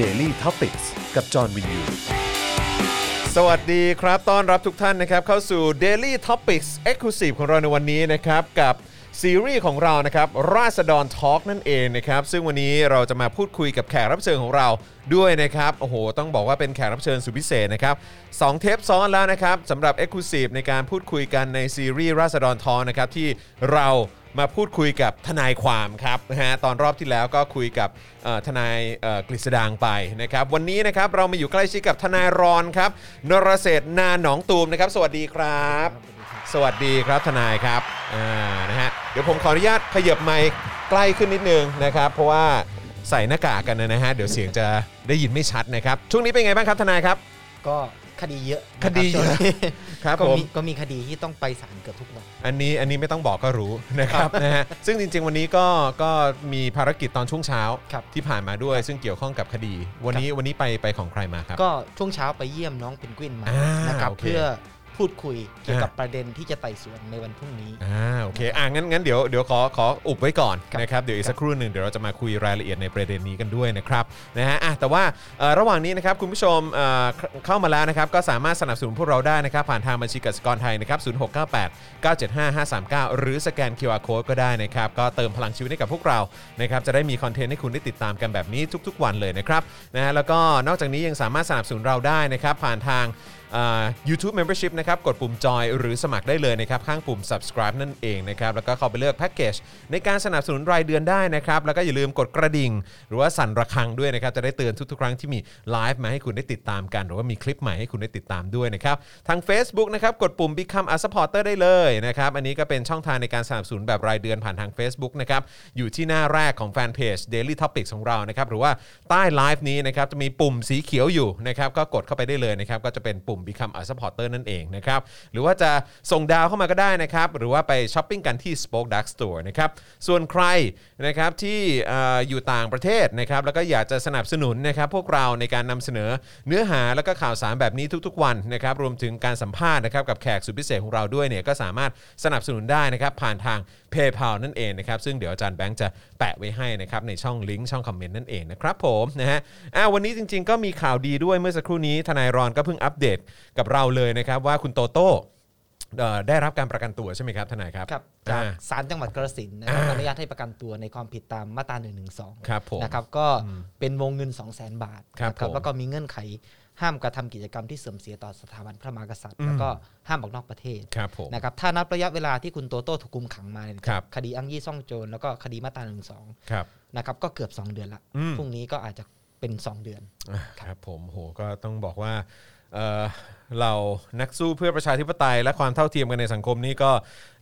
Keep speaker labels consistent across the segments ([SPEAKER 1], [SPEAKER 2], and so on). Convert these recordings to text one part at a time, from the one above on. [SPEAKER 1] Daily t o p i c กกับจอห์นวินยู
[SPEAKER 2] สวัสดีครับ ต้อนรับทุกท่านนะครับ เข้าสู่ Daily Topics Exclusive ของเราในวันนี้นะครับ กับซีรีส์ของเรานะครับ ราษฎรทอล์กนั่นเองนะครับ ซึ่งวันนี้เราจะมาพูดคุยกับแขกรับเชิญของเราด้วยนะครับ โอ้โห ต้องบอกว่าเป็นแขกรับเชิญสุดพิเศษนะครับสองเทปซ้อนแล้วนะครับสำหรับ Exclusive ในการพูดคุยกันในซีรีส์ราษฎรทอล์กนะครับ ที่เรามาพูดคุยกับทนายความครับนะฮะตอนรอบที่แล้วก็คุยกับเอ่อทนายเอ่อกฤษดางไปนะครับ วันนี้นะครับเรามาอยู่ใกล้ชิดกับทนายรอนครับนรเศรษฐ์นาหนองตูมนะครับ สวัสดีครับ สวัสดีครับทนายครับอ่านะฮะเดี๋ยวผมขออนุญาตขยับไมค์ใกล้ขึ้นนิดนึงนะครับ เพราะว่าใส่หน้ากากกันนะฮะเดี๋ยวเสียงจะได้ยินไม่ชัดนะครับ ช่วงนี้เป็นไงบ้างครับทนายครับ
[SPEAKER 3] ก็คดีเยอะ
[SPEAKER 2] ค
[SPEAKER 3] นะ
[SPEAKER 2] รับดีเยอะ
[SPEAKER 3] ช่วงนี้
[SPEAKER 2] ครับ
[SPEAKER 3] ก็
[SPEAKER 2] ผม
[SPEAKER 3] มีก็มีคดีที่ต้องไปศาลเกือบทุกวัน
[SPEAKER 2] อันนี้อันนี้ไม่ต้องบอกก็รู้ นะครับนะฮะซึ่งจริง ๆ วันนี้ก็ก็มีภารกิจตอนช่วงเช้า
[SPEAKER 3] ครับ
[SPEAKER 2] ที่ผ่านมาด้วย ซึ่งเกี่ยวข้องกับคดี วันนี้วันนี้ไปไปของใครมาครับ
[SPEAKER 3] ก็ช่วงเช้าไปเยี่ยมน้องเพนกวินมา
[SPEAKER 2] อ่าน
[SPEAKER 3] นะครับ
[SPEAKER 2] โอเค
[SPEAKER 3] เพื่อพูดคุยเกี่ยวกับประเด็นที่จะไต่สวนในวันพรุ่งนี้
[SPEAKER 2] อ่าโอเคอ่างั้นงั้นเดี๋ยวเดี๋ยวขอขออุบไว้ก่อน
[SPEAKER 3] ครับ
[SPEAKER 2] นะครับเดี๋ยวอีก
[SPEAKER 3] ครับ
[SPEAKER 2] สักครู่หนึ่งเดี๋ยวเราจะมาคุยรายละเอียดในประเด็นนี้กันด้วยนะครับนะฮะอ่ะแต่ว่าเอ่อระหว่างนี้นะครับคุณผู้ชมเอ่อเข้าเข้ามาแล้วนะครับก็สามารถสนับสนุนพวกเราได้นะครับ ผ่านทางบัญชีกสิกรไทยนะครับศูนย์หกเก้าแปดเก้าเจ็ดห้าห้าสามเก้าหรือสแกน QR Code ก็ได้นะครับ ก็เติมพลังชีวิตให้กับพวกเรานะครับจะได้มีคอนเทนต์ให้คุณได้ติดตามกันแบบนี้ทุก ๆ วันเลยนะครับนะฮะแล้วก็นอกจากนี้ยังสามารถสนับสนุนเราได้นะครับผ่านทาง ยูทูบเมมเบอร์ชิพนะครับกดปุ่มจอยหรือสมัครได้เลยนะครับข้างปุ่ม subscribe นั่นเองนะครับแล้วก็เข้าไปเลือกแพ็กเกจในการสนับสนุนรายเดือนได้นะครับแล้วก็อย่าลืมกดกระดิ่ง หรือว่าสั่นระฆังด้วยนะครับจะได้เตือนทุกๆ ครั้งที่มีไลฟ์มาให้คุณได้ติดตามกัน หรือว่ามีคลิปใหม่ให้คุณได้ติดตามด้วยนะครับทาง Facebook นะครับกดปุ่ม Become a supporter ได้เลยนะครับอันนี้ก็เป็นช่องทางในการสนับสนุนแบบรายเดือนผ่านทาง Facebook นะครับอยู่ที่หน้าแรกของแฟนเพจ Daily Topics ของเรานะครับหรือว่าใต้ไลฟ์นี้นะครับจะมีปุ่มสีเขียวอยู่นะครับก็กดเข้าไปได้เลยนะครับก็จะเป็นปุ่ม Become a supporter นั่นเองนะครับหรือว่าจะส่งดาวเข้ามาก็ได้นะครับหรือว่าไปช้อปปิ้งกันที่ Spoke Dark Store นะครับส่วนใครนะครับที่เอ่ออยู่ต่างประเทศนะครับแล้วก็อยากจะสนับสนุนนะครับพวกเราในการนำเสนอเนื้อหาแล้วก็ข่าวสารแบบนี้ทุกๆวันนะครับรวมถึงการสัมภาษณ์นะครับกับแขกสุดพิเศษของเราด้วยเนี่ยก็สามารถสนับสนุนได้นะครับผ่านทาง p a y p a l นั่นเองนะครับซึ่งเดี๋ยวอาจารย์แบงค์จะแปะไว้ให้นะครับในช่องลิงก์ช่องคอมเมนต์นั่นเองนะครับผมนะฮะอ่าวันนี้จริงๆ ก็มีข่าวดีด้วยเมื่อสักครู่นี้ทนายรอนก็เพิ่งอัปเดตกับเราเลยนะครับว่าคุณโตโต้เอ่อได้รับการประกันตัวใช่ไหมครับทนายครับ
[SPEAKER 3] ครับ
[SPEAKER 2] อ่
[SPEAKER 3] จากศาลจังหวัดกระสินธุ์นะครับอนุญาตให้ประกันตัวในความผิดตามมาตรา1นึ
[SPEAKER 2] ครับผม
[SPEAKER 3] นะครับก็เป็นวงเงิน 2 0 0แสนบาท
[SPEAKER 2] ครับ
[SPEAKER 3] นะ
[SPEAKER 2] ผม
[SPEAKER 3] แล้วก็มีเงื่อนไขห้ามกระทำกิจกรรมที่เสื่อมเสียต่อสถาบันพระมหากษัตริย์ แล้วก็ห้ามออกนอกประเทศ
[SPEAKER 2] ครับผม
[SPEAKER 3] นะครับถ้านับระยะเวลาที่คุณโตโต้ถูกคุมขังมาเนี่ยนะ
[SPEAKER 2] ค
[SPEAKER 3] ค
[SPEAKER 2] รั
[SPEAKER 3] รับ บคดีอ้างยี่ซ่องโจรแล้วก็คดีมาตรา1นึ
[SPEAKER 2] ครับ
[SPEAKER 3] นะครับก็เกือบ 2 เดือนละ
[SPEAKER 2] อืม
[SPEAKER 3] พรุ่งนี้ก็อาจจะเป็น 2 เดือน
[SPEAKER 2] อ่ะครับผมโหก็ต้องบอกว่าเอ่อเรานักสู้เพื่อประชาธิปไตย และความเท่าเทียมกันในสังคมนี่ก็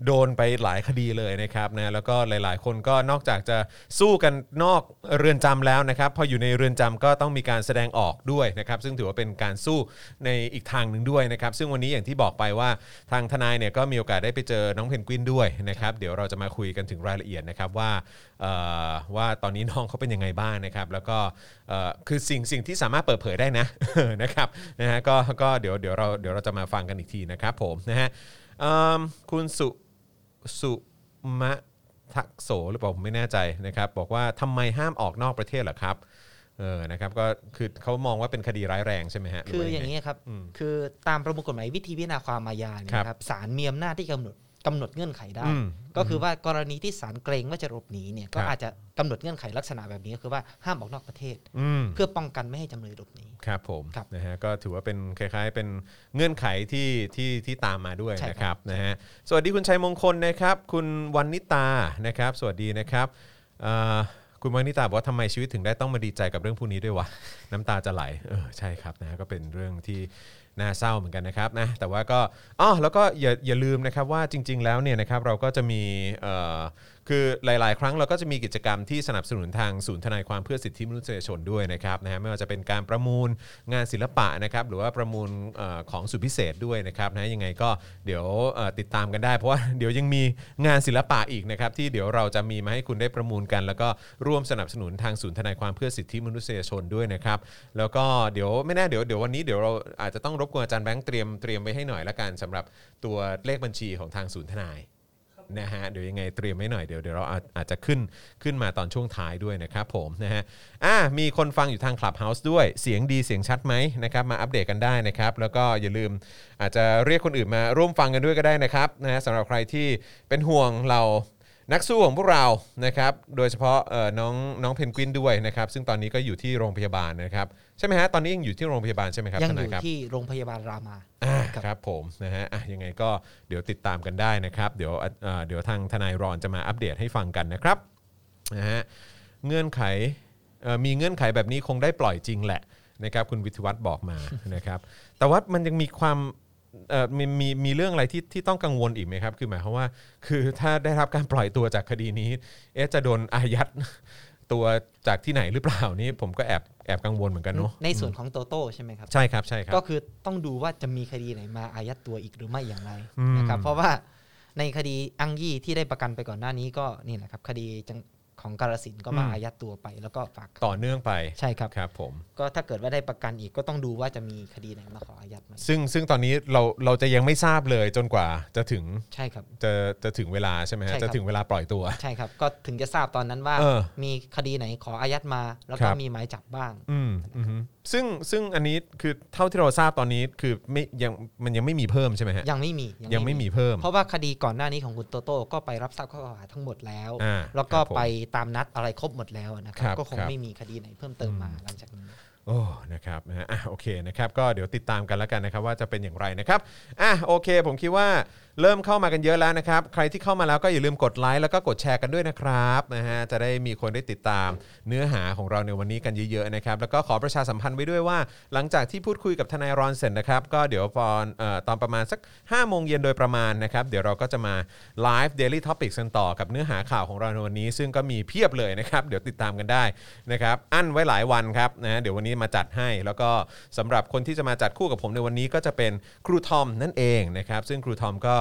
[SPEAKER 2] โดนไปหลายคดีเลยนะครับนะแล้วก็หลายๆ คนก็นอกจากจะสู้กันนอกเรือนจำแล้วนะครับ พออยู่ในเรือนจำก็ต้องมีการแสดงออกด้วยนะครับซึ่งถือว่าเป็นการสู้ในอีกทางหนึ่งด้วยนะครับ ซึ่งวันนี้อย่างที่บอกไปว่าทางทนายเนี่ยก็มีโอกาสได้ไปเจอน้องเพนกวินด้วยนะครับเดี๋ยวเราจะมาคุยกันถึงรายละเอียดนะครับว่า เอ่อว่าตอนนี้น้องเขาเป็นยังไงบ้างนะครับ แล้วก็เอ่อคือสิ่งสิ่งที่สามารถเปิดเผยได้นะ นะครับนะฮะก็ก็เดี๋ยวเดี๋ยวเราเดี๋ยวเราจะมาฟังกันอีกทีนะครับผมนะฮะเอิ่มคุณสุสุมะทักโสหรือเปล่าผมไม่แน่ใจนะครับ บอกว่าทำไมห้ามออกนอกประเทศเหรอครับเออนะครับก็คือเขามองว่าเป็นคดีร้ายแรงใช่ไหมฮะหรื
[SPEAKER 3] คือ
[SPEAKER 2] ว่
[SPEAKER 3] อย่างนี้ครับ
[SPEAKER 2] อืม
[SPEAKER 3] คือตามประมวลกฎหมายวิธีพิจารณาความอาญาเนี่ย
[SPEAKER 2] ครับ
[SPEAKER 3] นะครับศาลมีอำนาจที่กำหนดกำหนดเงื่อนไขได้
[SPEAKER 2] อืม
[SPEAKER 3] ก็คือว่ากรณีที่ศาลเกรงว่าจะหลบหนีเนี่ยก็
[SPEAKER 2] ครับ
[SPEAKER 3] อาจจะกำหนดเงื่อนไขลักษณะแบบนี้ก็คือว่าห้ามออกนอกประเทศ
[SPEAKER 2] อืม
[SPEAKER 3] เพื่อป้องกันไม่ให้จำเลยหลบหนี
[SPEAKER 2] ครับผม
[SPEAKER 3] ครับ
[SPEAKER 2] นะฮะก็ถือว่าเป็นคล้ายๆ เป็นเงื่อนไขที่ที่ที่ตามมาด้วย
[SPEAKER 3] ใช่
[SPEAKER 2] นะค
[SPEAKER 3] ครั
[SPEAKER 2] รับบ นะฮะสวัสดีคุณชัยมงคลนะครับ คุณวันนิตานะครับ สวัสดีนะครับเอ่อคุณวันนิตาบอกว่าทำไมชีวิตถึงได้ต้องมาดีใจกับเรื่องพวกนี้ด้วยวะ น้ำตาจะไหลเออใช่ครับนะฮะก็เป็นเรื่องที่น่าเศร้าเหมือนกันนะครับนะแต่ว่าก็อ๋อแล้วก็อย่าอย่าลืมนะครับว่าจริง ๆ แล้วเนี่ยนะครับเราก็จะมีเอ่อคือหลาย ๆ ครั้งเราก็จะมีกิจกรรมที่สนับสนุนทางศูนย์ทนายความเพื่อสิทธิมนุษยชนด้วยนะครับนะฮะไม่ว่าจะเป็นการประมูลงานศิลปะนะครับหรือว่าประมูลเอ่อของสุดพิเศษด้วยนะครับนะยังไงก็เดี๋ยวเอ่อติดตามกันได้ เพราะว่า เดี๋ยวยังมีงานศิลปะอีกนะครับที่เดี๋ยวเราจะมีมาให้คุณได้ประมูลกัน แล้วก็ร่วมสนับสนุนทางศูนย์ทนายความเพื่อสิทธิมนุษยชนด้วยนะครับ แล้วก็เดี๋ยวไม่แน่เดี๋ยวเดี๋ยววันนี้เดี๋ยวเราอาจจะต้องรบกวนอาจารย์แบงค์เตรียมเตรียมไว้ให้หน่อยละกันสำหรับตัวเลขบัญชีของทางศูนย์ทนาย นะฮะเดี๋ยวยังไงเตรียมไว้หน่อยเดี๋ยวเดี๋ยวเราอาจอาจจะขึ้นขึ้นมาตอนช่วงท้ายด้วยนะครับผมนะฮะอ่ะมีคนฟังอยู่ทาง Clubhouse ด้วยเสียงดีเสียงชัดไหมนะครับมาอัปเดตกันได้นะครับ แล้วก็อย่าลืมอาจจะเรียกคนอื่นมาร่วมฟังกันด้วยก็ได้นะครับนะฮะสำหรับใครที่เป็นห่วงเรา นักสู้ของพวกเรา นะครับ โดยเฉพาะเอ่อน้องน้องเพนกวินด้วยนะครับ ซึ่งตอนนี้ก็อยู่ที่โรงพยาบาลนะครับ ใช่ไหมฮะ ตอนนี้ยังอยู่ที่โรงพยาบาลใช่ไหมครับ
[SPEAKER 3] ยังอน
[SPEAKER 2] ทาย
[SPEAKER 3] ยู่
[SPEAKER 2] ครับ
[SPEAKER 3] ที่โรงพยาบาลรามา
[SPEAKER 2] อ่า
[SPEAKER 3] ครับ
[SPEAKER 2] ครับผมนะฮะอ่ะยังไงก็เดี๋ยวติดตามกันได้นะครับ เดี๋ยวเอ่อเดี๋ยวทางทนายรอนจะมาอัปเดตให้ฟังกันนะครับนะฮะเงื่อนไขเอ่อมีเงื่อนไขแบบนี้คงได้ปล่อยจริงแหละนะครับคุณวิทยวัฒน์บอกมา นะครับแต่ว่ามันยังมีความเอ่อมีมีมีเรื่องอะไรที่ที่ต้องกังวลอีกไหมครับ คือหมายความว่า คือถ้าได้รับการปล่อยตัวจากคดีนี้เอ๊ะจะโดนอายัด ตัวจากที่ไหนหรือเปล่านี่ผมก็แอบแอบกังวลเหมือนกันเนาะ
[SPEAKER 3] ในส่วนของโตโต้ใช่ไหมครับ
[SPEAKER 2] ใช่ครับใช่ครับ
[SPEAKER 3] ก็คือต้องดูว่าจะมีคดีไหนมาอายัดตัวอีกหรือไม่อย่างไร
[SPEAKER 2] อืม
[SPEAKER 3] นะครับ เพราะว่าในคดีอังยี่ที่ได้ประกันไปก่อนหน้านี้ก็นี่แหละครับ คดีจังของกาลสินธุ์ก็มาอายัดตัวไป แล้วก็ฝากขัง
[SPEAKER 2] ต่อเนื่องไป
[SPEAKER 3] ใช่ครับ
[SPEAKER 2] ครับผม
[SPEAKER 3] ก็ถ้าเกิดว่าได้ประกันอีกก็ต้องดูว่าจะมีคดีไหนมาขออายัดไหม
[SPEAKER 2] ซึ่งซึ่งตอนนี้เราเราจะยังไม่ทราบเลยจนกว่าจะถึง
[SPEAKER 3] ใช่ครับ
[SPEAKER 2] จะจะถึงเวลาใช่ไหมฮะ
[SPEAKER 3] ใช่ครับ
[SPEAKER 2] จะถึงเวลาปล่อยตัว
[SPEAKER 3] ใช่ครับ ก็ถึงจะทราบตอนนั้นว่า
[SPEAKER 2] เออ
[SPEAKER 3] มีคดีไหนขออายัดมา แล้ว
[SPEAKER 2] ค
[SPEAKER 3] ก็
[SPEAKER 2] รับ
[SPEAKER 3] มีหมายจับบ้าง
[SPEAKER 2] อืมอืมฮึซึ่งซึ่งอันนี้คือเท่าที่เราทราบตอนนี้คือไม่ยังมันยังไม่มีเพิ่มใช่ไหมฮะ
[SPEAKER 3] ยังไม่มี
[SPEAKER 2] ยังไม่มีเพิ่ม
[SPEAKER 3] เพราะว่าคดีก่อนหน้านี้ของคุณโตโต้ก็ไปรับทราบข้อกล่าวหาทั้งหมดแล้ว
[SPEAKER 2] อ่า
[SPEAKER 3] แล้วก็
[SPEAKER 2] ครับผม
[SPEAKER 3] ไปตามนัดอะไรครบหมดแล้วนะครั
[SPEAKER 2] ครับ
[SPEAKER 3] บ ก็คง
[SPEAKER 2] ครับ
[SPEAKER 3] ไม่มีคดีไหนเพิ่มเติมมาหลังจากนี้
[SPEAKER 2] โอ้นะครับนะฮะอ่ะโอเคนะครับก็เดี๋ยวติดตามกันแล้วกันนะครับว่าจะเป็นอย่างไรนะครับอ่ะโอเค ผมคิดว่าเริ่มเข้ามากันเยอะแล้วนะครับ ใครที่เข้ามาแล้วก็อย่าลืมกดไลค์แล้วก็กดแชร์กันด้วยนะครับนะฮะจะได้มีคนได้ติดตามเนื้อหาของเราในวันนี้กันเยอะๆนะครับแล้วก็ขอประชาสัมพันธ์ไว้ด้วยว่า หลังจากที่พูดคุยกับทนายรอนเสร็จนะครับก็เดี๋ยวตอนเอ่อตอนประมาณสัก5้าโมงเย็นโดยประมาณนะครับเดี๋ยวเราก็จะมาไลฟ์ Daily Topics กันต่อกับเนื้อหาข่าวของเราในวันนี้ ซึ่งก็มีเพียบเลยนะครับเดี๋ยวติดตามกันได้นะครับอั้นไว้หลายวันครับนะฮะเดี๋ยววันนี้มาจัดให้ แล้วก็สำหรับคนที่จะมาจัดคู่กับผมในวันนี้ก็จะเป็นครูทอมนั่นเองนะครับซึ่งครูทอมก็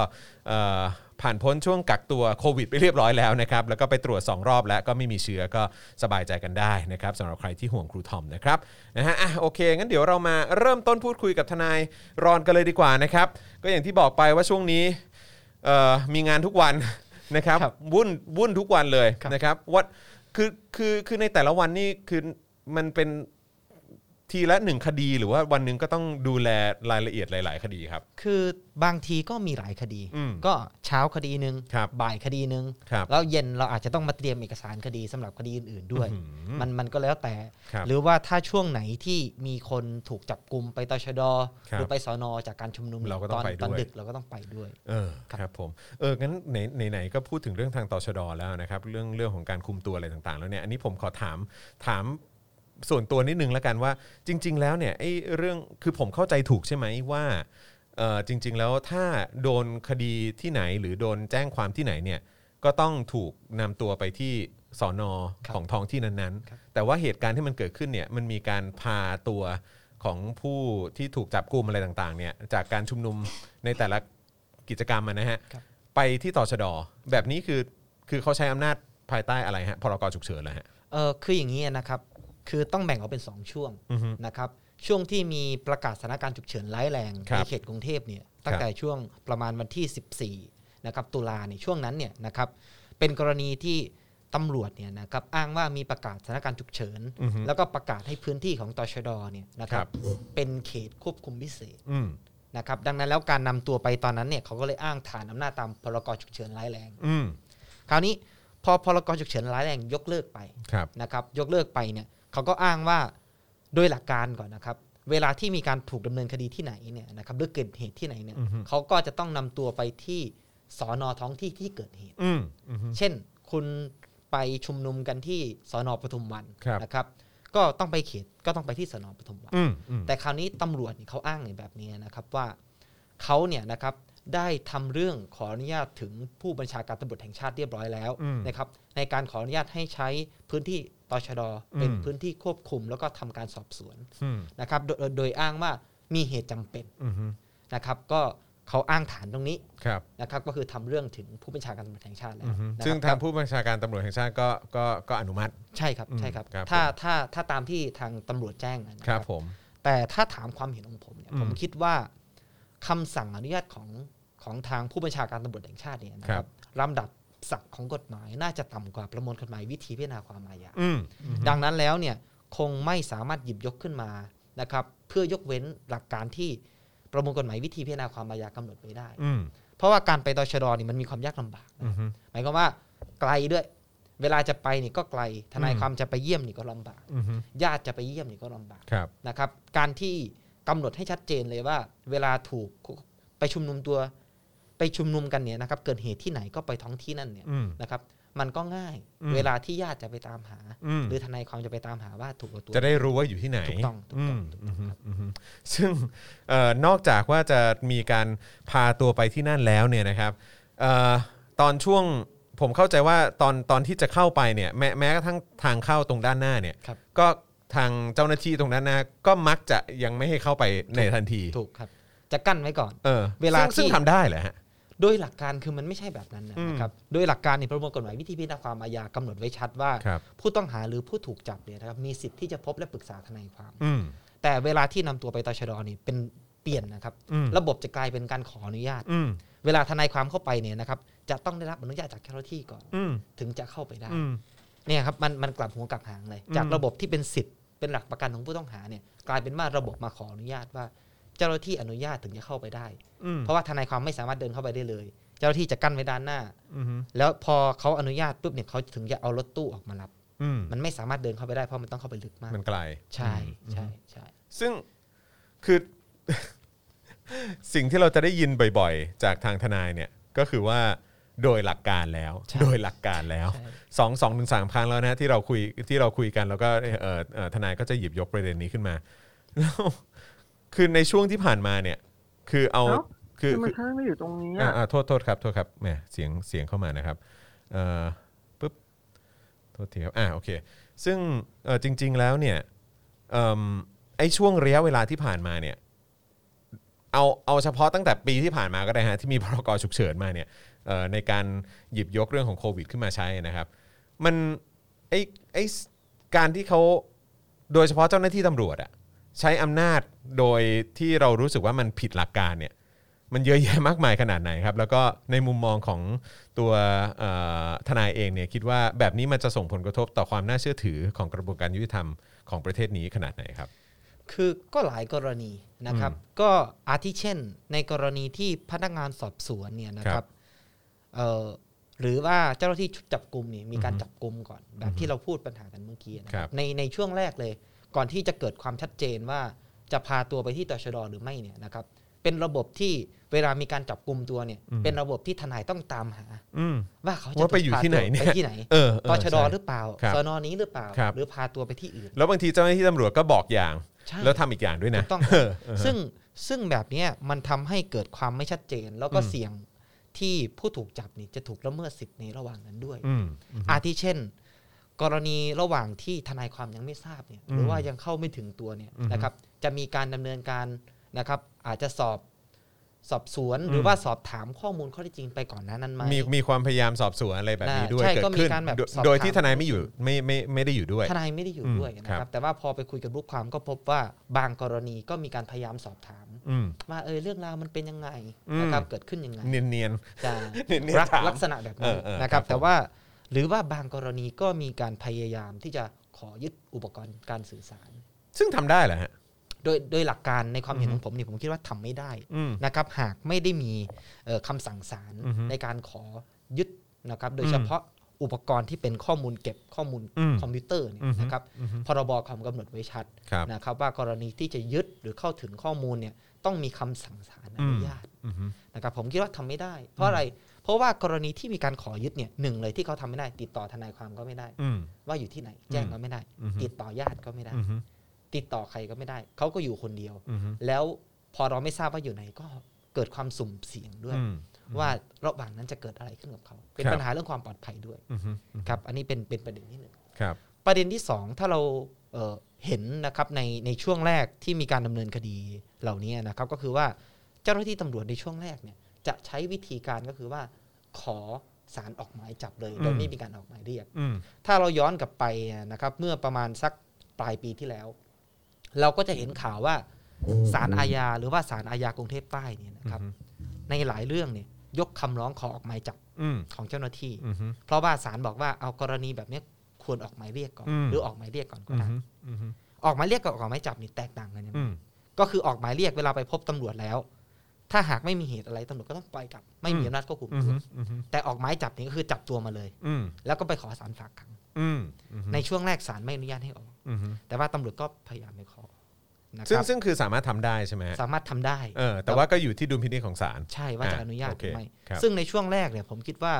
[SPEAKER 2] เอ่อผ่านพ้นช่วงกักตัวโควิดไปเรียบร้อยแล้วนะครับแล้วก็ไปตรวจสองรอบแล้วก็ไม่มีเชื้อก็สบายใจกันได้นะครับสำหรับใครที่ห่วงครูทอมนะครับนะฮะอ่ะโอเค งั้นเดี๋ยวเรามาเริ่มต้นพูดคุยกับทนายรอนกันเลยดีกว่านะครับก็อย่างที่บอกไปว่าช่วงนี้ เอ่อมีงานทุกวัน นะครับ
[SPEAKER 3] ครับ
[SPEAKER 2] วุ่นวุ่นทุกวันเลย
[SPEAKER 3] ครับ
[SPEAKER 2] นะครับวัดคือคือคือในแต่ละวันนี่คือมันเป็นทีละหนึ่งคดีหรือว่าวันหนึ่งก็ต้องดูแลรายละเอียดหลาย ๆ คดีครับ
[SPEAKER 3] คือบางทีก็มีหลายคดี
[SPEAKER 2] อืม
[SPEAKER 3] ก็เช้าคดีหนึ่ง
[SPEAKER 2] ครับ
[SPEAKER 3] บ่ายคดีหนึ่ง
[SPEAKER 2] ครับ
[SPEAKER 3] แล้วเย็นเราอาจจะต้องมาเตรียมเอกสารคดีสำหรับคดีอื่นๆด้วย
[SPEAKER 2] อื้อหือ
[SPEAKER 3] มันมันก็แล้วแต่
[SPEAKER 2] ครับ
[SPEAKER 3] หรือว่าถ้าช่วงไหนที่มีคนถูกจับกลุ่มไปตชด
[SPEAKER 2] ครับ
[SPEAKER 3] หรือไปสอนอจากการชุมนุม
[SPEAKER 2] เราก็ต้องไป
[SPEAKER 3] ตอน
[SPEAKER 2] ด้วย
[SPEAKER 3] ดึกเราก็ต้องไปด้วย
[SPEAKER 2] เออครับผมเอองั้นไหนไหนไหนก็พูดถึงเรื่องทางตชดแล้วนะครับ เรื่องเรื่องของการคุมตัวอะไรต่าง ๆ แล้วเนี่ยอันนี้ผมขอถามถามส่วนตัวนิดนึงแล้วกันว่า จริง ๆ แล้วเนี่ยไอ้เรื่องคือผมเข้าใจถูกใช่ไหมว่าเออจริง ๆ แล้วถ้าโดนคดีที่ไหนหรือโดนแจ้งความที่ไหนเนี่ยก็ต้องถูกนำตัวไปที่สอนอ
[SPEAKER 3] ครับ
[SPEAKER 2] ของท้องที่นั้น
[SPEAKER 3] ครับ
[SPEAKER 2] ๆ แต่ว่าเหตุการณ์ที่มันเกิดขึ้นเนี่ยมันมีการพาตัวของผู้ที่ถูกจับกุมอะไรต่างๆเนี่ยจากการชุมนุมในแต่ละ กิจกรรมอะนะฮะ
[SPEAKER 3] ครับ
[SPEAKER 2] ไปที่ต่อชะดอ แบบนี้คือคือเขาใช้อำนาจภายใต้อะไรฮะพรกฉุกเฉินนะฮะ
[SPEAKER 3] เออคืออย่างนี้นะครับ คือต้องแบ่งออกเป็น 2 ช่วง
[SPEAKER 2] อือฮึ
[SPEAKER 3] นะครับ ช่วงที่มีประกาศสถานการณ์ฉุกเฉินร้ายแรง
[SPEAKER 2] ครับ
[SPEAKER 3] ในเขตกรุงเทพเนี่ย ตั้งแต่ช่วงประมาณวันที่ 14 นะครับ ตุลาเนี่ยช่วงนั้นเนี่ยนะครับ เป็นกรณีที่ตำรวจเนี่ยนะครับอ้างว่ามีประกาศสถานการณ์ฉุกเฉิน
[SPEAKER 2] อือฮึ
[SPEAKER 3] แล้วก็ประกาศให้พื้นที่ของตชดเนี่ยนะครั
[SPEAKER 2] ครับ บ
[SPEAKER 3] เป็นเขตควบคุมพิเศษ
[SPEAKER 2] อืม
[SPEAKER 3] นะครับ ดังนั้นแล้วการนำตัวไปตอนนั้นเนี่ยเขาก็เลยอ้างฐานอำนาจตามพรกฉุกเฉินร้ายแรง
[SPEAKER 2] อืม
[SPEAKER 3] คราวนี้พอพรกฉุกเฉินร้ายแรงยกเลิกไป
[SPEAKER 2] ครับ
[SPEAKER 3] นะครับยกเลิกไปเนี่ยเขาก็อ้างว่าโดยหลักการก่อนนะครับเวลาที่มีการถูกดำเนินคดีที่ไหนเนี่ยนะครับหรือเกิดเหตุที่ไหนเนี่ย
[SPEAKER 2] อือฮึ
[SPEAKER 3] เขาก็จะต้องนำตัวไปที่สอนอท้องที่ที่เกิดเหตุ
[SPEAKER 2] อืมอืม
[SPEAKER 3] เช่นคุณไปชุมนุมกันที่สอนอปทุมวัน
[SPEAKER 2] ครับ
[SPEAKER 3] นะครับ ก็ต้องไปเขตก็ต้องไปที่สอนอปทุมวัน
[SPEAKER 2] อืมอืม
[SPEAKER 3] แต่คราวนี้ตำรวจเนี่ยเขาอ้างในแบบนี้นะครับว่าเขาเนี่ยนะครับได้ทำเรื่องขออนุญาตถึงผู้บัญชาการตำรวจแห่งชาติเรียบร้อยแล้วนะครับในการขออนุญาตให้ใช้พื้นที่ตชดเป็นพื้นที่ควบคุม แล้วก็ทำการสอบสวน
[SPEAKER 2] อืม
[SPEAKER 3] นะครับโดยโดยโดยอ้างว่ามีเหตุจำเป็น
[SPEAKER 2] อืม
[SPEAKER 3] นะครับก็เขาอ้างฐานตรงนี้
[SPEAKER 2] ครับ
[SPEAKER 3] นะครับก็คือทำเรื่องถึงผู้บัญชาการตำรวจแห่งชาติแล้
[SPEAKER 2] อื
[SPEAKER 3] ว
[SPEAKER 2] ม
[SPEAKER 3] นะครับ
[SPEAKER 2] ซึ่งทางผู้บัญชาการตำรวจแห่งชาติก็ก็ก็อนุมัติ
[SPEAKER 3] ใช่ครับ
[SPEAKER 2] อืม
[SPEAKER 3] ใช่ครับ
[SPEAKER 2] ครับ
[SPEAKER 3] ถ้าถ้าถ้าตามที่ทางตำรวจแจ้งนะนะ
[SPEAKER 2] ค
[SPEAKER 3] ค
[SPEAKER 2] รั
[SPEAKER 3] รั
[SPEAKER 2] บบ ผม
[SPEAKER 3] แต่ถ้าถามความเห็นของผมเนี่ย
[SPEAKER 2] อืม
[SPEAKER 3] ผมคิดว่าคำสั่งอนุญาตของของทางผู้บัญชาการตำรวจแห่งชาติเนี่ยนะ
[SPEAKER 2] ค
[SPEAKER 3] ค
[SPEAKER 2] รั
[SPEAKER 3] รั
[SPEAKER 2] บบ
[SPEAKER 3] ลำดับศักดิ์ของกฎหมาย น่าจะต่ำกว่าประมวลกฎหมายวิธีพิจารณาความอาญา
[SPEAKER 2] อืม
[SPEAKER 3] ดังนั้นแล้วเนี่ยคงไม่สามารถหยิบยกขึ้นมานะครับเพื่อยกเว้นหลักการที่ประมวลกฎหมายวิธีพิจารณาความอาญากำหนดไว้ได้
[SPEAKER 2] อืม
[SPEAKER 3] เพราะว่าการไปตชดนี่มันมีความยากลำบาก
[SPEAKER 2] อืม
[SPEAKER 3] นะ
[SPEAKER 2] อืม
[SPEAKER 3] หมายความว่าไกลด้วย เวลาจะไปนี่ก็ไกลทนายความจะไปเยี่ยมนี่ก็ลำบาก
[SPEAKER 2] อืม
[SPEAKER 3] ญาติจะไปเยี่ยมนี่ก็ลำบาก
[SPEAKER 2] ครับ
[SPEAKER 3] นะครับ การที่กำหนดให้ชัดเจนเลยว่า เวลาถูกไปชุมนุมตัว ไปชุมนุมกันเนี่ยนะครับ เกิดเหตุที่ไหนก็ไปท้องที่นั่นเนี่ย
[SPEAKER 2] อืม
[SPEAKER 3] นะครับ มันก็ง่าย
[SPEAKER 2] อืม
[SPEAKER 3] เวลาที่ญาติจะไปตามหา
[SPEAKER 2] อืม
[SPEAKER 3] หรือทนายความจะไปตามหาว่าถูกเอาตัว
[SPEAKER 2] จะได้รู้ว่าอยู่ที่ไหน
[SPEAKER 3] ถูกต้องถูกต้อง
[SPEAKER 2] ม
[SPEAKER 3] ถูกต้องครับ
[SPEAKER 2] อืมอืมซึ่งเอ่อนอกจากว่าจะมีการพาตัวไปที่นั่นแล้วเนี่ยนะครับเอ่อตอนช่วงผมเข้าใจว่าตอนตอนที่จะเข้าไปเนี่ยแม้แม้กระทั่งทางเข้าตรงด้านหน้าเนี่ย
[SPEAKER 3] ครับ
[SPEAKER 2] ก็ทางเจ้าหน้าที่ตรงด้านหน้าก็มักจะยังไม่ให้เข้าไปในทันที
[SPEAKER 3] ถูกครับ จะกั้นไว้ก่อน
[SPEAKER 2] เออ
[SPEAKER 3] เวลา
[SPEAKER 2] ซึ่งซึ่ง
[SPEAKER 3] ที่
[SPEAKER 2] ทำได้แหละฮะ
[SPEAKER 3] โดยหลักการคือมันไม่ใช่แบบนั้นนะ
[SPEAKER 2] อืม
[SPEAKER 3] นะครับ โดยหลักการในประมวลกฎหมายวิธีพิจารณาความอาญากำหนดไว้ชัดว่า
[SPEAKER 2] ครับ
[SPEAKER 3] ผู้ต้องหาหรือผู้ถูกจับเนี่ยนะครับมีสิทธิ์ที่จะพบและปรึกษาทนายความ
[SPEAKER 2] อืม
[SPEAKER 3] แต่เวลาที่นำตัวไปตชดนี่เป็นเปลี่ยนนะครับ
[SPEAKER 2] อืม
[SPEAKER 3] ระบบจะกลายเป็นการขออนุญาต
[SPEAKER 2] อืม
[SPEAKER 3] เวลาทนายความเข้าไปเนี่ยนะครับ จะต้องได้รับอนุญาตจากเจ้าหน้าที่ก่อน
[SPEAKER 2] อืม
[SPEAKER 3] ถึงจะเข้าไปได้
[SPEAKER 2] อืม
[SPEAKER 3] เนี่ยครับมันมันกลับหัวกลับหางเลย
[SPEAKER 2] อืม
[SPEAKER 3] จากระบบที่เป็นสิทธิ์เป็นหลักประกันของผู้ต้องหาเนี่ยกลายเป็นว่าระบบมาขออนุญาตว่า เจ้าหน้าที่อนุญาตถึงจะเข้าไปได้
[SPEAKER 2] อืม
[SPEAKER 3] เพราะว่าทนายความไม่สามารถเดินเข้าไปได้เลย เจ้าหน้าที่จะกั้นไว้ด้านหน้า
[SPEAKER 2] อืม
[SPEAKER 3] แล้วพอเขาอนุญาตปุ๊บเนี่ยเขาถึงจะเอารถตู้ออกมารับ
[SPEAKER 2] อืม
[SPEAKER 3] มันไม่สามารถเดินเข้าไปได้เพราะมันต้องเข้าไปลึกมาก
[SPEAKER 2] มันไกล
[SPEAKER 3] ใช่
[SPEAKER 2] อืม
[SPEAKER 3] ใช่ใช่
[SPEAKER 2] ซึ่งคือ สิ่งที่เราจะได้ยินบ่อยๆ จากทางทนายเนี่ยก็คือว่าโดยหลักการแล้ว โดยหลักการแล้ว
[SPEAKER 3] ใช่
[SPEAKER 2] สองสองถึงสามครั้งแล้วนะที่เราคุยที่เราคุยกันแล้วก็เอ่อเอ่อทนายก็จะหยิบยกประเด็นนี้ขึ้นมาแล้วคือในช่วงที่ผ่านมาเนี่ย คือเอา
[SPEAKER 4] เอ้า
[SPEAKER 2] คือ
[SPEAKER 4] คือมั
[SPEAKER 2] คื
[SPEAKER 4] น
[SPEAKER 2] อ
[SPEAKER 4] ท่าไม่อยู่ตรงนี้
[SPEAKER 2] อ่า
[SPEAKER 4] อะ
[SPEAKER 2] อ่าโทษโทษครับโทษครับแหมเสียงเสียงเข้ามานะครับเอ่อปุ๊บโทษทีครับอ่าโอเค ซึ่งเอ่อจริง ๆแล้วเนี่ยเอิ่มไอ้ช่วงระยะเวลาที่ผ่านมาเนี่ยเอาเอาเฉพาะตั้งแต่ปีที่ผ่านมาก็ได้ฮะที่ มีพรกฉุกเฉินมาเนี่ยเอ่อในการหยิบยกเรื่องของโควิดขึ้นมาใช้นะครับ มันไอ้ไอ้การที่เขาโดยเฉพาะเจ้าหน้าที่ตำรวจอะใช้อำนาจโดยที่เรารู้สึกว่ามันผิดหลักการเนี่ยมันเยอะแยะมากมายขนาดไหนครับ แล้วก็ในมุมมองของตัวเอ่อทนายเองเนี่ยคิดว่าแบบนี้มันจะส่งผลกระทบต่อความน่าเชื่อถือของกระบวนการยุติธรรมของประเทศนี้ขนาดไหนครับ
[SPEAKER 3] คือก็หลายกรณีนะครับ ก็อาทิเช่น ในกรณีที่พนักงานสอบสวนเนี่ยนะค
[SPEAKER 2] ครั
[SPEAKER 3] รั
[SPEAKER 2] บบ
[SPEAKER 3] เอ่อหรือว่าเจ้าหน้าที่ชุดจับกลุ่มเนี่ยมีการ
[SPEAKER 2] อือฮึ
[SPEAKER 3] จับกลุ่มก่อน แบบที่เราพูดปัญหากันเมื่อกี้นะค
[SPEAKER 2] ครั
[SPEAKER 3] รั
[SPEAKER 2] บบ
[SPEAKER 3] ในในช่วงแรกเลย ก่อนที่จะเกิดความชัดเจนว่าจะพาตัวไปที่ตชดหรือไม่เนี่ยนะครับ เป็นระบบที่เวลามีการจับกลุ่มตัวเนี่ย
[SPEAKER 2] อืม
[SPEAKER 3] เป็นระบบที่ทนายต้องตามหา
[SPEAKER 2] อืม
[SPEAKER 3] ว่าเขาจะ
[SPEAKER 2] ว่าไปอยู่ที่ไหนเนี่ย
[SPEAKER 3] ไปที่ไหน
[SPEAKER 2] เออเอ
[SPEAKER 3] ต
[SPEAKER 2] อ
[SPEAKER 3] ชด
[SPEAKER 2] ใช่
[SPEAKER 3] หรือเปล่า
[SPEAKER 2] ครับ
[SPEAKER 3] สนนี้หรือเปล่า
[SPEAKER 2] ครับ
[SPEAKER 3] หรือพาตัวไปที่อื่น
[SPEAKER 2] แล้วบางทีเจ้าหน้าที่ตำรวจก็บอกอย่าง
[SPEAKER 3] ใช่
[SPEAKER 2] แล้วทำอีกอย่างด้วยนะ
[SPEAKER 3] ถูกต้อง
[SPEAKER 2] เออเออ
[SPEAKER 3] ซึ่งซึ่งแบบเนี้ยมันทำให้เกิดความไม่ชัดเจน แล้วก็
[SPEAKER 2] อืม
[SPEAKER 3] เสี่ยงที่ผู้ถูกจับนี่จะถูกละเมิดสิทธิ์ในระหว่างนั้นด้วย
[SPEAKER 2] อืมอืม
[SPEAKER 3] อาทิเช่น กรณีระหว่างที่ทนายความยังไม่ทราบเนี่ย
[SPEAKER 2] อืม
[SPEAKER 3] หรือว่ายังเข้าไม่ถึงตัวเนี่ย
[SPEAKER 2] อือฮึ
[SPEAKER 3] นะครับ จะมีการดำเนินการนะครับ อาจจะสอบสอบสวน
[SPEAKER 2] อืม
[SPEAKER 3] หรือว่าสอบถามข้อมูลข้อเท็จจริงไปก่อนหนั้นนั้นไหม
[SPEAKER 2] มีมีความพยายามสอบสวนอะไรแบบนี้ด้วย
[SPEAKER 3] ใช่
[SPEAKER 2] เกิด
[SPEAKER 3] ก็มี
[SPEAKER 2] ขึ้น
[SPEAKER 3] การแบบ
[SPEAKER 2] โดย
[SPEAKER 3] สอบ
[SPEAKER 2] โดยที่
[SPEAKER 3] ถาม
[SPEAKER 2] ทนายไม่อยู่ไม่ไม่ไม่ได้อยู่ด้วย
[SPEAKER 3] ทนายไม่ได้อยู่
[SPEAKER 2] อืม
[SPEAKER 3] ด้วยนะ
[SPEAKER 2] ค
[SPEAKER 3] ค
[SPEAKER 2] รั
[SPEAKER 3] รับ บ แต่ว่าพอไปคุยกับลูกความก็พบว่าบางกรณีก็มีการพยายามสอบถาม
[SPEAKER 2] อืม
[SPEAKER 3] ว่าเออเรื่องราวมันเป็นยังไง
[SPEAKER 2] อืม
[SPEAKER 3] นะครับเกิดขึ้นยังไง
[SPEAKER 2] เนียนเนียน
[SPEAKER 3] จะ
[SPEAKER 2] ๆเนียนๆ
[SPEAKER 3] รัก
[SPEAKER 2] ถาม
[SPEAKER 3] ลักษณะแบบนั้น
[SPEAKER 2] เออเออ
[SPEAKER 3] นะ
[SPEAKER 2] ค
[SPEAKER 3] ค
[SPEAKER 2] รั
[SPEAKER 3] รั
[SPEAKER 2] บบ ผม
[SPEAKER 3] แต่ว่าหรือว่าบางกรณีก็มีการพยายามที่จะขอยึดอุปกรณ์การสื่อสาร
[SPEAKER 2] ซึ่งทำได้เหรอฮะ
[SPEAKER 3] โดยโดยหลักการในความเห็น
[SPEAKER 2] อือฮึ
[SPEAKER 3] ของผมเนี่ยผมคิดว่าทำไม่ได้
[SPEAKER 2] อืม
[SPEAKER 3] นะครับหากไม่ได้มีเอ่อคำสั่งศาล
[SPEAKER 2] อือฮึ
[SPEAKER 3] ในการขอยึดนะครับ โด
[SPEAKER 2] อื
[SPEAKER 3] ย
[SPEAKER 2] ม
[SPEAKER 3] เฉพาะอุปกรณ์ที่เป็นข้อมูลเก็บข้อมูล
[SPEAKER 2] อืม
[SPEAKER 3] คอมพิวเตอร์เนี่ย
[SPEAKER 2] อืม
[SPEAKER 3] นะครับ
[SPEAKER 2] อืม
[SPEAKER 3] พรบคอมกำหนดไว้ชัด
[SPEAKER 2] ครับ
[SPEAKER 3] นะครับ ว่ากรณีที่จะยึดหรือเข้าถึงข้อมูลเนี่ยต้องมีคำสั่งศาลอนุ
[SPEAKER 2] อืม
[SPEAKER 3] ญาต
[SPEAKER 2] อืม
[SPEAKER 3] นะครับผมคิดว่าทำไม่ได้ เพราะอะไร เพราะว่ากรณีที่มีการขอยึดเนี่ยหนึ่งเลยที่เขาทำไม่ได้ ติดต่อทนายความก็ไม่ได้
[SPEAKER 2] อืม
[SPEAKER 3] ว่าอยู่ที่ไหนแจ้งก็ไม่ได้
[SPEAKER 2] อือฮึ
[SPEAKER 3] ติดต่อญาติก็ไม่ได้
[SPEAKER 2] อืม
[SPEAKER 3] ติดต่อใครก็ไม่ได้ เขาก็อยู่คนเดียว
[SPEAKER 2] อืม
[SPEAKER 3] แล้วพอเราไม่ทราบว่าอยู่ไหนก็เกิดความสุ่มเสี่ยงด้วย
[SPEAKER 2] อืม
[SPEAKER 3] ว่าระหว่างนั้นจะเกิดอะไรขึ้นกับเขา เป็น
[SPEAKER 2] ครับ
[SPEAKER 3] ปัญหาเรื่องความปลอดภัยด้วย
[SPEAKER 2] อืมอืม
[SPEAKER 3] ครับอันนี้เป็นเป็นประเด็นที่หนึ่ง
[SPEAKER 2] ครับ
[SPEAKER 3] ประเด็นที่สองถ้าเราเอ่อเห็นนะครับในในช่วงแรกที่มีการดำเนินคดีเหล่านี้นะครับก็คือว่าเจ้าหน้าที่ตำรวจในช่วงแรกเนี่ย จะใช้วิธีการก็คือว่า ขอสารออกหมายจับเลยโด
[SPEAKER 2] อื
[SPEAKER 3] ย
[SPEAKER 2] ม
[SPEAKER 3] ไม่มีการออกหมายเรียก
[SPEAKER 2] อืม
[SPEAKER 3] ถ้าเราย้อนกลับไปนะครับ เมื่อประมาณสักปลายปีที่แล้ว เราก็จะเห็นข่าวว่าสารอาญาหรือว่าสารอาญากรุงเทพใต้เนี่ยนะครับ ในหลายเรื่องเนี่ยยกคำร้องขอออกหมายจับ
[SPEAKER 2] อืม
[SPEAKER 3] ของเจ้าหน้าที่
[SPEAKER 2] อืม
[SPEAKER 3] เพราะว่าศาลบอกว่าเอากรณีแบบเนี้ยควรออกหมายเรียกก่อน
[SPEAKER 2] อืม
[SPEAKER 3] หรือออกหมายเรียกก่อนก็
[SPEAKER 2] อืม
[SPEAKER 3] ได้
[SPEAKER 2] อืม
[SPEAKER 3] ออกหมายเรียกกับออกหมายจับนี่แตกต่างกันยังไง
[SPEAKER 2] อืม
[SPEAKER 3] ก็คือออกหมายเรียกเวลาไปพบตำรวจแล้ว ถ้าหากไม่มีเหตุอะไรตำรวจก็ต้องปล่อยกลับ ไม่มีอำนาจควบคุม
[SPEAKER 2] อืม
[SPEAKER 3] ตัว
[SPEAKER 2] อืม
[SPEAKER 3] แต่ออกหมายจับนี่ก็คือจับตัวมาเลย
[SPEAKER 2] อืม
[SPEAKER 3] แล้วก็ไปขอศาลฝากขัง
[SPEAKER 2] อืม
[SPEAKER 3] ในช่วงแรกศาลไม่อนุญาตให้ออก
[SPEAKER 2] อืม
[SPEAKER 3] แต่ว่าตำรวจก็พยายามไปขอนะค
[SPEAKER 2] ซึ่ง
[SPEAKER 3] รับ
[SPEAKER 2] ซึ่งคือสามารถทำได้ใช่ไหมฮะ
[SPEAKER 3] สามารถทำได้
[SPEAKER 2] เออแต่ว่าก็อยู่ที่ดุลพินิจของศาล
[SPEAKER 3] ใช่ว่าจะ
[SPEAKER 2] อ่ะ
[SPEAKER 3] อนุญาต
[SPEAKER 2] โอ
[SPEAKER 3] ห
[SPEAKER 2] เค
[SPEAKER 3] รือไม่
[SPEAKER 2] ครับ
[SPEAKER 3] ซึ่งในช่วงแรกเนี่ยผมคิดว่า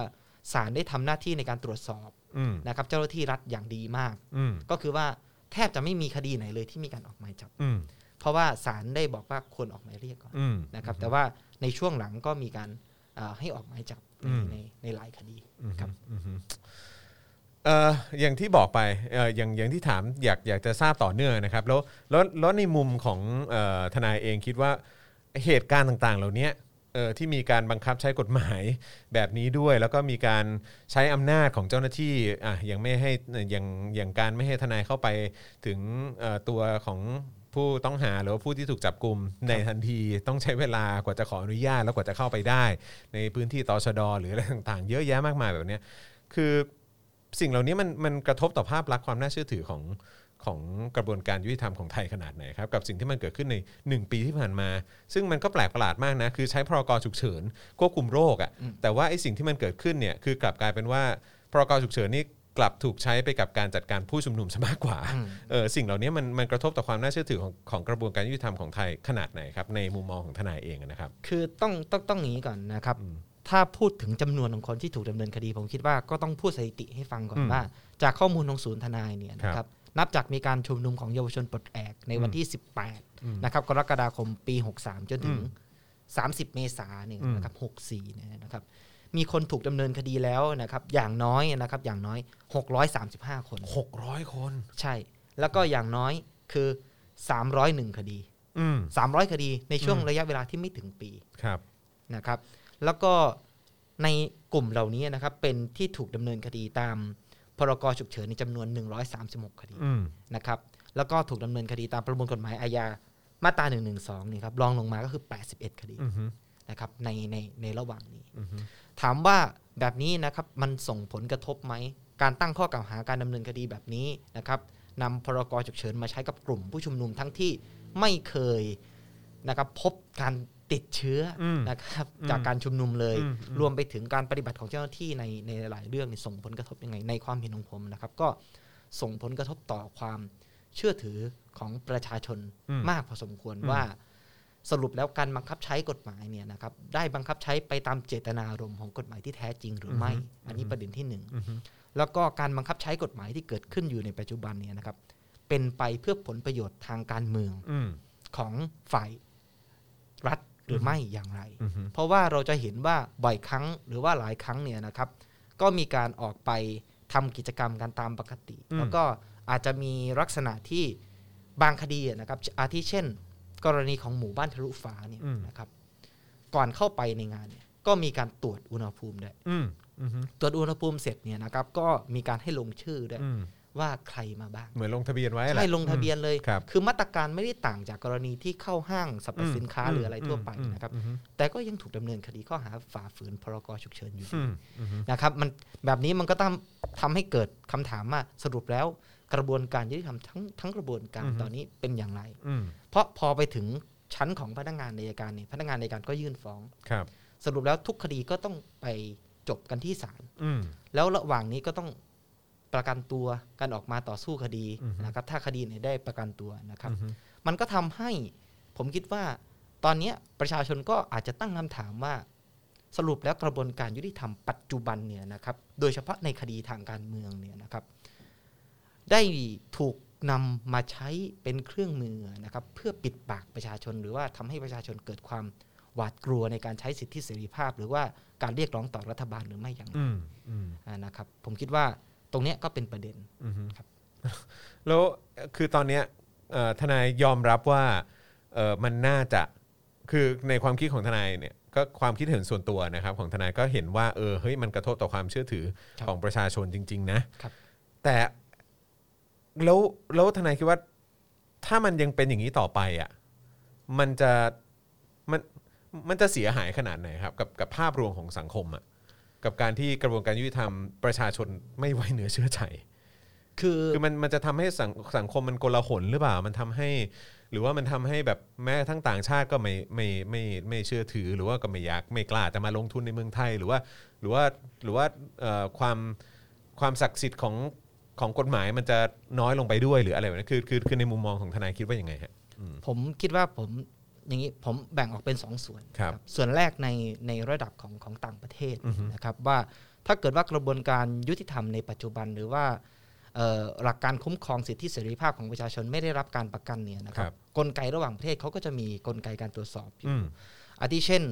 [SPEAKER 3] ศาลได้ทำหน้าที่ในการตรวจสอบ
[SPEAKER 2] อืม
[SPEAKER 3] นะครับ เจ้าหน้าที่รัฐอย่างดีมาก
[SPEAKER 2] อืม
[SPEAKER 3] ก็คือว่าแทบจะไม่มีคดีไหนเลยที่มีการออกหมายจับ
[SPEAKER 2] อืม
[SPEAKER 3] เพราะว่าศาลได้บอกว่าควรออกหมายเรียกก่อน
[SPEAKER 2] อืม
[SPEAKER 3] นะครับ แต่ว่าในช่วงหลังก็มีการอ่าให้ออกหมายจับใน
[SPEAKER 2] อืม
[SPEAKER 3] ในในหลายคดีครับ
[SPEAKER 2] อืมอืมเอ่ออย่างที่บอกไปเอ่ออย่างอย่างที่ถามอยากอยากจะทราบต่อเนื่องนะครับ แล้วแล้วแล้วในมุมของเอ่อทนายเองคิดว่าเหตุการณ์ต่างๆ เหล่านี้เอ่อที่มีการบังคับใช้กฎหมาย แบบนี้ด้วย แล้วก็มีการใช้อำนาจของเจ้าหน้าที่อ่ะยังไม่ให้อย่างอย่างการไม่ให้ทนายเข้าไปถึงเอ่อตัวของผู้ต้องหาหรือว่าผู้ที่ถูกจับกลุ่มในทันทีต้องใช้เวลากว่าจะขออนุญาตแล้วกว่าจะเข้าไปได้ ในพื้นที่ตชดหรืออะไรต่างๆ เยอะแยะมากมายแบบเนี้ย คือสิ่งเหล่านี้มันมันกระทบต่อภาพลักษณ์ความน่าเชื่อถือของของกระบวนการยุติธรรมของไทยขนาดไหนครับกับสิ่งที่มันเกิดขึ้นใน 1 ปีที่ผ่านมา ซึ่งมันก็แปลกประหลาดมากนะคือใช้พรกฉุกเฉินควบคุมโรคอะ่ะ
[SPEAKER 3] อืม
[SPEAKER 2] แต่ว่าไอ้สิ่งที่มันเกิดขึ้นเนี่ยคือกลับกลายเป็นว่าพรกฉุกเฉินนี่กลับถูกใช้ไปกับการจัดการผู้ชุมนุมซะมากกว่า
[SPEAKER 3] อืม
[SPEAKER 2] เออสิ่งเหล่านี้มันมันกระทบต่อความน่าเชื่อถือของของกระบวนการยุติธรรมของไทยขนาดไหนครับในมุมมองของทนายเองอะนะครับ
[SPEAKER 3] คือต้องต้องต้องอย่างนี้ก่อนนะครับ
[SPEAKER 2] อืม
[SPEAKER 3] ถ้าพูดถึงจำนวนของคนที่ถูกดำเนินคดี ผมคิดว่าก็ต้องพูดสถิติให้ฟังก่อ
[SPEAKER 2] อื
[SPEAKER 3] น
[SPEAKER 2] ม
[SPEAKER 3] ว่า จากข้อมูลของศูนย์ทนายเนี่ยนะ
[SPEAKER 2] ค
[SPEAKER 3] ค
[SPEAKER 2] รั
[SPEAKER 3] รั
[SPEAKER 2] บบ
[SPEAKER 3] นับจากมีการชุมนุมของเยาวชนปลดแอกในวัน
[SPEAKER 2] อืม
[SPEAKER 3] ที่
[SPEAKER 2] อืม
[SPEAKER 3] 18นะครับกรกฎาคมปี 63 จนถึง
[SPEAKER 2] อืม
[SPEAKER 3] 30 เมษายนเนี่ย
[SPEAKER 2] อืม
[SPEAKER 3] นะครับ64เนี่ยนะครับมีคนถูกดำเนินคดีแล้วนะครับอย่างน้อยนะครับอย่างน้อย 635 คน
[SPEAKER 2] 600 คน
[SPEAKER 3] ใช่ แล้วก็อย่างน้อยคือ 301 คดี
[SPEAKER 2] อืม
[SPEAKER 3] 300 คดีในช่วง
[SPEAKER 2] อืม
[SPEAKER 3] ระยะเวลาที่ไม่ถึงปี
[SPEAKER 2] ครับ
[SPEAKER 3] นะครับแล้วก็ในกลุ่มเหล่านี้นะครับเป็นที่ถูกดำเนินคดีตามพรกฉุกเฉินในจำนวน 136 คดี
[SPEAKER 2] อืม
[SPEAKER 3] นะครับแล้วก็ถูกดำเนินคดีตามประมวลกฎหมายอาญามาตรา 112นี่ครับรองลงมาก็คือ 81 คดี
[SPEAKER 2] อืม
[SPEAKER 3] นะครับในในในระหว่างนี้
[SPEAKER 2] อืม
[SPEAKER 3] ถามว่าแบบนี้นะครับมันส่งผลกระทบไหม การตั้งข้อกล่าวหาการดำเนินคดีแบบนี้นะครับนำพรกฉุกเฉินมาใช้กับกลุ่มผู้ชุมนุมทั้งที่ไม่เคยนะครับพบการติดเชื้ออ
[SPEAKER 2] อืม
[SPEAKER 3] นะครับ
[SPEAKER 2] อืม
[SPEAKER 3] จากการชุมนุมเลย
[SPEAKER 2] อืมอืม
[SPEAKER 3] รวมไปถึงการปฏิบัติของเจ้าหน้าที่ในในหลายเรื่องนี่ส่งผลกระทบยังไงในความเห็นของผมนะครับ ก็ส่งผลกระทบต่อความเชื่อถือของประชาชน
[SPEAKER 2] อืม
[SPEAKER 3] มากพอสมควร
[SPEAKER 2] อืม
[SPEAKER 3] ว่า สรุปแล้วการบังคับใช้กฎหมายเนี่ยนะครับได้บังคับใช้ไปตามเจตนารมณ์ของกฎหมายที่แท้จริงหรือไม่ อันนี้ประเด็นที่หนึ่ง
[SPEAKER 2] อืม
[SPEAKER 3] แล้วก็การบังคับใช้กฎหมายที่เกิดขึ้นอยู่ในปัจจุบันเนี่ยนะครับเป็นไปเพื่อผลประโยชน์ทางการเมือง
[SPEAKER 2] อืม
[SPEAKER 3] ของฝ่ายรัฐหรือไม่อย่างไร
[SPEAKER 2] อืม
[SPEAKER 3] เพราะว่าเราจะเห็นว่าบ่อยครั้งหรือว่าหลายครั้งเนี่ยนะครับ ก็มีการออกไปทำกิจกรรมกันตามปกติ
[SPEAKER 2] อืม
[SPEAKER 3] แล้วก็อาจจะมีลักษณะที่บางคดีอะนะครับอาทิเช่น กรณีของหมู่บ้านทะลุฟ้าเนี่ยนะครับ ก่อนเข้าไปในงานเนี่ยก็มีการตรวจอุณหภูมิด้วย
[SPEAKER 2] อืมอืม
[SPEAKER 3] ตรวจอุณหภูมิเสร็จเนี่ยนะครับ ก็มีการให้ลงชื่อด้วย
[SPEAKER 2] อืม
[SPEAKER 3] ว่าใครมาบ้าง
[SPEAKER 2] เหมือนลงทะเบียนไว้แหละ
[SPEAKER 3] ใช่ลงทะเบียนเลย
[SPEAKER 2] ครับ
[SPEAKER 3] คือมาตรการไม่ได้ต่างจากกรณีที่เข้าห้างสรรพสินค้าหรืออะไรทั่วไป
[SPEAKER 2] ม
[SPEAKER 3] นะครับ
[SPEAKER 2] อืม
[SPEAKER 3] แต่ก็ยังถูกดำเนินคดีข้อหาฝ่าฝืนพรกฉุกเฉินอยู่
[SPEAKER 2] อืมอืม
[SPEAKER 3] นะครับมันแบบนี้มันก็ต้องทำให้เกิดคำถามว่าสรุปแล้วกระบวนการยุติธรรมทั้งทั้งกระบวนการตอนนี้เป็นอย่างไร
[SPEAKER 2] อืม
[SPEAKER 3] เพราะพอไปถึงชั้นของพนักงานในการเนี่ยพนักงานในการก็ยื่นฟ้อง
[SPEAKER 2] ครับ
[SPEAKER 3] สรุปแล้วทุกคดีก็ต้องไปจบกันที่ศาล
[SPEAKER 2] อืม
[SPEAKER 3] แล้วระหว่างนี้ก็ต้องประกันตัวการออกมาต่อสู้คดี
[SPEAKER 2] อือฮึ
[SPEAKER 3] นะครับถ้าคดีไหนได้ประกันตัวนะครับ
[SPEAKER 2] อืม
[SPEAKER 3] มันก็ทำให้ผมคิดว่า ตอนเนี้ยประชาชนก็อาจจะตั้งคำถามว่า สรุปแล้วกระบวนการยุติธรรมปัจจุบันเนี่ยนะครับ โดยเฉพาะในคดีทางการเมืองเนี่ยนะครับ ได้ถูกนำมาใช้เป็นเครื่องมือนะครับ เพื่อปิดปากประชาชน หรือว่าทำให้ประชาชนเกิดความหวาดกลัวในการใช้สิทธิเสรีภาพ หรือว่าการเรียกร้องต่อรัฐบาลหรือไม่อย่างไร
[SPEAKER 2] อืมอืม
[SPEAKER 3] อ่านะครับ ผมคิดว่าตรงเนี้ยก็เป็นประเด็น
[SPEAKER 2] อืม
[SPEAKER 3] ครับ
[SPEAKER 2] แล้ว คือตอนเนี้ยเอ่อทนายยอมรับว่าเออมันน่าจะคือในความคิดของทนายเนี่ยก็ความคิดเห็นส่วนตัวนะครับ ของทนายก็เห็นว่าเออเฮ้ยมันกระทบต่อความเชื่อถือ
[SPEAKER 3] ครับ
[SPEAKER 2] ของประชาชนจริง ๆ นะ
[SPEAKER 3] ครับ
[SPEAKER 2] แต่แล้วแล้วทนายคิดว่าถ้ามันยังเป็นอย่างนี้ต่อไปอ่ะมันจะมันมันจะเสียหายขนาดไหนครับ กับกับภาพรวมของสังคมอ่ะ กับการที่กระบวนการยุติธรรมประชาชนไม่ไว้เนื้อเชื่อใจ
[SPEAKER 3] คือ
[SPEAKER 2] คือมันมันจะทำให้สังสังคมมันโกลาหลหรือเปล่า มันทำให้ หรือว่ามันทำให้แบบแม้กระทั้งต่างชาติก็ไม่ไม่ไม่ไม่ไม่เชื่อถือ หรือว่าก็ไม่อยากไม่กล้าจะมาลงทุนในเมืองไทย หรือว่าหรือว่าหรือว่าเอ่อความความศักดิ์สิทธิ์ของของกฎหมายมันจะน้อยลงไปด้วยหรืออะไรแบบนั้นคือคือคือในมุมมองของทนายคิดว่ายังไงฮะ
[SPEAKER 3] ผมคิดว่าผมอย่างนี้ผมแบ่งออกเป็นสองส่วน
[SPEAKER 2] ครับ
[SPEAKER 3] ส่วนแรกในในระดับของของต่างประเทศ
[SPEAKER 2] อือฮึ
[SPEAKER 3] นะครับว่าถ้าเกิดว่ากระบวนการยุติธรรมในปัจจุบันหรือว่าเอ่อหลักการคุ้มครองสิทธิเสรีภาพของประชาชนไม่ได้รับการประกันเนี่ยนะครับกลไกระหว่างประเทศเขาก็จะมีกลไกการตรวจสอบอยู่
[SPEAKER 2] อืม
[SPEAKER 3] อาทิเช่น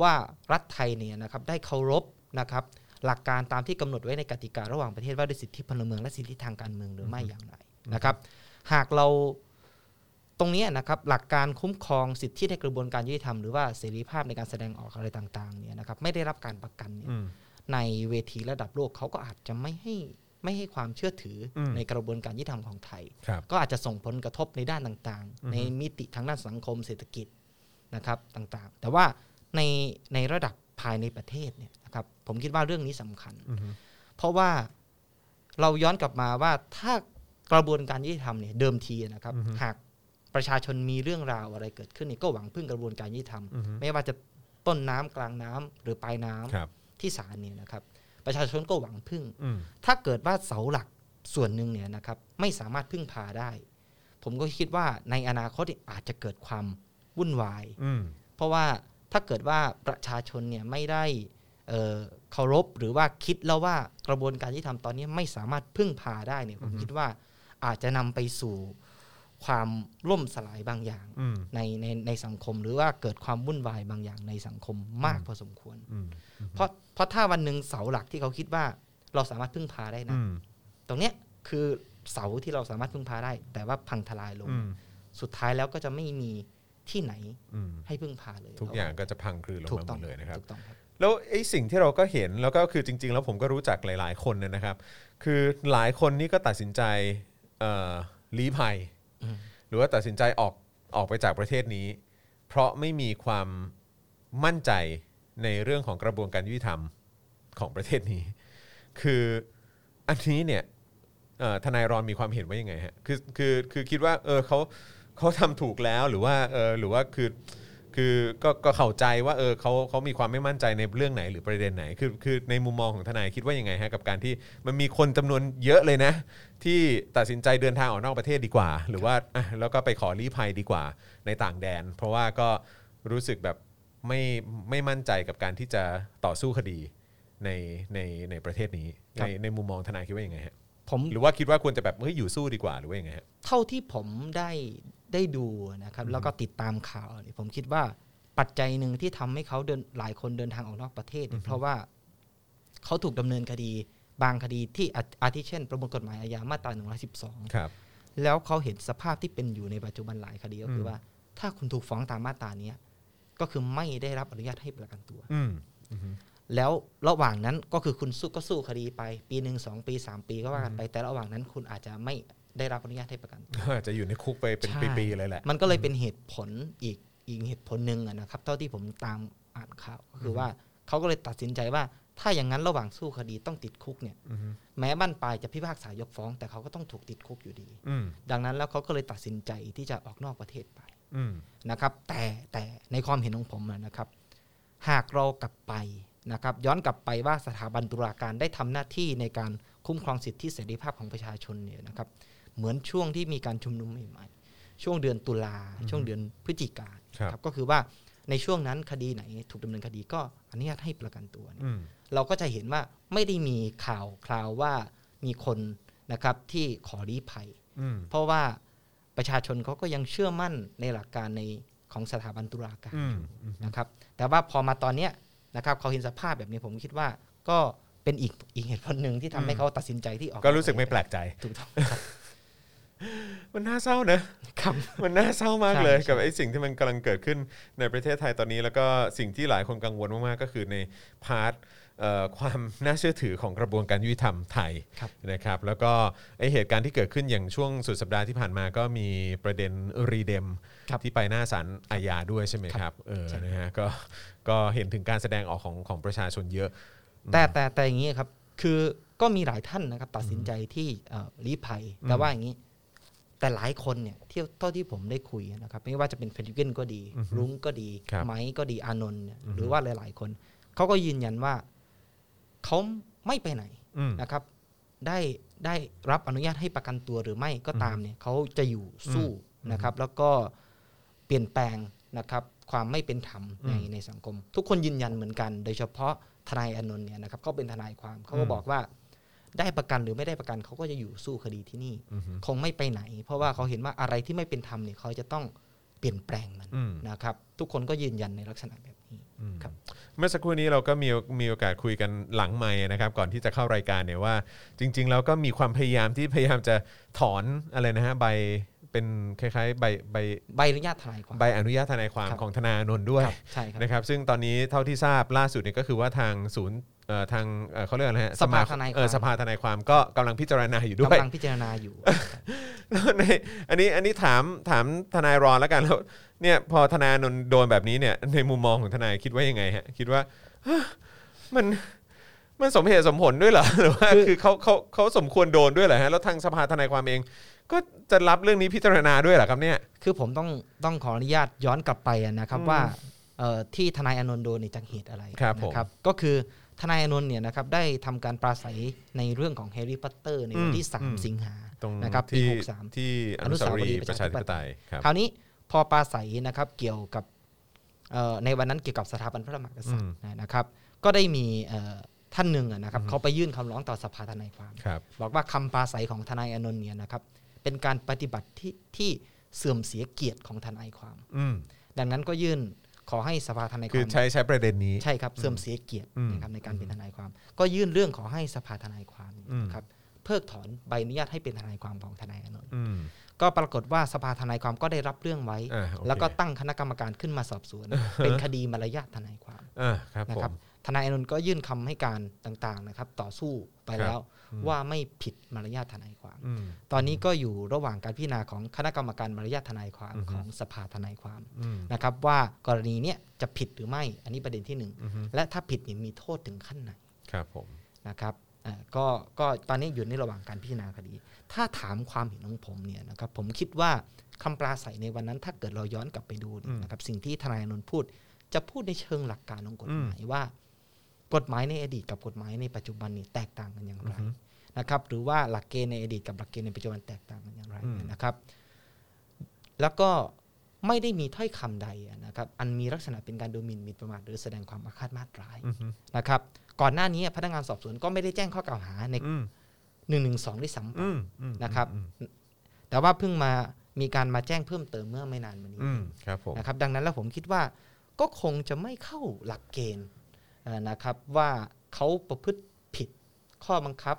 [SPEAKER 3] ว่ารัฐไทยเนี่ยนะครับได้เคารพนะครับหลักการตามที่กำหนดไว้ในกติการะหว่างประเทศว่าด้วยสิทธิพลเมืองและสิทธิทางการเมืองหรือไม่อย่างไรนะครับ หากเราตรงเนี้ยนะครับหลักการคุ้มครองสิทธิในกระบวนการยุติธรรมหรือว่าเสรีภาพในการแสดงออกอะไรต่างๆเนี่ยนะครับไม่ได้รับการประกันเนี่ย
[SPEAKER 2] อืม
[SPEAKER 3] ในเวทีระดับโลกเขาก็อาจจะไม่ให้ไม่ให้ความเชื่อถืออ
[SPEAKER 2] ม
[SPEAKER 3] ในกระบวนการยุติธรรมของไทย
[SPEAKER 2] ครับ
[SPEAKER 3] ก็อาจจะส่งผลกระทบในด้านต่าง
[SPEAKER 2] อือฮึ
[SPEAKER 3] ๆ ในมิติทางด้านสังคมเศรษฐกิจนะครับต่างๆ แต่ว่าในในระดับภายในประเทศเนี่ยนะครับผมคิดว่าเรื่องนี้สำคัญ
[SPEAKER 2] อืม
[SPEAKER 3] เพราะว่าเราย้อนกลับมาว่าถ้ากระบวนการยุติธรรมเนี่ยเดิมทีนะครับหากประชาชนมีเรื่องราวอะไรเกิดขึ้นเนี่ยก็หวังพึ่งกระบวนการยุติธรรม
[SPEAKER 2] อืม
[SPEAKER 3] ไม่ว่าจะต้นน้ำกลางน้ำหรือปลายน้ำ
[SPEAKER 2] ครับ
[SPEAKER 3] ที่ศาลเนี่ยนะครับประชาชนก็หวังพึ่ง
[SPEAKER 2] อืม
[SPEAKER 3] ถ้าเกิดว่าเสาหลักส่วนหนึ่งเนี่ยนะครับไม่สามารถพึ่งพาได้ ผมก็คิดว่าในอนาคตเนี่ยอาจจะเกิดความวุ่นวาย
[SPEAKER 2] อืม
[SPEAKER 3] เพราะว่าถ้าเกิดว่าประชาชนเนี่ยไม่ได้เอ่อเคารพหรือว่าคิดแล้วว่ากระบวนการยุติธรรมตอนนี้ไม่สามารถพึ่งพาได้เนี่ยผมคิดว่าอาจจะนำไปสู่ความล่มสลายบางอย่าง
[SPEAKER 2] อืม
[SPEAKER 3] ในในในสังคมหรือว่าเกิดความวุ่นวายบางอย่างในสังคมมากพอสมควร
[SPEAKER 2] อืม
[SPEAKER 3] เพราะเพราะถ้าวันหนึ่งเสาหลักที่เขาคิดว่าเราสามารถพึ่งพาได้นะ
[SPEAKER 2] อืม
[SPEAKER 3] ตรงเนี้ยคือเสาที่เราสามารถพึ่งพาได้ แต่ว่าพังทลายลง
[SPEAKER 2] อืม
[SPEAKER 3] สุดท้ายแล้วก็จะไม่มีที่ไหน
[SPEAKER 2] อืม
[SPEAKER 3] ให้พึ่งพาเลย
[SPEAKER 2] ทุกอย่างก็จะพังคลืนลง
[SPEAKER 3] ถูก
[SPEAKER 2] มาหม
[SPEAKER 3] ต้อง
[SPEAKER 2] ดเลยนะครับ
[SPEAKER 3] ถูกต้องครับ
[SPEAKER 2] แล้วไอ้สิ่งที่เราก็เห็นแล้วก็คือจริง ๆ แล้วผมก็รู้จักหลาย ๆ คนเนยนะครับ คือหลายคนนี่ก็ตัดสินใจเอ่อลี้ภัย
[SPEAKER 3] อืม
[SPEAKER 2] หรือว่าตัดสินใจออกออกไปจากประเทศนี้ เพราะไม่มีความมั่นใจในเรื่องของกระบวนการยุติธรรมของประเทศนี้ คืออันนี้เนี่ยเอ่อทนายรอนมีความเห็นว่ายังไงฮะคือคือคือคิดว่าเออเขาเขาทำถูกแล้วหรือว่าเออหรือว่าคือ คือก็ก็เข้าใจว่าเออเขาเขามีความไม่มั่นใจในเรื่องไหนหรือประเด็นไหนคือคือในมุมมองของทนายคิดว่ายังไงฮะกับการที่มันมีคนจำนวนเยอะเลยนะ ที่ตัดสินใจเดินทางออกนอกประเทศดีกว่า หรือว่าอ่ะแล้วก็ไปขอลี้ภัยดีกว่าในต่างแดน เพราะว่าก็รู้สึกแบบไม่ไม่มั่นใจกับการที่จะต่อสู้คดีในในในประเทศนี้
[SPEAKER 3] ค
[SPEAKER 2] ใน
[SPEAKER 3] รับ
[SPEAKER 2] ในมุมมองทนายคิดว่ายังไงฮะ
[SPEAKER 3] ผม
[SPEAKER 2] หรือว่าคิดว่าควรจะแบบเฮ้ยอยู่สู้ดีกว่าหรือว่ายังไงฮะ
[SPEAKER 3] เท่าที่ผมได้ได้ดูนะครับ แล้วก็ติดตามข่าวเนี่ยผมคิดว่าปัจจัยหนึ่งที่ทำให้เขาเดินหลายคนเดินทางออกนอกประเทศเนี่ยเพราะว่าเขาถูกดำเนินคดีบางคดีที่อาอาทิเช่น ประมวลกฎหมายอาญามาตรา112
[SPEAKER 2] ครับ
[SPEAKER 3] แล้วเขาเห็นสภาพที่เป็นอยู่ในปัจจุบันหลายคดีก็คือ
[SPEAKER 2] ม
[SPEAKER 3] ว่า ถ้าคุณถูกฟ้องตามมาตราเนี้ยก็คือไม่ได้รับอนุญาตให้ประกันตัว
[SPEAKER 2] อืม
[SPEAKER 3] แล้วระหว่างนั้นก็คือคุณสู้ก็สู้คดีไป ปีหนึ่งสองปีสามปีก็ว่ากันไป แต่ระหว่างนั้นคุณอาจจะไม่ได้รับอนุญาตให้ประกันตัว
[SPEAKER 2] อาจจะอยู่ในคุกไปเป็น
[SPEAKER 3] ใช่
[SPEAKER 2] ปีๆเลยแหละ
[SPEAKER 3] มันก็เลยเป็นเหตุผลอีกอีกเหตุผลหนึ่งอะนะครับ เท่าที่ผมตามอ่านข่าวก็คือว่าเขาก็เลยตัดสินใจว่า ถ้าอย่างนั้นระหว่างสู้คดีต้องติดคุกเนี่ย
[SPEAKER 2] อือฮึ
[SPEAKER 3] แม้บ้านปลายจะพิพากษายกฟ้อง แต่เขาก็ต้องถูกติดคุกอยู่ดี
[SPEAKER 2] อืม
[SPEAKER 3] ดังนั้นแล้วเขาก็เลยตัดสินใจที่จะออกนอกประเทศไป
[SPEAKER 2] อืม
[SPEAKER 3] นะครับแต่แต่ในความเห็นของผมอะนะครับ หากเรากลับไปนะครับ ย้อนกลับไปว่าสถาบันตุลาการได้ทำหน้าที่ในการคุ้มครองสิทธิเสรีภาพของประชาชนเนี่ยนะครับ เหมือนช่วงที่มีการชุมนุมใหม่ๆ ช่วงเดือนตุลาช่วงเดือนพฤศจิกา
[SPEAKER 2] ครับ
[SPEAKER 3] ก็คือว่าในช่วงนั้นคดีไหนถูกดำเนินคดีก็อนุญาตให้ประกันตัวเนี่ย
[SPEAKER 2] อืม
[SPEAKER 3] เราก็จะเห็นว่าไม่ได้มีข่าวคราวว่ามีคนนะครับที่ขอรีภัย
[SPEAKER 2] อืม
[SPEAKER 3] เพราะว่าประชาชนเขาก็ยังเชื่อมั่นในหลักการในของสถาบันตุลาการ
[SPEAKER 2] อืม
[SPEAKER 3] นะครับ แต่ว่าพอมาตอนเนี้ยนะครับเขาเห็นสภาพแบบนี้ผมคิดว่าก็เป็นอีกอีกเหตุผลหนึ่งที่ทำให้เขาตัดสินใจที่ออก
[SPEAKER 2] ก็รู้สึกไม่แปลกใจ
[SPEAKER 3] ถูกต้อง
[SPEAKER 2] มันน่าเศร้านะ
[SPEAKER 3] ครับ
[SPEAKER 2] มันน่าเศร้ามาก
[SPEAKER 3] ใช่
[SPEAKER 2] เลย
[SPEAKER 3] ใช่
[SPEAKER 2] กับไอ้สิ่งที่มันกำลังเกิดขึ้นในประเทศไทยตอนนี้ แล้วก็สิ่งที่หลายคนกังวลมาก ๆ ก็คือในพาร์ทเอ่อความน่าเชื่อถือของกระบวนการยุติธรรมไทย
[SPEAKER 3] ครับ
[SPEAKER 2] นะครับแล้วก็ไอ้เหตุการณ์ที่เกิดขึ้นอย่างช่วงสุดสัปดาห์ที่ผ่านมาก็มีประเด็นรีเดม
[SPEAKER 3] ครับ
[SPEAKER 2] ที่ไปหน้าศาลอาญาด้วยใช่ไหมค
[SPEAKER 3] ครั
[SPEAKER 2] รับบ เออ
[SPEAKER 3] ใช่
[SPEAKER 2] นะฮะก็ก็เห็นถึงการแสดงออกของของประชาชนเยอะ
[SPEAKER 3] แต่แต่แต่อย่างนี้ครับ คือก็มีหลายท่านนะครับ ตัดสินใจที่เอ่อลี้ภัย แต่ว่าอย่างนี้ แต่หลายคนเนี่ยที่เท่าที่ผมได้คุยนะครับ ไม่ว่าจะเป็นเพนกวินก็ดี
[SPEAKER 2] อือฮึ
[SPEAKER 3] รุ้งก็ดี
[SPEAKER 2] ครับ
[SPEAKER 3] ไม้ก็ดีอานนท์เนี่ย
[SPEAKER 2] อือฮึ
[SPEAKER 3] หรือว่าหลาย ๆ คน เขาก็ยืนยันว่าเขาไม่ไปไหน
[SPEAKER 2] อืม
[SPEAKER 3] นะครับ ได้ได้รับอนุญาตให้ประกันตัวหรือไม่ก็ตามเนี่ยเขาจะอยู่สู้นะครับ แล้วก็เปลี่ยนแปลงนะครับ ความไม่เป็นธรรมใน
[SPEAKER 2] อืม
[SPEAKER 3] ในสังคม ทุกคนยืนยันเหมือนกัน โดยเฉพาะทนายอานนท์เนี่ยนะครับเขาเป็นทนายความเขาก็
[SPEAKER 2] อืม
[SPEAKER 3] บอกว่า ได้ประกันหรือไม่ได้ประกันเขาก็จะอยู่สู้คดีที่นี่
[SPEAKER 2] อืมอืม
[SPEAKER 3] คงไม่ไปไหน เพราะว่าเขาเห็นว่าอะไรที่ไม่เป็นธรรมเนี่ยเขาจะต้องเปลี่ยนแปลงมัน
[SPEAKER 2] อืม
[SPEAKER 3] นะครับ ทุกคนก็ยืนยันในลักษณะแบบนี้ ครับ
[SPEAKER 2] เมื่อสักครู่นี้เราก็มีมีโอกาสคุยกันหลังไมค์นะครับ ก่อนที่จะเข้ารายการเนี่ยว่า จริง ๆ แล้วก็มีความพยายามที่พยายามจะถอนอะไรนะฮะใบเป็นคล้ายๆใบใบ
[SPEAKER 3] ใบอนุญาตทนายความ
[SPEAKER 2] ใบอนุญาตทนายความ
[SPEAKER 3] ครับ
[SPEAKER 2] ของธนาอานนท์ด้วย
[SPEAKER 3] ครับใช่ครับ
[SPEAKER 2] นะครับ ซึ่งตอนนี้เท่าที่ทราบล่าสุดเนี่ยก็คือว่าทางศูนย์เอ่อทางเอ่อเขาเรียกอะไรฮะ
[SPEAKER 3] สภาทนายความ
[SPEAKER 2] เอ่อสภาทนายความก็กำลังพิจารณาอยู่ด้วย
[SPEAKER 3] กำลังพิจารณาอยู่
[SPEAKER 2] แล้ว ในอันนี้อันนี้ถามถามทนายรอนแล้วกันแล้วเนี่ยพอธนาโนนโดนแบบนี้เนี่ยในมุมมองของทนายคิดว่ายังไงฮะคิดว่า ฮะมันมันสมเหตุสมผลด้วยเหรอ หรือว่า
[SPEAKER 3] คือ
[SPEAKER 2] คือเขาเขาเขาสมควรโดนด้วยเหรอฮะแล้วทางสภาทนายความเอง ก็จะรับเรื่องนี้พิจารณาด้วยเหรอครับเนี่ย
[SPEAKER 3] คือผมต้องต้องขออนุญาตย้อนกลับไปนะครับ
[SPEAKER 2] อืม
[SPEAKER 3] ว่าเอ่อที่ทนายอานนท์โดนในยจากเหตุอะไร
[SPEAKER 2] ครับผม
[SPEAKER 3] นะครับ ก็คือทนายอานนท์เนี่ยนะครับได้ทำการปราศัยในเรื่องของแฮร์รี่พอตเตอร์ในวันที่ 3 สิงหา
[SPEAKER 2] ตรง
[SPEAKER 3] นะครับปี
[SPEAKER 2] ที่
[SPEAKER 3] 63
[SPEAKER 2] ที่อนุสาวรีย์ประชาธิปไตยครับ
[SPEAKER 3] คราวนี้พอปราศัยนะครับเกี่ยวกับเอ่อในวันนั้นเกี่ยวกับสถาบันพระมหากษัตริย์นะครับ ก็ได้มีเอ่อท่านหนึ่งอะนะครับเขาไปยื่นคำร้องต่อสภาทนายความ
[SPEAKER 2] ครับ
[SPEAKER 3] บอกว่าคำปราศัยของทนายอานนท์เนี่ยนะครับ เป็นการปฏิบัติที่ที่เสื่อมเสียเกียรติของทนายความ
[SPEAKER 2] อืม
[SPEAKER 3] ดังนั้นก็ยื่นขอให้สภาทนายค
[SPEAKER 2] คือ
[SPEAKER 3] วาม
[SPEAKER 2] ใช้ใช้ประเด็นนี้
[SPEAKER 3] ใช่ครับเสื่อมเสียเกียรติ
[SPEAKER 2] อืม
[SPEAKER 3] นะครับในการเป็นทนายความ ก็ยื่นเรื่องขอให้สภาทนายความ
[SPEAKER 2] อืม
[SPEAKER 3] นะครับเพิกถอนใบอนุญาตให้เป็นทนายความของทนายอานนท์
[SPEAKER 2] อืม
[SPEAKER 3] ก็ปรากฏว่าสภาทนายความก็ได้รับเรื่องไว้
[SPEAKER 2] อ่าโอเค
[SPEAKER 3] แล้วก็ตั้งคณะกรรมการขึ้นมาสอบสวน เป็นคดีมารยาททนายความ
[SPEAKER 2] อ่าครับ
[SPEAKER 3] นะ
[SPEAKER 2] ผ
[SPEAKER 3] ครับ
[SPEAKER 2] ม
[SPEAKER 3] ทนายอานนท์ก็ยื่นคำให้การต่างๆนะครับ ต่อสู้ไปแล้ว
[SPEAKER 2] อืม
[SPEAKER 3] ว่าไม่ผิดมารยาททนายความ
[SPEAKER 2] อืม
[SPEAKER 3] ตอนนี้ก็อยู่ระหว่างการพิจารณาของคณะกรรมการมารยาททนายความ
[SPEAKER 2] อือฮึ
[SPEAKER 3] ของสภาทนายความ
[SPEAKER 2] อืม
[SPEAKER 3] นะครับ ว่ากรณีเนี้ยจะผิดหรือไม่ อันนี้ประเด็นที่หนึ่ง
[SPEAKER 2] อืม
[SPEAKER 3] และถ้าผิดเนี่ยมีโทษถึงขั้นไหน
[SPEAKER 2] ครับผม
[SPEAKER 3] นะครับอ่าก็ก็ตอนนี้อยู่ในระหว่างการพิจารณาคดี ถ้าถามความเห็นของผมเนี่ยนะครับผมคิดว่าคำปราศัยในวันนั้นถ้าเกิดเราย้อนกลับไปดูเนี่ยนะครับสิ่งที่ทนายอานนท์พูด จะพูดในเชิงหลักการของกฎหมายว่า กฎหมายในอดีตกับกฎหมายในปัจจุบันนี่แตกต่างกันอย่างไรนะครับ หรือว่าหลักเกณฑ์ในอดีตกับหลักเกณฑ์ในปัจจุบันแตกต่างกันอย่างไรนะครับ แล้วก็ไม่ได้มีถ้อยคำใดอะนะครับ อันมีลักษณะเป็นการดูหมิ่นหมินประมาทหรือแสดงความอาฆาตมาตร้าย
[SPEAKER 2] อืม
[SPEAKER 3] นะครับ ก่อนหน้านี้พนักงานสอบสวนก็ไม่ได้แจ้งข้อกล่าวหาใน
[SPEAKER 2] อืม
[SPEAKER 3] 1นึด้วยซ้ำ
[SPEAKER 2] อืมอืม
[SPEAKER 3] นะครับ
[SPEAKER 2] อืม
[SPEAKER 3] แต่ว่าเพิ่งมามีการมาแจ้งเพิ่มเติมเมื่อไม่นานมานี้
[SPEAKER 2] อืมครับผม
[SPEAKER 3] นะครับ ดังนั้นแล้วผมคิดว่าก็คงจะไม่เข้าหลักเกณฑ์เอ่อนะครับว่าเขาประพฤติผิดข้อบังคับ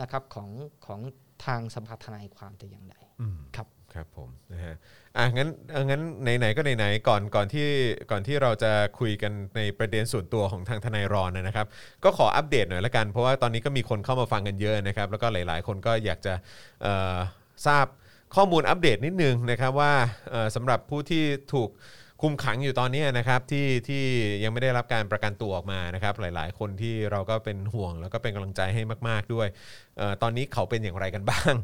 [SPEAKER 3] นะครับของของทางสภาทนายความแต่อย่างใด
[SPEAKER 2] อืม
[SPEAKER 3] ครับ
[SPEAKER 2] ครับผมนะฮะอ่ะงั้นเอ่องั้นไหนๆก็ไหนๆก่อนก่อนที่ก่อนที่เราจะคุยกันในประเด็นส่วนตัวของทางทนายรอนนะครับ ก็ขออัปเดตหน่อยละกัน เพราะว่าตอนนี้ก็มีคนเข้ามาฟังกันเยอะนะครับ แล้วก็หลายๆ คนก็อยากจะเอ่อทราบข้อมูลอัปเดตนิดนึงนะครับว่าเอ่อสำหรับผู้ที่ถูกคุมขังอยู่ตอนนี้นะครับที่ที่ยังไม่ได้รับการประกันตัวออกมานะครับ หลายๆ คนที่เราก็เป็นห่วงแล้วก็เป็นกำลังใจให้มาก ๆด้วย เอ่อตอนนี้เขาเป็นอย่างไรกันบ้าง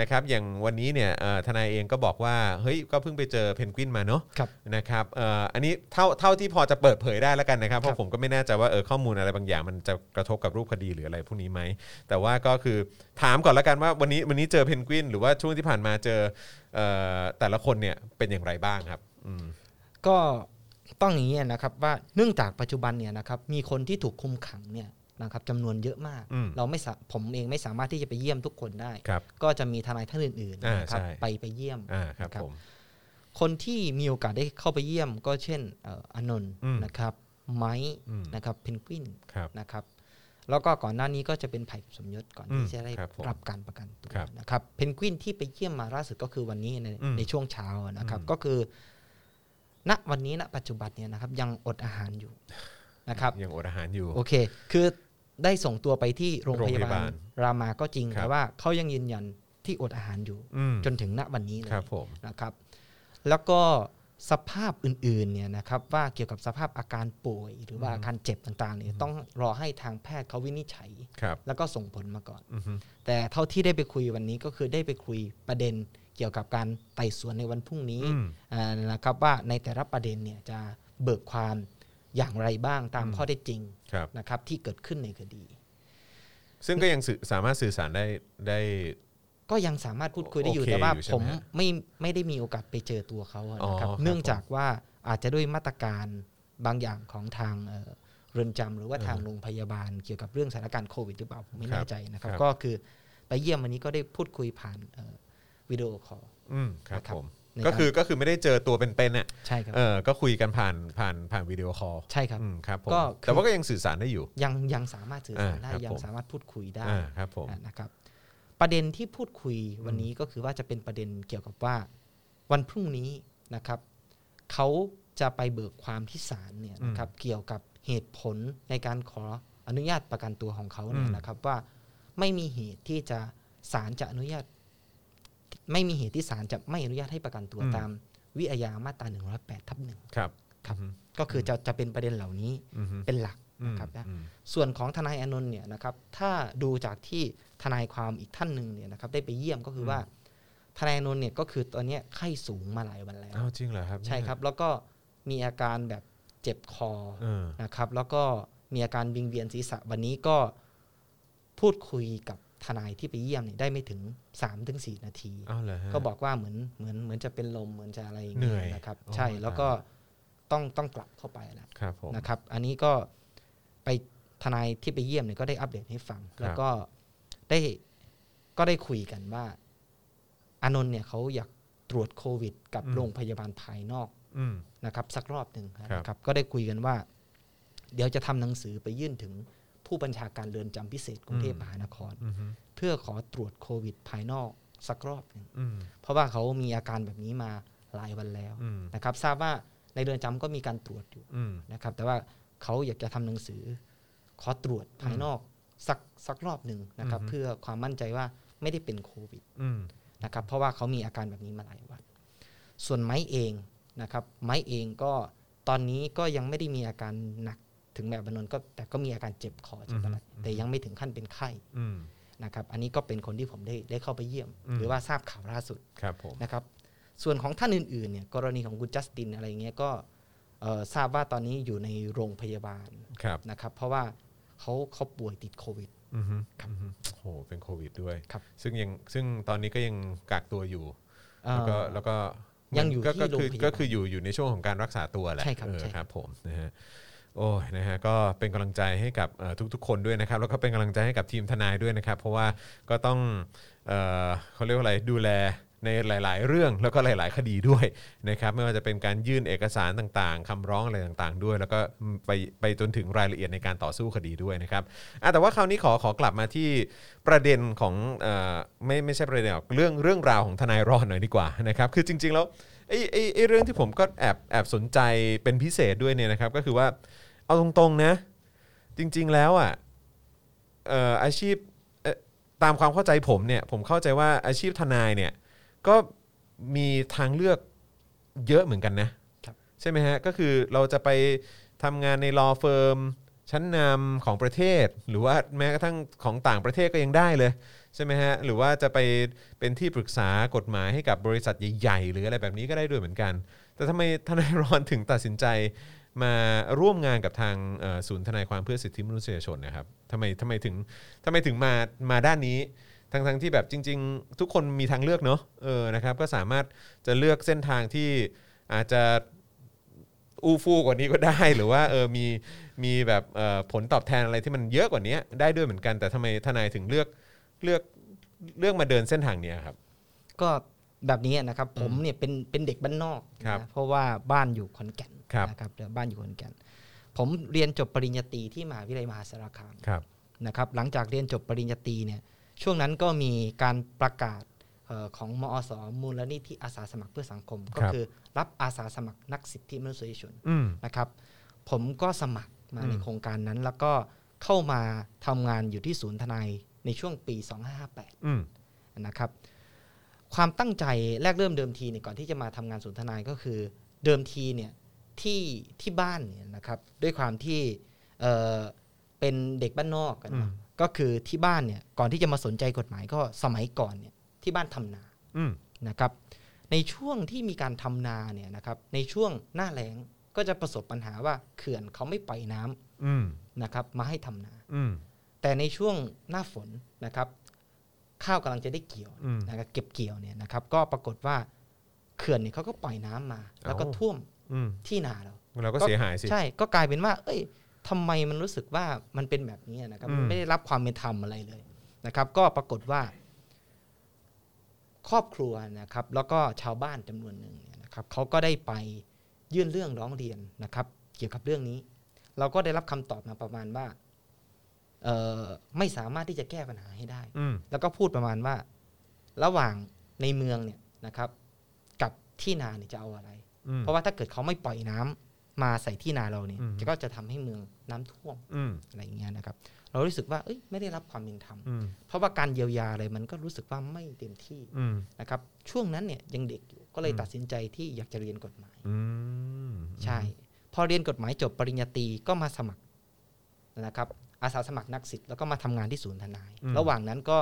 [SPEAKER 2] นะครับ อย่างวันนี้เนี่ยเอ่อทนายเองก็บอกว่าเฮ้ยก็เพิ่งไปเจอเพนกวินมาเนาะ
[SPEAKER 3] ครับ
[SPEAKER 2] นะครับเอ่ออันนี้เท่าเท่าที่พอจะเปิดเผยได้แล้วกันนะครับ เพ
[SPEAKER 3] ครั
[SPEAKER 2] ราะ
[SPEAKER 3] บ
[SPEAKER 2] ผมก็ไม่แน่ใจว่าเออข้อมูลอะไรบางอย่างมันจะกระทบกับรูปคดีหรืออะไรพวกนี้ไหม แต่ว่าก็คือถามก่อนละกันว่าวันนี้วันนี้เจอเพนกวิน หรือว่าช่วงที่ผ่านมาเจอเอ่อแต่ละคนเนี่ยเป็นอย่างไรบ้างครับอืม
[SPEAKER 3] ก็ต้องอย่างนี้นะครับว่าเนื่องจากปัจจุบันเนี่ยนะครับมีคนที่ถูกคุมขังเนี่ยนะครับจำนวนเยอะมาก
[SPEAKER 2] อืม
[SPEAKER 3] เราไม่สาผมเองไม่สามารถที่จะไปเยี่ยมทุกคนได้
[SPEAKER 2] ครับ
[SPEAKER 3] ก็จะมีทนายท่านอื่นๆ
[SPEAKER 2] อ่า
[SPEAKER 3] นะครับ
[SPEAKER 2] ใช่
[SPEAKER 3] ไปไปเยี่ยม
[SPEAKER 2] อ่าครับ
[SPEAKER 3] ครับ
[SPEAKER 2] ผม
[SPEAKER 3] คนที่มีโอกาสได้เข้าไปเยี่ยมก็เช่นเอ่ออานนท์
[SPEAKER 2] อืม
[SPEAKER 3] นะครับไม้
[SPEAKER 2] อืม
[SPEAKER 3] นะครับเพนกวิน
[SPEAKER 2] ครับ
[SPEAKER 3] นะครับแล้วก็ก่อนหน้านี้ก็จะเป็นไผ่สมยศก่อน
[SPEAKER 2] อืม
[SPEAKER 3] ที่จะได้
[SPEAKER 2] ครับผม
[SPEAKER 3] รับการประกันตัว
[SPEAKER 2] ครับ
[SPEAKER 3] นะครับเพนกวินที่ไปเยี่ยมมาล่าสุดก็คือวันนี้ใน
[SPEAKER 2] อืม
[SPEAKER 3] ในช่วงเช้าอะนะครับ
[SPEAKER 2] อืม
[SPEAKER 3] ก็คือ ณวันนี้ณปัจจุบันเนี่ยนะครับยังอดอาหารอยู่นะครับ
[SPEAKER 2] ยังอดอาหารอยู่
[SPEAKER 3] โอเค คือได้ส่งตัวไปที่โรงพยา
[SPEAKER 2] โรงพยา
[SPEAKER 3] บา
[SPEAKER 2] บา
[SPEAKER 3] ล
[SPEAKER 2] ล
[SPEAKER 3] รามาก็จริง
[SPEAKER 2] ครับ
[SPEAKER 3] แต่ว่าเขายังยืนยันที่อดอาหารอยู่
[SPEAKER 2] อืม
[SPEAKER 3] จนถึงณวันนี้เลย
[SPEAKER 2] ครับผม
[SPEAKER 3] นะครับแล้วก็ สภาพอื่นๆเนี่ยนะครับว่าเกี่ยวกับสภาพอาการป่วย หรือว่าอาการเจ็บต่างๆเนี่ยต้องรอให้ทางแพทย์เขาวินิจฉัย
[SPEAKER 2] ครับ
[SPEAKER 3] แล้วก็ส่งผลมาก่อน
[SPEAKER 2] อือฮึ
[SPEAKER 3] แต่เท่าที่ได้ไปคุยวันนี้ก็คือได้ไปคุยประเด็นเกี่ยวกับการไต่สวนในวันพรุ่งนี้
[SPEAKER 2] อืม
[SPEAKER 3] อ่านะครับว่าในแต่ละประเด็นเนี่ยจะเบิกความอย่างไรบ้างตาม
[SPEAKER 2] อืม
[SPEAKER 3] ข้อเท็จจริง
[SPEAKER 2] ครับ
[SPEAKER 3] นะครับที่เกิดขึ้นในคดี
[SPEAKER 2] ซึ่งก็ยังสื่อสามารถสื่อสารได้ได้
[SPEAKER 3] ก็ยังสามารถพูดคุยได้อยู่
[SPEAKER 2] โอเค
[SPEAKER 3] แต่ว่า
[SPEAKER 2] อยู่ใช่
[SPEAKER 3] ผ
[SPEAKER 2] ไหม
[SPEAKER 3] ม
[SPEAKER 2] ฮะ
[SPEAKER 3] ไม่ไม่ได้มีโอกาสไปเจอตัวเขาอะนะครับ
[SPEAKER 2] อ๋อครับ
[SPEAKER 3] เนื่องจากว่าอาจจะด้วยมาตรการบางอย่างของทางเอ่อเรือนจำหรือว่าทางโรงพยาบาลเกี่ยวกับเรื่องสถานการณ์โควิดหรือเปล่าผมไม่
[SPEAKER 2] ครั
[SPEAKER 3] แน่
[SPEAKER 2] บ
[SPEAKER 3] ใจนะครับ
[SPEAKER 2] ครับ
[SPEAKER 3] ก็คือไปเยี่ยมวันนี้ก็ได้พูดคุยผ่านเอ่อวิดีโอคอล
[SPEAKER 2] อืมครับ
[SPEAKER 3] นะครับ
[SPEAKER 2] ผม
[SPEAKER 3] ในการ
[SPEAKER 2] ก็คือก็คือไม่ได้เจอตัวเป็นๆอ่ะ
[SPEAKER 3] ใช่ครับ
[SPEAKER 2] เออก็คุยกันผ่านผ่านผ่านวิดีโอคอล
[SPEAKER 3] ใช่ครับ
[SPEAKER 2] อืมครับผม
[SPEAKER 3] ก็คือ
[SPEAKER 2] แต่ว่าก็ยังสื่อสารได้อยู่
[SPEAKER 3] ยังยังสามารถสื่อสารได้
[SPEAKER 2] อ่าครับ
[SPEAKER 3] ยัง
[SPEAKER 2] ผม
[SPEAKER 3] สามารถพูดคุยได้
[SPEAKER 2] อ่าครับผม
[SPEAKER 3] อ่ะนะครับประเด็นที่พูดคุยวันนี้ก็คือว่าจะเป็นประเด็นเกี่ยวกับว่าวันพรุ่งนี้นะครับเขาจะไปเบิกความที่ศาลเนี่ยนะครับเกี่ยวกับเหตุผลในการขออนุญาตประกันตัวของเขาเนี่ย
[SPEAKER 2] อืม
[SPEAKER 3] นะครับว่าไม่มีเหตุที่จะศาลจะอนุญาต ไม่มีเหตุที่ศาลจะไม่อนุญาตให้ประกันตัวตาม วิอาญามาตรา108ทับหนึ่ง
[SPEAKER 2] ครับ
[SPEAKER 3] ครับ
[SPEAKER 2] อืม
[SPEAKER 3] ก็คือจะจะเป็นประเด็นเหล่านี้
[SPEAKER 2] อือฮึ
[SPEAKER 3] เป็นหลัก
[SPEAKER 2] อืม
[SPEAKER 3] นะครับนะ
[SPEAKER 2] อืม
[SPEAKER 3] ส่วนของทนายอานนท์เนี่ยนะครับ ถ้าดูจากที่ทนายความอีกท่านหนึ่งเนี่ยนะครับ ได้ไปเยี่ยมก็คือว่าทนายอานนท์เนี่ยก็คือตอนเนี้ยไข้สูงมาหลายวันแล้ว
[SPEAKER 2] อ้าวจริงเหรอครับ
[SPEAKER 3] ใช่ครับ แล้วก็มีอาการแบบเจ็บคอ
[SPEAKER 2] เออ
[SPEAKER 3] นะครับ แล้วก็มีอาการวิงเวียนศีรษะวันนี้ก็พูดคุยกับทนายที่ไปเยี่ยมเนี่ยได้ไม่ถึง3-4ถึงสี่นาที
[SPEAKER 2] อ้าวเหรอฮะ
[SPEAKER 3] ก็บอกว่าเหมือนเหมือนเหมือนจะเป็นลมเหมือนจะอะไรอย่าง
[SPEAKER 2] เหนื่
[SPEAKER 3] เงี้
[SPEAKER 2] อย
[SPEAKER 3] ยนะครับ
[SPEAKER 2] โอ้ย
[SPEAKER 3] ใช่แล้ว
[SPEAKER 2] ตาย
[SPEAKER 3] ก็ต้องต้องกลับเข้าไปแล้ว
[SPEAKER 2] ครับผม
[SPEAKER 3] นะครับ อันนี้ก็ไปทนายที่ไปเยี่ยมเนี่ยก็ได้อัปเดตให้ฟัง
[SPEAKER 2] ครับ
[SPEAKER 3] แล้วก็ได้ก็ได้คุยกันว่า อานนท์เนี่ยเขาอยากตรวจโควิด กับโรงพยาบาลภายนอก
[SPEAKER 2] อืม
[SPEAKER 3] นะครับ สักรอบหนึ่งนะครับ ครับ ก็ได้คุยกันว่า เดี๋ยวจะทำหนังสือไปยื่นถึงผู้บัญชาการเรือนจำพิเศษกรุงเทพมหานคร
[SPEAKER 2] อือฮึ
[SPEAKER 3] เพื่อขอตรวจโควิด ภายนอกสักรอบหนึ่ง
[SPEAKER 2] อืม
[SPEAKER 3] เพราะว่าเขามีอาการแบบนี้มาหลายวันแล้ว
[SPEAKER 2] อืม
[SPEAKER 3] นะครับ ทราบว่าในเรือนจำก็มีการตรวจอยู่
[SPEAKER 2] อืม
[SPEAKER 3] นะครับแต่ว่าเขาอยากจะทำหนังสือ ขอตรวจภายนอกสักสักรอบหนึ่งนะครับ
[SPEAKER 2] อือฮึ
[SPEAKER 3] เพื่อความมั่นใจว่าไม่ได้เป็นโควิด
[SPEAKER 2] อืม
[SPEAKER 3] นะครับเพราะว่าเขามีอาการแบบนี้มาหลายวัน ส่วนไม้เองนะครับไม้เองก็ตอนนี้ก็ยังไม่ได้มีอาการหนักถึงแบบบานนท์ก็แต่ก็มีอาการเจ็บคอเจ็บอะไรแต่ยังไม่ถึงขั้นเป็นไข้
[SPEAKER 2] อืม
[SPEAKER 3] นะครับอันนี้ก็เป็นคนที่ผมได้ได้เข้าไปเยี่ยม
[SPEAKER 2] อืม
[SPEAKER 3] หรือว่าทราบข่าวล่าสุด
[SPEAKER 2] ครับผม
[SPEAKER 3] นะครับส่วนของท่านอื่นๆเนี่ยกรณีของคุณจัสตินอะไรเงี้ยก็เอ่อทราบว่าตอนนี้อยู่ในโรงพยาบาล
[SPEAKER 2] ครับ
[SPEAKER 3] นะครับเพราะว่าเขาเขาป่วยติดโควิด
[SPEAKER 2] อือฮึอือฮึโอ้โหเป็นโควิดด้วย
[SPEAKER 3] ครับ
[SPEAKER 2] ซึ่งยังซึ่งตอนนี้ก็ยังกักตัวอยู่
[SPEAKER 3] เอ่อ
[SPEAKER 2] แล้วก็แล้วก็
[SPEAKER 3] ยังอยู่
[SPEAKER 2] ก็
[SPEAKER 3] ที่
[SPEAKER 2] ก็คือ
[SPEAKER 3] โรงพยาบาล
[SPEAKER 2] ก็คืออยู่อยู่ในช่วงของการรักษาตัวแหละ
[SPEAKER 3] ใช่ครับ
[SPEAKER 2] เออ
[SPEAKER 3] ใช่ครับ
[SPEAKER 2] ครับผมนะฮะโอ้ยนะฮะก็เป็นกำลังใจให้กับเอ่อทุกๆ คนด้วยนะครับ แล้วก็เป็นกำลังใจให้กับทีมทนายด้วยนะครับ เพราะว่าก็ต้องเอ่อเขาเรียกว่าอะไรดูแลในหลาย ๆ เรื่องแล้วก็หลาย ๆ คดีด้วยนะครับไม่ว่าจะเป็นการยื่นเอกสารต่างๆคำร้องอะไรต่างๆ ด้วย แล้วก็ไปไปจนถึงรายละเอียดในการต่อสู้คดีด้วยนะครับอ่ะแต่ว่าคราวนี้ขอขอกลับมาที่ ประเด็นของเออไม่ไม่ใช่ประเด็นหรอกเรื่องเรื่องราวของทนายรอนหน่อยดีกว่านะครับคือจริง ๆ แล้วไอ้ไอ้ไอ้เรื่องที่ผมก็แอบแอบสนใจเป็นพิเศษด้วยเนี่ยนะครับ ก็คือว่าเอาตรงๆนะ จริง ๆ แล้วอ่ะเอ่ออาชีพเอ่อตามความเข้าใจผมเนี่ยผมเข้าใจว่าอาชีพทนายเนี่ยก็มีทางเลือกเยอะเหมือนกันนะครับ ใช่ไหมฮะก็คือเราจะไปทำงานใน law firm ชั้นนำของประเทศ หรือว่าแม้กระทั่งของต่างประเทศก็ยังได้เลย ใช่ไหมฮะ หรือว่าจะไปเป็นที่ปรึกษากฎหมายให้กับบริษัทใหญ่ๆ หรืออะไรแบบนี้ก็ได้ด้วยเหมือนกัน แต่ทำไมทนายรอนถึงตัดสินใจมาร่วมงานกับทางเอ่อศูนย์ทนายความเพื่อสิทธิมนุษยชนนะครับทำไมทำไมถึงทำไมถึงมามาด้านนี้ ทั้งทั้งที่แบบจริง ๆ ทุกคนมีทางเลือกเนาะเออนะครับก็สามารถจะเลือกเส้นทางที่อาจจะอู้ฟู่กว่านี้ก็ได้ หรือว่าเออมีมีแบบเอ่อผลตอบแทนอะไรที่มันเยอะกว่านี้ได้ด้วยเหมือนกันแต่ทำไมทนายถึงเลือก เลือกเลือกมาเดินเส้นทางเนี้ยครับ
[SPEAKER 3] ก็แบบนี้นะครับผมเนี่ยเป็นเป็นเด็กบ้านนอก
[SPEAKER 2] ครับ
[SPEAKER 3] นะเพราะว่าบ้านอยู่ขอนแก่น
[SPEAKER 2] ครับ
[SPEAKER 3] นะครับเดี๋ยวบ้านอยู่ขอนแก่น ผมเรียนจบปริญญาตรีที่มหาวิทยาลัยมหาสารคาม
[SPEAKER 2] ครับ
[SPEAKER 3] นะครับหลังจากเรียนจบปริญญาตรีเนี่ยช่วงนั้นก็มีการประกาศเอ่อของมอสมูลนิธิอาสาสมัครเพื่อสังคม ก็คือรับอาสาสมัครนักสิทธิมนุษยชน
[SPEAKER 2] อืม
[SPEAKER 3] นะครับผมก็สมัครมา
[SPEAKER 2] อืม
[SPEAKER 3] ในโครงการนั้น แล้วก็เข้ามาทำงานอยู่ที่ศูนย์ทนายในช่วงปี 2558
[SPEAKER 2] อืม
[SPEAKER 3] นะครับความตั้งใจแรกเริ่มเดิมทีเนี่ยก่อนที่จะมาทำงานศูนย์ทนายก็คือ เดิมทีเนี่ยที่ที่บ้านเนี่ยนะครับด้วยความที่เอ่อเป็นเด็กบ้านนอกกัน
[SPEAKER 2] อืม
[SPEAKER 3] เนาะก็คือที่บ้านเนี่ยก่อนที่จะมาสนใจกฎหมายก็สมัยก่อนเนี่ยที่บ้านทำนา
[SPEAKER 2] อืม
[SPEAKER 3] นะครับในช่วงที่มีการทำนาเนี่ยนะครับในช่วงหน้าแล้งก็จะประสบปัญหาว่าเขื่อนเขาไม่ปล่อยน้ำ
[SPEAKER 2] อืม
[SPEAKER 3] นะครับมาให้ทำนา
[SPEAKER 2] อืม
[SPEAKER 3] แต่ในช่วงหน้าฝนนะครับข้าวกำลังจะได้เกี่ยว
[SPEAKER 2] อืม
[SPEAKER 3] นะครับเก็บเกี่ยวเนี่ยนะครับก็ปรากฏว่าเขื่อนเนี่ยเขาก็ปล่อยน้ำมา แล้วก็
[SPEAKER 2] เอ้า
[SPEAKER 3] ท่วม
[SPEAKER 2] อืม
[SPEAKER 3] ที่นาเรา
[SPEAKER 2] เราก็เสียหายสิ
[SPEAKER 3] ใช่ก็กลายเป็นว่า เอ้ยทำไมมันรู้สึกว่ามันเป็นแบบนี้นะครับ
[SPEAKER 2] อืม
[SPEAKER 3] ไม่ได้รับความเป็นธรรมอะไรเลยนะครับ ก็ปรากฏว่า ครอบครัวนะครับ แล้วก็ชาวบ้านจำนวนหนึ่งเนี่ยนะครับเขาก็ได้ไปยื่นเรื่องร้องเรียนนะครับ เกี่ยวกับเรื่องนี้ เราก็ได้รับคำตอบมาประมาณว่าเอ่อไม่สามารถที่จะแก้ปัญหาให้ได้
[SPEAKER 2] อืม
[SPEAKER 3] แล้วก็พูดประมาณว่า ระหว่างในเมืองเนี่ยนะครับ กับที่นาเนี่ยจะเอาอะไร
[SPEAKER 2] อืม
[SPEAKER 3] เพราะว่าถ้าเกิดเขาไม่ปล่อยน้ำมาใส่ที่นาเราเนี่ย
[SPEAKER 2] อืม
[SPEAKER 3] ก็จะทำให้เมืองน้ำท่วม
[SPEAKER 2] อืม
[SPEAKER 3] อะไรอย่างเงี้ยนะครับ เรารู้สึกว่าเอ้ยไม่ได้รับความเป็นธรรม
[SPEAKER 2] อืม
[SPEAKER 3] เพราะว่าการเยียวยาอะไรมันก็รู้สึกว่าไม่เต็มที่
[SPEAKER 2] อืม
[SPEAKER 3] นะครับ ช่วงนั้นเนี่ยยังเด็กอยู่ก็เลย
[SPEAKER 2] อืม
[SPEAKER 3] ตัดสินใจที่อยากจะเรียนกฎหมาย
[SPEAKER 2] อืม
[SPEAKER 3] ใช่ พอเรียนกฎหมายจบปริญญาตรีก็มาสมัครนะครับ อาสาสมัครนักสิทธิ์แล้วก็มาทำงานที่ศูนย์ทนาย
[SPEAKER 2] อืม
[SPEAKER 3] ระหว่างนั้นก็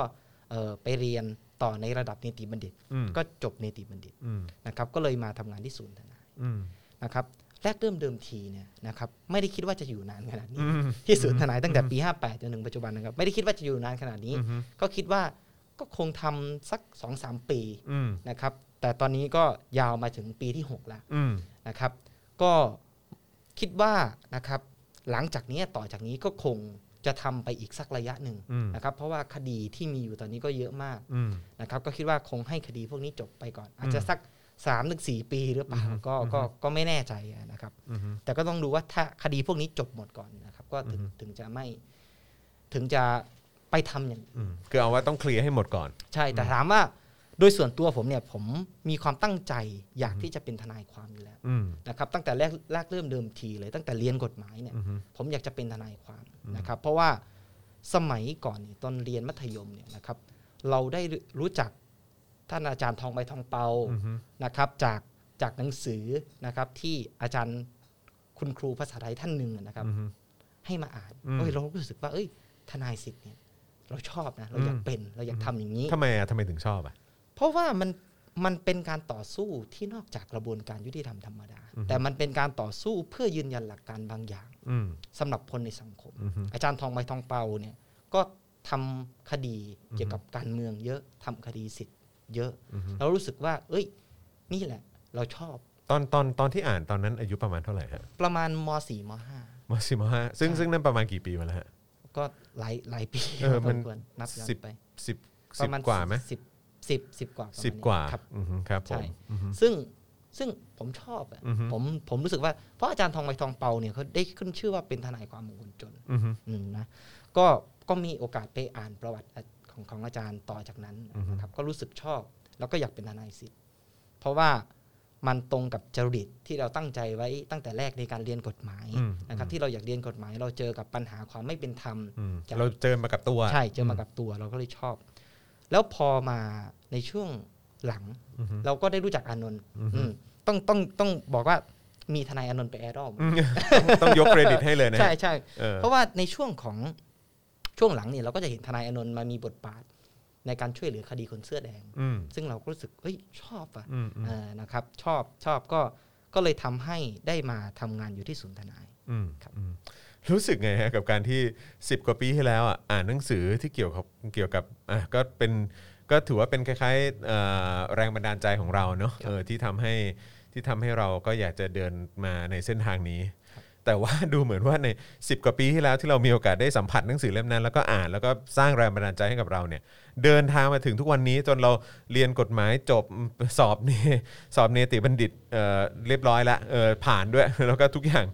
[SPEAKER 3] เอ่อไปเรียนต่อในระดับเนติบัณฑิต
[SPEAKER 2] อืม
[SPEAKER 3] ก็จบเนติบัณฑิต
[SPEAKER 2] อืม
[SPEAKER 3] นะครับ ก็เลยมาทำงานที่ศูนย์ทนาย
[SPEAKER 2] อืม
[SPEAKER 3] นะครับแรกเริ่มเดิมทีเนี่ยนะครับไม่ได้คิดว่าจะอยู่นานขนาดนี้
[SPEAKER 2] อืม
[SPEAKER 3] ที่ศูนย์ทนายตั้งแต่ปี 58จนถึงปัจจุบันนะครับไม่ได้คิดว่าจะอยู่นานขนาดนี้
[SPEAKER 2] อืม
[SPEAKER 3] ก็คิดว่าก็คงทำสัก 2-3 ปี
[SPEAKER 2] อืม
[SPEAKER 3] นะครับแต่ตอนนี้ก็ยาวมาถึงปีที่ 6 แล้ว
[SPEAKER 2] อืม
[SPEAKER 3] นะครับก็คิดว่านะครับหลังจากนี้ต่อจากนี้ก็คงจะทำไปอีกสักระยะหนึ่ง
[SPEAKER 2] อืม
[SPEAKER 3] นะครับเพราะว่าคดีที่มีอยู่ตอนนี้ก็เยอะมาก
[SPEAKER 2] อืม
[SPEAKER 3] นะครับก็คิดว่าคงให้คดีพวกนี้จบไปก่อน อาจจะสัก3ามถึงสปีหรือเปล่าก็ก็ก็ไม่แน่ใจนะครับ
[SPEAKER 2] อืม
[SPEAKER 3] แต่ก็ต้องดูว่าถ้าคดีพวกนี้จบหมดก่อนนะครับ ก็ถึง
[SPEAKER 2] อือฮึ
[SPEAKER 3] ถึงจะไม่ถึงจะไปทำอย่างอื่น
[SPEAKER 2] อืมคือเอาว่าต้องเคลียร์ให้หมดก่อน
[SPEAKER 3] ใช่ แต่ถามว่าโดยส่วนตัวผมเนี่ยผมมีความตั้งใจอยากที่จะเป็นทนายความอยู่แล้ว
[SPEAKER 2] อืม
[SPEAKER 3] นะครับ ตั้งแต่แรกแรกเริ่มเดิมทีเลยตั้งแต่เรียนกฎหมายเนี่ย
[SPEAKER 2] อืม
[SPEAKER 3] ผมอยากจะเป็นทนายความนะครับ เพราะว่าสมัยก่อนเนี่ยตอนเรียนมัธยมเนี่ยนะครับ เราได้รู้จักท่านอาจารย์ทองใบทองเปา
[SPEAKER 2] อือฮึ
[SPEAKER 3] นะครับ จากจากหนังสือนะครับ ที่อาจารย์คุณครูภาษาไทยท่านหนึ่งนะครับ
[SPEAKER 2] อืม
[SPEAKER 3] ให้มาอ่าน
[SPEAKER 2] อืม
[SPEAKER 3] เอ้ยเรารู้สึกว่า เอ้ย ทนายสิทธิ์เนี่ย เราชอบนะ เราอยาก
[SPEAKER 2] อืม
[SPEAKER 3] เป็นเราอยากทำอย่างนี้
[SPEAKER 2] ทำไมอ่ะทำไมถึงชอบอ่ะ
[SPEAKER 3] เพราะว่ามันมันเป็นการต่อสู้ที่นอกจากกระบวนการยุติธรรมธรรมดา
[SPEAKER 2] อือฮึ
[SPEAKER 3] แต่มันเป็นการต่อสู้เพื่อยืนยันหลักการบางอย่าง
[SPEAKER 2] อืม
[SPEAKER 3] สำหรับคนในสังคม
[SPEAKER 2] อืม
[SPEAKER 3] อาจารย์ทองใบทองเปาเนี่ยก็ทำคดีเกี่ยวกับการเมืองเยอะทำคดีสิทธิ์เยอะ
[SPEAKER 2] อือฮึ
[SPEAKER 3] เรารู้สึกว่า เอ้ย นี่แหละ เราชอบ
[SPEAKER 2] ตอนตอนตอนที่อ่านตอนนั้นอายุประมาณเท่าไหร่ฮะ
[SPEAKER 3] ประมาณมสี่มห้าม
[SPEAKER 2] สิมห้าซึ่งซึ่งนั่นประมาณกี่ปีมาแล้วฮะ
[SPEAKER 3] ก็หลายหลายปี
[SPEAKER 2] เออ
[SPEAKER 3] พอส
[SPEAKER 2] มัน
[SPEAKER 3] ควรนับย้อน
[SPEAKER 2] สิบ
[SPEAKER 3] ไป
[SPEAKER 2] สิบ
[SPEAKER 3] ป
[SPEAKER 2] สิ
[SPEAKER 3] ระ
[SPEAKER 2] บ
[SPEAKER 3] มาณ
[SPEAKER 2] กว่าไหม
[SPEAKER 3] สิบสิบสิบกว่าประมณ
[SPEAKER 2] สิบ
[SPEAKER 3] นี้
[SPEAKER 2] กว่า
[SPEAKER 3] ครับ
[SPEAKER 2] อืมครับผ
[SPEAKER 3] ใช่
[SPEAKER 2] มอืม
[SPEAKER 3] ซึ่งซึ่งผมชอบอะ
[SPEAKER 2] อือฮึ
[SPEAKER 3] ผมผมรู้สึกว่าเพราะอาจารย์ทองใบทองเปาเนี่ยเขาได้ขึ้นชื่อว่าเป็นทนายความของคนจน
[SPEAKER 2] อืม
[SPEAKER 3] อืมนะก็ก็มีโอกาสไปอ่านประวัติของของอาจารย์ต่อจากนั้น
[SPEAKER 2] อือฮึ
[SPEAKER 3] นะครับ ก็รู้สึกชอบ แล้วก็อยากเป็นทนายสิทธิ์เพราะว่ามันตรงกับจริตที่เราตั้งใจไว้ตั้งแต่แรกในการเรียนกฎหมาย
[SPEAKER 2] อืม
[SPEAKER 3] นะครับ ที่เราอยากเรียนกฎหมาย เราเจอกับปัญหาความไม่เป็นธรรม
[SPEAKER 2] อืมเราเจอมากับตัว
[SPEAKER 3] ใช่เจอมากับตัวเราก็เลยชอบ แล้วพอมาในช่วงหลัง
[SPEAKER 2] อือฮึ
[SPEAKER 3] เราก็ได้รู้จักอานนท์
[SPEAKER 2] อือฮึ
[SPEAKER 3] อืมต้องต้องต้องบอกว่ามีทนายอานนท์ไปแอรอล
[SPEAKER 2] อืมต้องต้องยกเครดิตให้เลยนะฮะ
[SPEAKER 3] ใช่ใช่
[SPEAKER 2] เออ
[SPEAKER 3] เพราะว่าในช่วงของช่วงหลังเนี่ยเราก็จะเห็นทนายอานนท์มามีบทบาท ในการช่วยเหลือคดีคนเสื้อแดง
[SPEAKER 2] อืม
[SPEAKER 3] ซึ่งเราก็รู้สึกเฮ้ยชอบอ่ะ
[SPEAKER 2] อืมอืม
[SPEAKER 3] เออนะครับ ชอบชอบก็ก็เลยทำให้ได้มาทำงานอยู่ที่ศูนย์ทนาย
[SPEAKER 2] อืม
[SPEAKER 3] ครับ
[SPEAKER 2] อืมรู้สึกไงฮะกับการที่ 10 กว่าปีที่แล้วอ่ะอ่านหนังสือที่เกี่ยวกับเกี่ยวกับอ่ะก็เป็นก็ถือว่าเป็นคล้ายๆเอ่อแรงบันดาลใจของเราเนาะเออที่ทำให้ที่ทำให้เราก็อยากจะเดินมาในเส้นทางนี้ แต่ว่า ดูเหมือนว่าใน 10 กว่าปีที่แล้วที่เรามีโอกาสได้สัมผัสหนังสือเล่มนั้น แล้วก็อ่านแล้วก็สร้างแรงบันดาลใจให้กับเราเนี่ย เดินทางมาถึงทุกวันนี้จนเราเรียนกฎหมายจบสอบเนสอบเนติบัณฑิตเอ่อเรียบร้อยละเอ่อผ่านด้วย แล้วก็ทุกอย่าง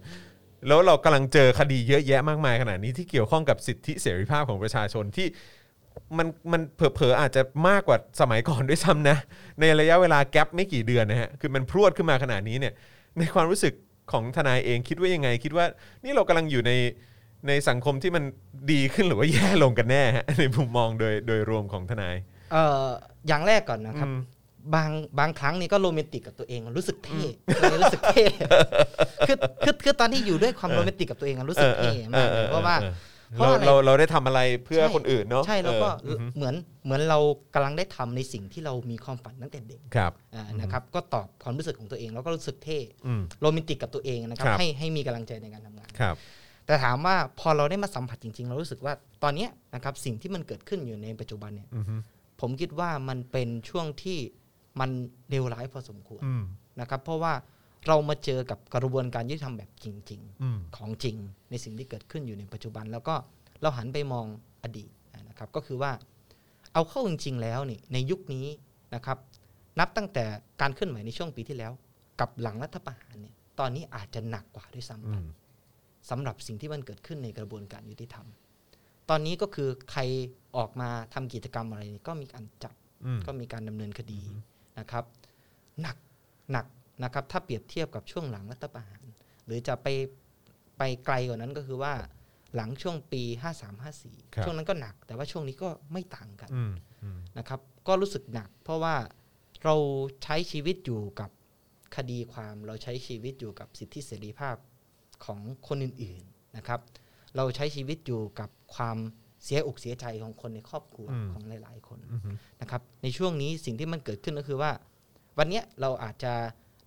[SPEAKER 2] แล้วเรากำลังเจอคดีเยอะแยะมากมายขนาดนี้ที่เกี่ยวข้องกับสิทธิเสรีภาพของประชาชนที่ มันมันเผลอๆอาจจะมากกว่าสมัยก่อนด้วยซ้ำนะ ในระยะเวลาแกลบไม่กี่เดือนนะฮะคือมันพรวดขึ้นมาขนาดนี้เนี่ย ในความรู้สึกของทนายเองคิดว่ายังไง คิดว่านี่เรากำลังอยู่ในในสังคมที่มันดีขึ้นหรือว่าแย่ ลงกันแน่ฮะในมุมมองโดยโดยรวมของทนาย
[SPEAKER 3] เอ่ออย่างแรกก่อนนะครับ
[SPEAKER 2] อืม
[SPEAKER 3] บางบางครั้งเนี่ยก็โรแมนติกกับตัวเองรู้สึกเท่เออรู้สึกเท่ คือคือคือตอนที่อยู่ด้วยความโรแมนติกกับตัวเองอะรู้สึกเท่มากเพราะว่า เพ
[SPEAKER 2] เรา
[SPEAKER 3] ราะอะไร
[SPEAKER 2] เราเราได้ทำอะไรเพื่อ
[SPEAKER 3] ใช่
[SPEAKER 2] คนอื่นเนาะ
[SPEAKER 3] ใช่แล้วก็
[SPEAKER 2] เอออือฮึ
[SPEAKER 3] เหมือนเหมือนเรากำลังได้ทำในสิ่งที่เรามีความฝันตั้งแต่เด็ก
[SPEAKER 2] ครับ
[SPEAKER 3] อ่า
[SPEAKER 2] อือฮึ
[SPEAKER 3] นะครับก็ตอบความรู้สึกของตัวเองแล้วก็รู้สึกเท่
[SPEAKER 2] อืม
[SPEAKER 3] โรแมนติกกับตัวเองนะครับ
[SPEAKER 2] ครับ
[SPEAKER 3] ให้ให้มีกำลังใจในการทำงาน
[SPEAKER 2] ครับ
[SPEAKER 3] แต่ถามว่าพอเราได้มาสัมผัสจริง ๆ เรารู้สึกว่าตอนเนี้ยนะครับสิ่งที่มันเกิดขึ้นอยู่ในปัจจุบันเนี่ย
[SPEAKER 2] อืม
[SPEAKER 3] ผมคิดว่ามันเป็นช่วงที่มันเลวร้ายพอสมควร
[SPEAKER 2] อืม
[SPEAKER 3] นะครับ เพราะว่าเรามาเจอกับกระบวนการยุติธรรมแบบจริง
[SPEAKER 2] อืม
[SPEAKER 3] ๆ ของจริง ในสิ่งที่เกิดขึ้นอยู่ในปัจจุบัน แล้วก็เราหันไปมองอดีตนะครับ ก็คือว่า เอาเข้าจริง ๆ แล้วนี่ในยุคนี้นะครับ นับตั้งแต่การเคลื่อนไหวในช่วงปีที่แล้ว กับหลังรัฐประหารเนี่ยตอนนี้อาจจะหนักกว่าด้วยซ้ำ
[SPEAKER 2] อื
[SPEAKER 3] ไป
[SPEAKER 2] ม
[SPEAKER 3] สำหรับสิ่งที่มันเกิดขึ้นในกระบวนการยุติธรรม ตอนนี้ก็คือใครออกมาทำกิจกรรมอะไรเนี่ยก็มีการจับ
[SPEAKER 2] อืม
[SPEAKER 3] ก็มีการดำเนินคดีนะครับ หนักหนักนะครับ ถ้าเปรียบเทียบกับช่วงหลังรัฐประหาร หรือจะไปไปไกลกว่านั้นก็คือว่า หลังช่วงปี
[SPEAKER 2] ครั
[SPEAKER 3] 5354
[SPEAKER 2] บ
[SPEAKER 3] ช่วงนั้นก็หนัก แต่ว่าช่วงนี้ก็ไม่ต่างกัน
[SPEAKER 2] อืมอืม
[SPEAKER 3] นะครับ ก็รู้สึกหนัก เพราะว่าเราใช้ชีวิตอยู่กับคดีความเราใช้ชีวิตอยู่กับสิทธิเสรีภาพของคนอื่นๆนะครับ เราใช้ชีวิตอยู่กับความเสียอกเสียใจของคนในครอบครัวของหลาย ๆ คน
[SPEAKER 2] อืม
[SPEAKER 3] นะครับในช่วงนี้สิ่งที่มันเกิดขึ้นก็คือว่า วันเนี้ยเราอาจจะ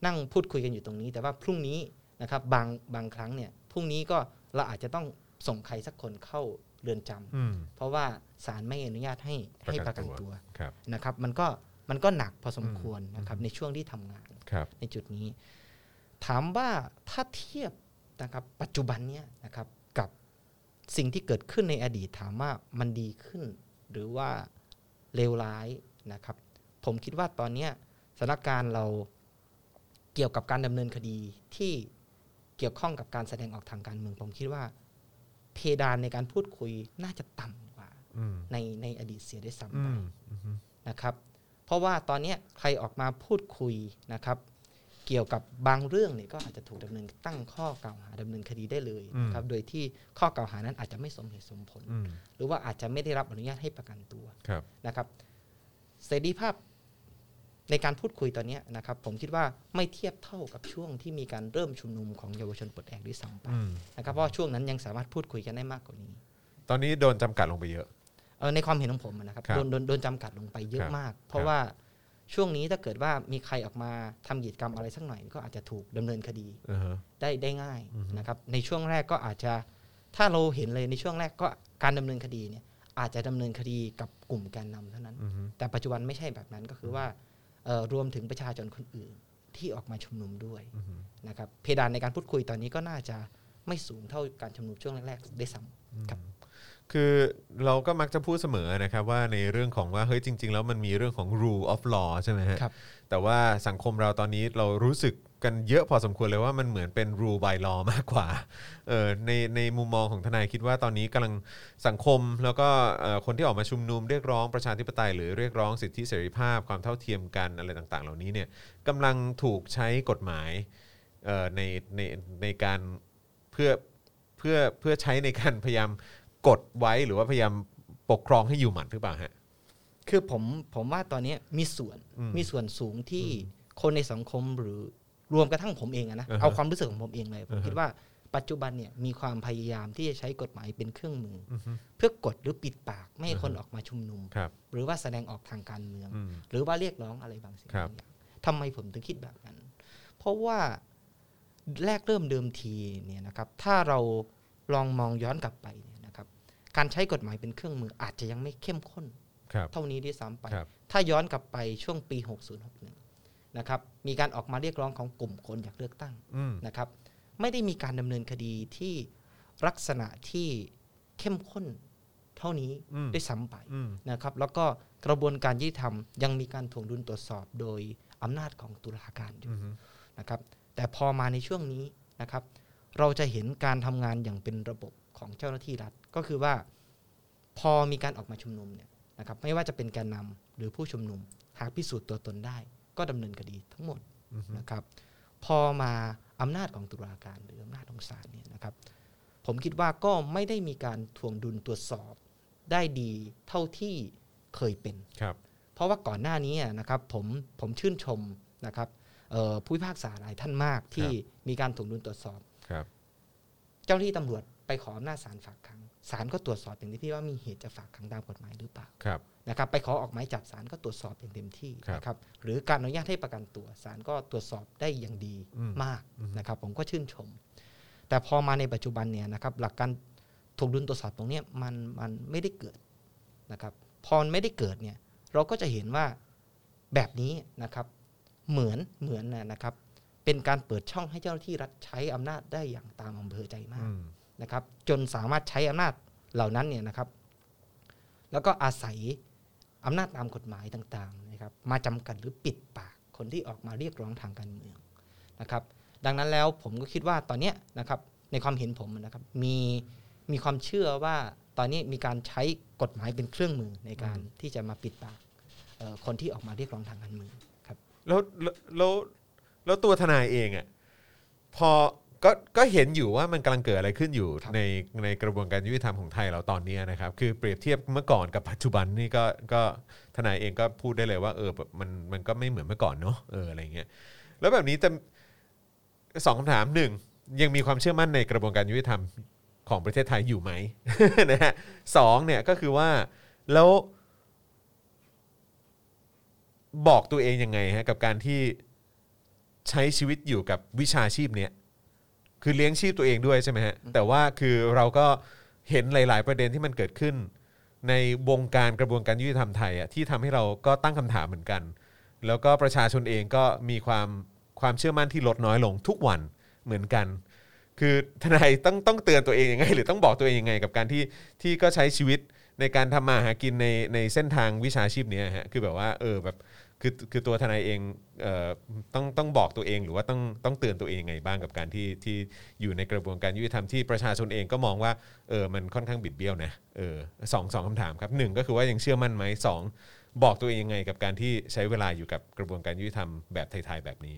[SPEAKER 3] นั่งพูดคุยกันอยู่ตรงนี้ แต่ว่าพรุ่งนี้นะครับบางบางครั้งเนี่ยพรุ่งนี้ก็เราอาจจะต้องส่งใครสักคนเข้าเรือนจำ
[SPEAKER 2] อืม
[SPEAKER 3] เพราะว่าศาลไม่อนุญาตให้ให้
[SPEAKER 2] ป
[SPEAKER 3] ประ ระ
[SPEAKER 2] กั
[SPEAKER 3] กัน น
[SPEAKER 2] ตัว
[SPEAKER 3] ตัว
[SPEAKER 2] ครับ
[SPEAKER 3] นะครับ มันก็มันก็หนักพอสมควรนะครับในช่วงที่ทำงาน
[SPEAKER 2] ครับ
[SPEAKER 3] ในจุดนี้ ถามว่าถ้าเทียบนะครับปัจจุบันเนี่ยนะครับกับสิ่งที่เกิดขึ้นในอดีตถามว่ามันดีขึ้น หรือว่าเลวร้ายนะครับ ผมคิดว่าตอนเนี้ยสถานการณ์เราเกี่ยวกับการดำเนินคดีที่เกี่ยวข้องกับการแสดงออกทางการเมือง ผมคิดว่า เพดานในการพูดคุยน่าจะต่ำกว่า
[SPEAKER 2] อืม
[SPEAKER 3] ในในอดีตเสียด้วยซ้ำ
[SPEAKER 2] อื
[SPEAKER 3] ไป
[SPEAKER 2] มอืม
[SPEAKER 3] นะครับ เพราะว่าตอนเนี้ยใครออกมาพูดคุยนะครับ เกี่ยวกับบางเรื่องเนี่ยก็อาจจะถูกดำเนินตั้งข้อกล่าวหาดำเนินคดีได้เลยนะครับ
[SPEAKER 2] อืม
[SPEAKER 3] โดยที่ข้อกล่าวหานั้นอาจจะไม่สมเหตุสมผล
[SPEAKER 2] อืม
[SPEAKER 3] หรือว่าอาจจะไม่ได้รับอนุญาตให้ประกันตัว
[SPEAKER 2] ครับ
[SPEAKER 3] นะครับ เสรีภาพในการพูดคุยตอนเนี้ยนะครับ ผมคิดว่าไม่เทียบเท่ากับช่วงที่มีการเริ่มชุมนุมของเยาวชนปลดแอกด้วยซ้ำไป
[SPEAKER 2] อืม
[SPEAKER 3] นะครับ เพราะว่าช่วงนั้นยังสามารถพูดคุยกันได้มากกว่านี้
[SPEAKER 2] ตอนนี้โดนจำกัดลงไปเยอะ
[SPEAKER 3] เออในความเห็นของผมอะนะครับ
[SPEAKER 2] ครับ
[SPEAKER 3] โดนโดนโดนจำกัดลงไปเย
[SPEAKER 2] ครั
[SPEAKER 3] อะ
[SPEAKER 2] บ
[SPEAKER 3] มาก เพ
[SPEAKER 2] ครับ
[SPEAKER 3] ราะว่าช่วงนี้ถ้าเกิดว่ามีใครออกมาทำกิจกรรมอะไรสักหน่อย ก็อาจจะถูกดำเนินคดี
[SPEAKER 2] อ่าฮะ
[SPEAKER 3] ได้ได้ง่าย
[SPEAKER 2] อือฮึ
[SPEAKER 3] นะครับ ในช่วงแรกก็อาจจะถ้าเราเห็นเลยในช่วงแรกก็การดำเนินคดีเนี่ยอาจจะดำเนินคดีกับกลุ่มแกนนำเท่านั้น
[SPEAKER 2] อืม
[SPEAKER 3] แต่ปัจจุบันไม่ใช่แบบนั้นก็คือว่าเอ่อรวมถึงประชาชนคนอื่นที่ออกมาชุมนุมด้วย
[SPEAKER 2] อืม
[SPEAKER 3] นะครับเพดานในการพูดคุยตอนนี้ก็น่าจะไม่สูงเท่าการชุมนุมช่วงแรกๆได้ซ้ำ ครับ
[SPEAKER 2] คือเราก็มักจะพูดเสมอนะครับว่าในเรื่องของว่าเฮ้ยจริง ๆ แล้วมันมีเรื่องของ rule of law ใช่ไหมฮะ
[SPEAKER 3] ครับ
[SPEAKER 2] แต่ว่าสังคมเราตอนนี้เรารู้สึกกันเยอะพอสมควรเลยว่ามันเหมือนเป็น rule by law มากกว่าเออในในมุมมองของทนายคิดว่าตอนนี้กำลังสังคมแล้วก็เอ่อคนที่ออกมาชุมนุมเรียกร้องประชาธิปไตยหรือเรียกร้องสิทธิเสรีภาพความเท่าเทียมกันอะไรต่างๆ เหล่านี้เนี่ยกำลังถูกใช้กฎหมายเอ่อในในในการเพื่อเพื่อเพื่อใช้ในการพยายาม กดไว้หรือว่าพยายามปกครองให้อยู่หมัดหรือเปล่าฮะ
[SPEAKER 3] คือผมผมว่าตอนเนี้ยมีส่วน
[SPEAKER 2] อืม
[SPEAKER 3] มีส่วนสูงที่คนในสังคมหรือรวมกระทั่งผมเองอะนะ
[SPEAKER 2] อ่าฮะ
[SPEAKER 3] เอาความรู้สึกของผมเองเลยผ
[SPEAKER 2] อ่าม ฮะ
[SPEAKER 3] คิดว่าปัจจุบันเนี่ยมีความพยายามที่จะใช้กฎหมายเป็นเครื่องมืออเพื่อกดหรือปิดปากไม่ให้คนออกมาชุมนุม
[SPEAKER 2] ครับ
[SPEAKER 3] หรือว่าแสดงออกทางการเมือง
[SPEAKER 2] อืม
[SPEAKER 3] หรือว่าเรียกร้องอะไรบางสิ่ง
[SPEAKER 2] ครับ
[SPEAKER 3] บางอย่างทำไมผมถึงคิดแบบนั้น เพราะว่าแรกเริ่มเดิมทีเนี่ยนะครับ ถ้าเราลองมองย้อนกลับไปเนี่ยนะครับ การใช้กฎหมายเป็นเครื่องมืออาจจะยังไม่เข้มข้น
[SPEAKER 2] ครับ
[SPEAKER 3] เท่านี้ด้วยซ้ำไป
[SPEAKER 2] ครับ
[SPEAKER 3] ถ้าย้อนกลับไปช่วงปี 6061 นะครับ มีการออกมาเรียกร้องของกลุ่มคนอยากเลือกตั้ง
[SPEAKER 2] อืม
[SPEAKER 3] นะครับ ไม่ได้มีการดำเนินคดีที่ลักษณะที่เข้มข้นเท่านี้
[SPEAKER 2] อืม
[SPEAKER 3] ด้วยซ้ำไป
[SPEAKER 2] อืม
[SPEAKER 3] นะครับ แล้วก็กระบวนการยุติธรรมยังมีการถ่วงดุลตรวจสอบโดยอำนาจของตุลาการอยู่
[SPEAKER 2] อืม
[SPEAKER 3] นะครับแต่พอมาในช่วงนี้นะครับ เราจะเห็นการทำงานอย่างเป็นระบบของเจ้าหน้าที่รัฐ ก็คือว่าพอมีการออกมาชุมนุมเนี่ยนะครับไม่ว่าจะเป็นแกนนำหรือผู้ชุมนุม หากพิสูจน์ตัวตนได้ ก็ดำเนินคดีทั้งหมด
[SPEAKER 2] อืม
[SPEAKER 3] นะครับ พอมาอำนาจของตุลาการหรืออำนาจของศาลเนี่ยนะครับ ผมคิดว่าก็ไม่ได้มีการทวงดุลตรวจสอบได้ดีเท่าที่เคยเป็น
[SPEAKER 2] ครับ
[SPEAKER 3] เพราะว่าก่อนหน้านี้นะครับผมผมชื่นชมนะครับเอ่อผู้พิพากษาหลายท่านมากที่มีการถูกดุลตรวจสอบ
[SPEAKER 2] ครับ
[SPEAKER 3] เจ้าหน้าที่ตำรวจไปขออำนาจศาลฝากขังศาลก็ตรวจสอบอย่างที่พี่ว่ามีเหตุจะฝากขังตามกฎหมายหรือเปล่า
[SPEAKER 2] ครับ
[SPEAKER 3] นะครับ ไปขอออกหมายจับศาลก็ตรวจสอบอย่างเต็มที่
[SPEAKER 2] ครับ
[SPEAKER 3] นะครับ หรือการอนุญาตให้ประกันตัวศาลก็ตรวจสอบได้อย่างดี
[SPEAKER 2] อืม
[SPEAKER 3] มาก
[SPEAKER 2] อืม
[SPEAKER 3] นะครับ ผมก็ชื่นชม แต่พอมาในปัจจุบันเนี่ยนะครับ หลักการถูกดุลตรวจสอบตรงเนี้ยมันมันไม่ได้เกิดนะครับ พอมันไม่ได้เกิดเนี่ย เราก็จะเห็นว่าแบบนี้นะครับ เหมือนเหมือนนะนะครับ เป็นการเปิดช่องให้เจ้าหน้าที่รัฐใช้อำนาจได้อย่างตามอำเภอใจมาก
[SPEAKER 2] อืม
[SPEAKER 3] นะครับจนสามารถใช้อำนาจเหล่านั้นเนี่ยนะครับ แล้วก็อาศัยอำนาจตามกฎหมายต่างๆนะครับมาจำกัดหรือปิดปากคนที่ออกมาเรียกร้องทางการเมืองนะครับ ดังนั้นแล้วผมก็คิดว่าตอนเนี้ยนะครับในความเห็นผมนะครับมีมีความเชื่อว่าตอนนี้มีการใช้กฎหมายเป็นเครื่องมือในการที่จะมาปิดปากเอ่อคนที่ออกมาเรียกร้องทางการเมืองครับ
[SPEAKER 2] แล้วแล้วแล้วแล้วตัวทนายเองอ่ะพอก็ก็เห็นอยู่ว่ามันกำลังเกิดอะไรขึ้นอยู่
[SPEAKER 3] ครับ
[SPEAKER 2] ในในกระบวนการยุติธรรมของไทยเราตอนเนี้ยนะครับ คือเปรียบเทียบเมื่อก่อนกับปัจจุบันนี่ก็ก็ทนายเองก็พูดได้เลยว่าเออแบบมันมันก็ไม่เหมือนเมื่อก่อนเนาะเอออะไรเงี้ยแล้วแบบนี้จะสองคำถามหนึ่งยังมีความเชื่อมั่นในกระบวนการยุติธรรมของประเทศไทยอยู่ไหม นะฮะสองเนี่ยก็คือว่าแล้ว บอกตัวเองยังไงฮะกับการที่ใช้ชีวิตอยู่กับวิชาชีพเนี้ยคือเลี้ยงชีพตัวเองด้วยใช่ไหมฮะแต่ว่าคือเราก็เห็นหลาย ๆ ประเด็นที่มันเกิดขึ้น ในวงการกระบวนการยุติธรรมไทยอ่ะที่ทำให้เราก็ตั้งคำถามเหมือนกัน แล้วก็ประชาชนเองก็มีความความเชื่อมั่นที่ลดน้อยลงทุกวันเหมือนกัน คือทนายต้องต้องเตือนตัวเองยังไง หรือต้องบอกตัวเองยังไง กับการที่ที่ก็ใช้ชีวิตในการทำมาหากินในในเส้นทางวิชาชีพเนี้ยฮะคือแบบว่าเออแบบ คือคือตัวทนายเองเอ่อต้องต้องบอกตัวเองหรือว่าต้องต้องเตือนตัวเองยังไงบ้างกับการที่ที่อยู่ในกระบวนการยุติธรรมที่ประชาชนเองก็มองว่าเออมันค่อนข้างบิดเบี้ยวนะเออสองสองคำถามครับหนึ่งก็คือว่ายังเชื่อมั่นไหมสองบอกตัวเองยังไงกับการที่ใช้เวลาอยู่กับกระบวนการยุติธรรมแบบไทยๆแบบนี้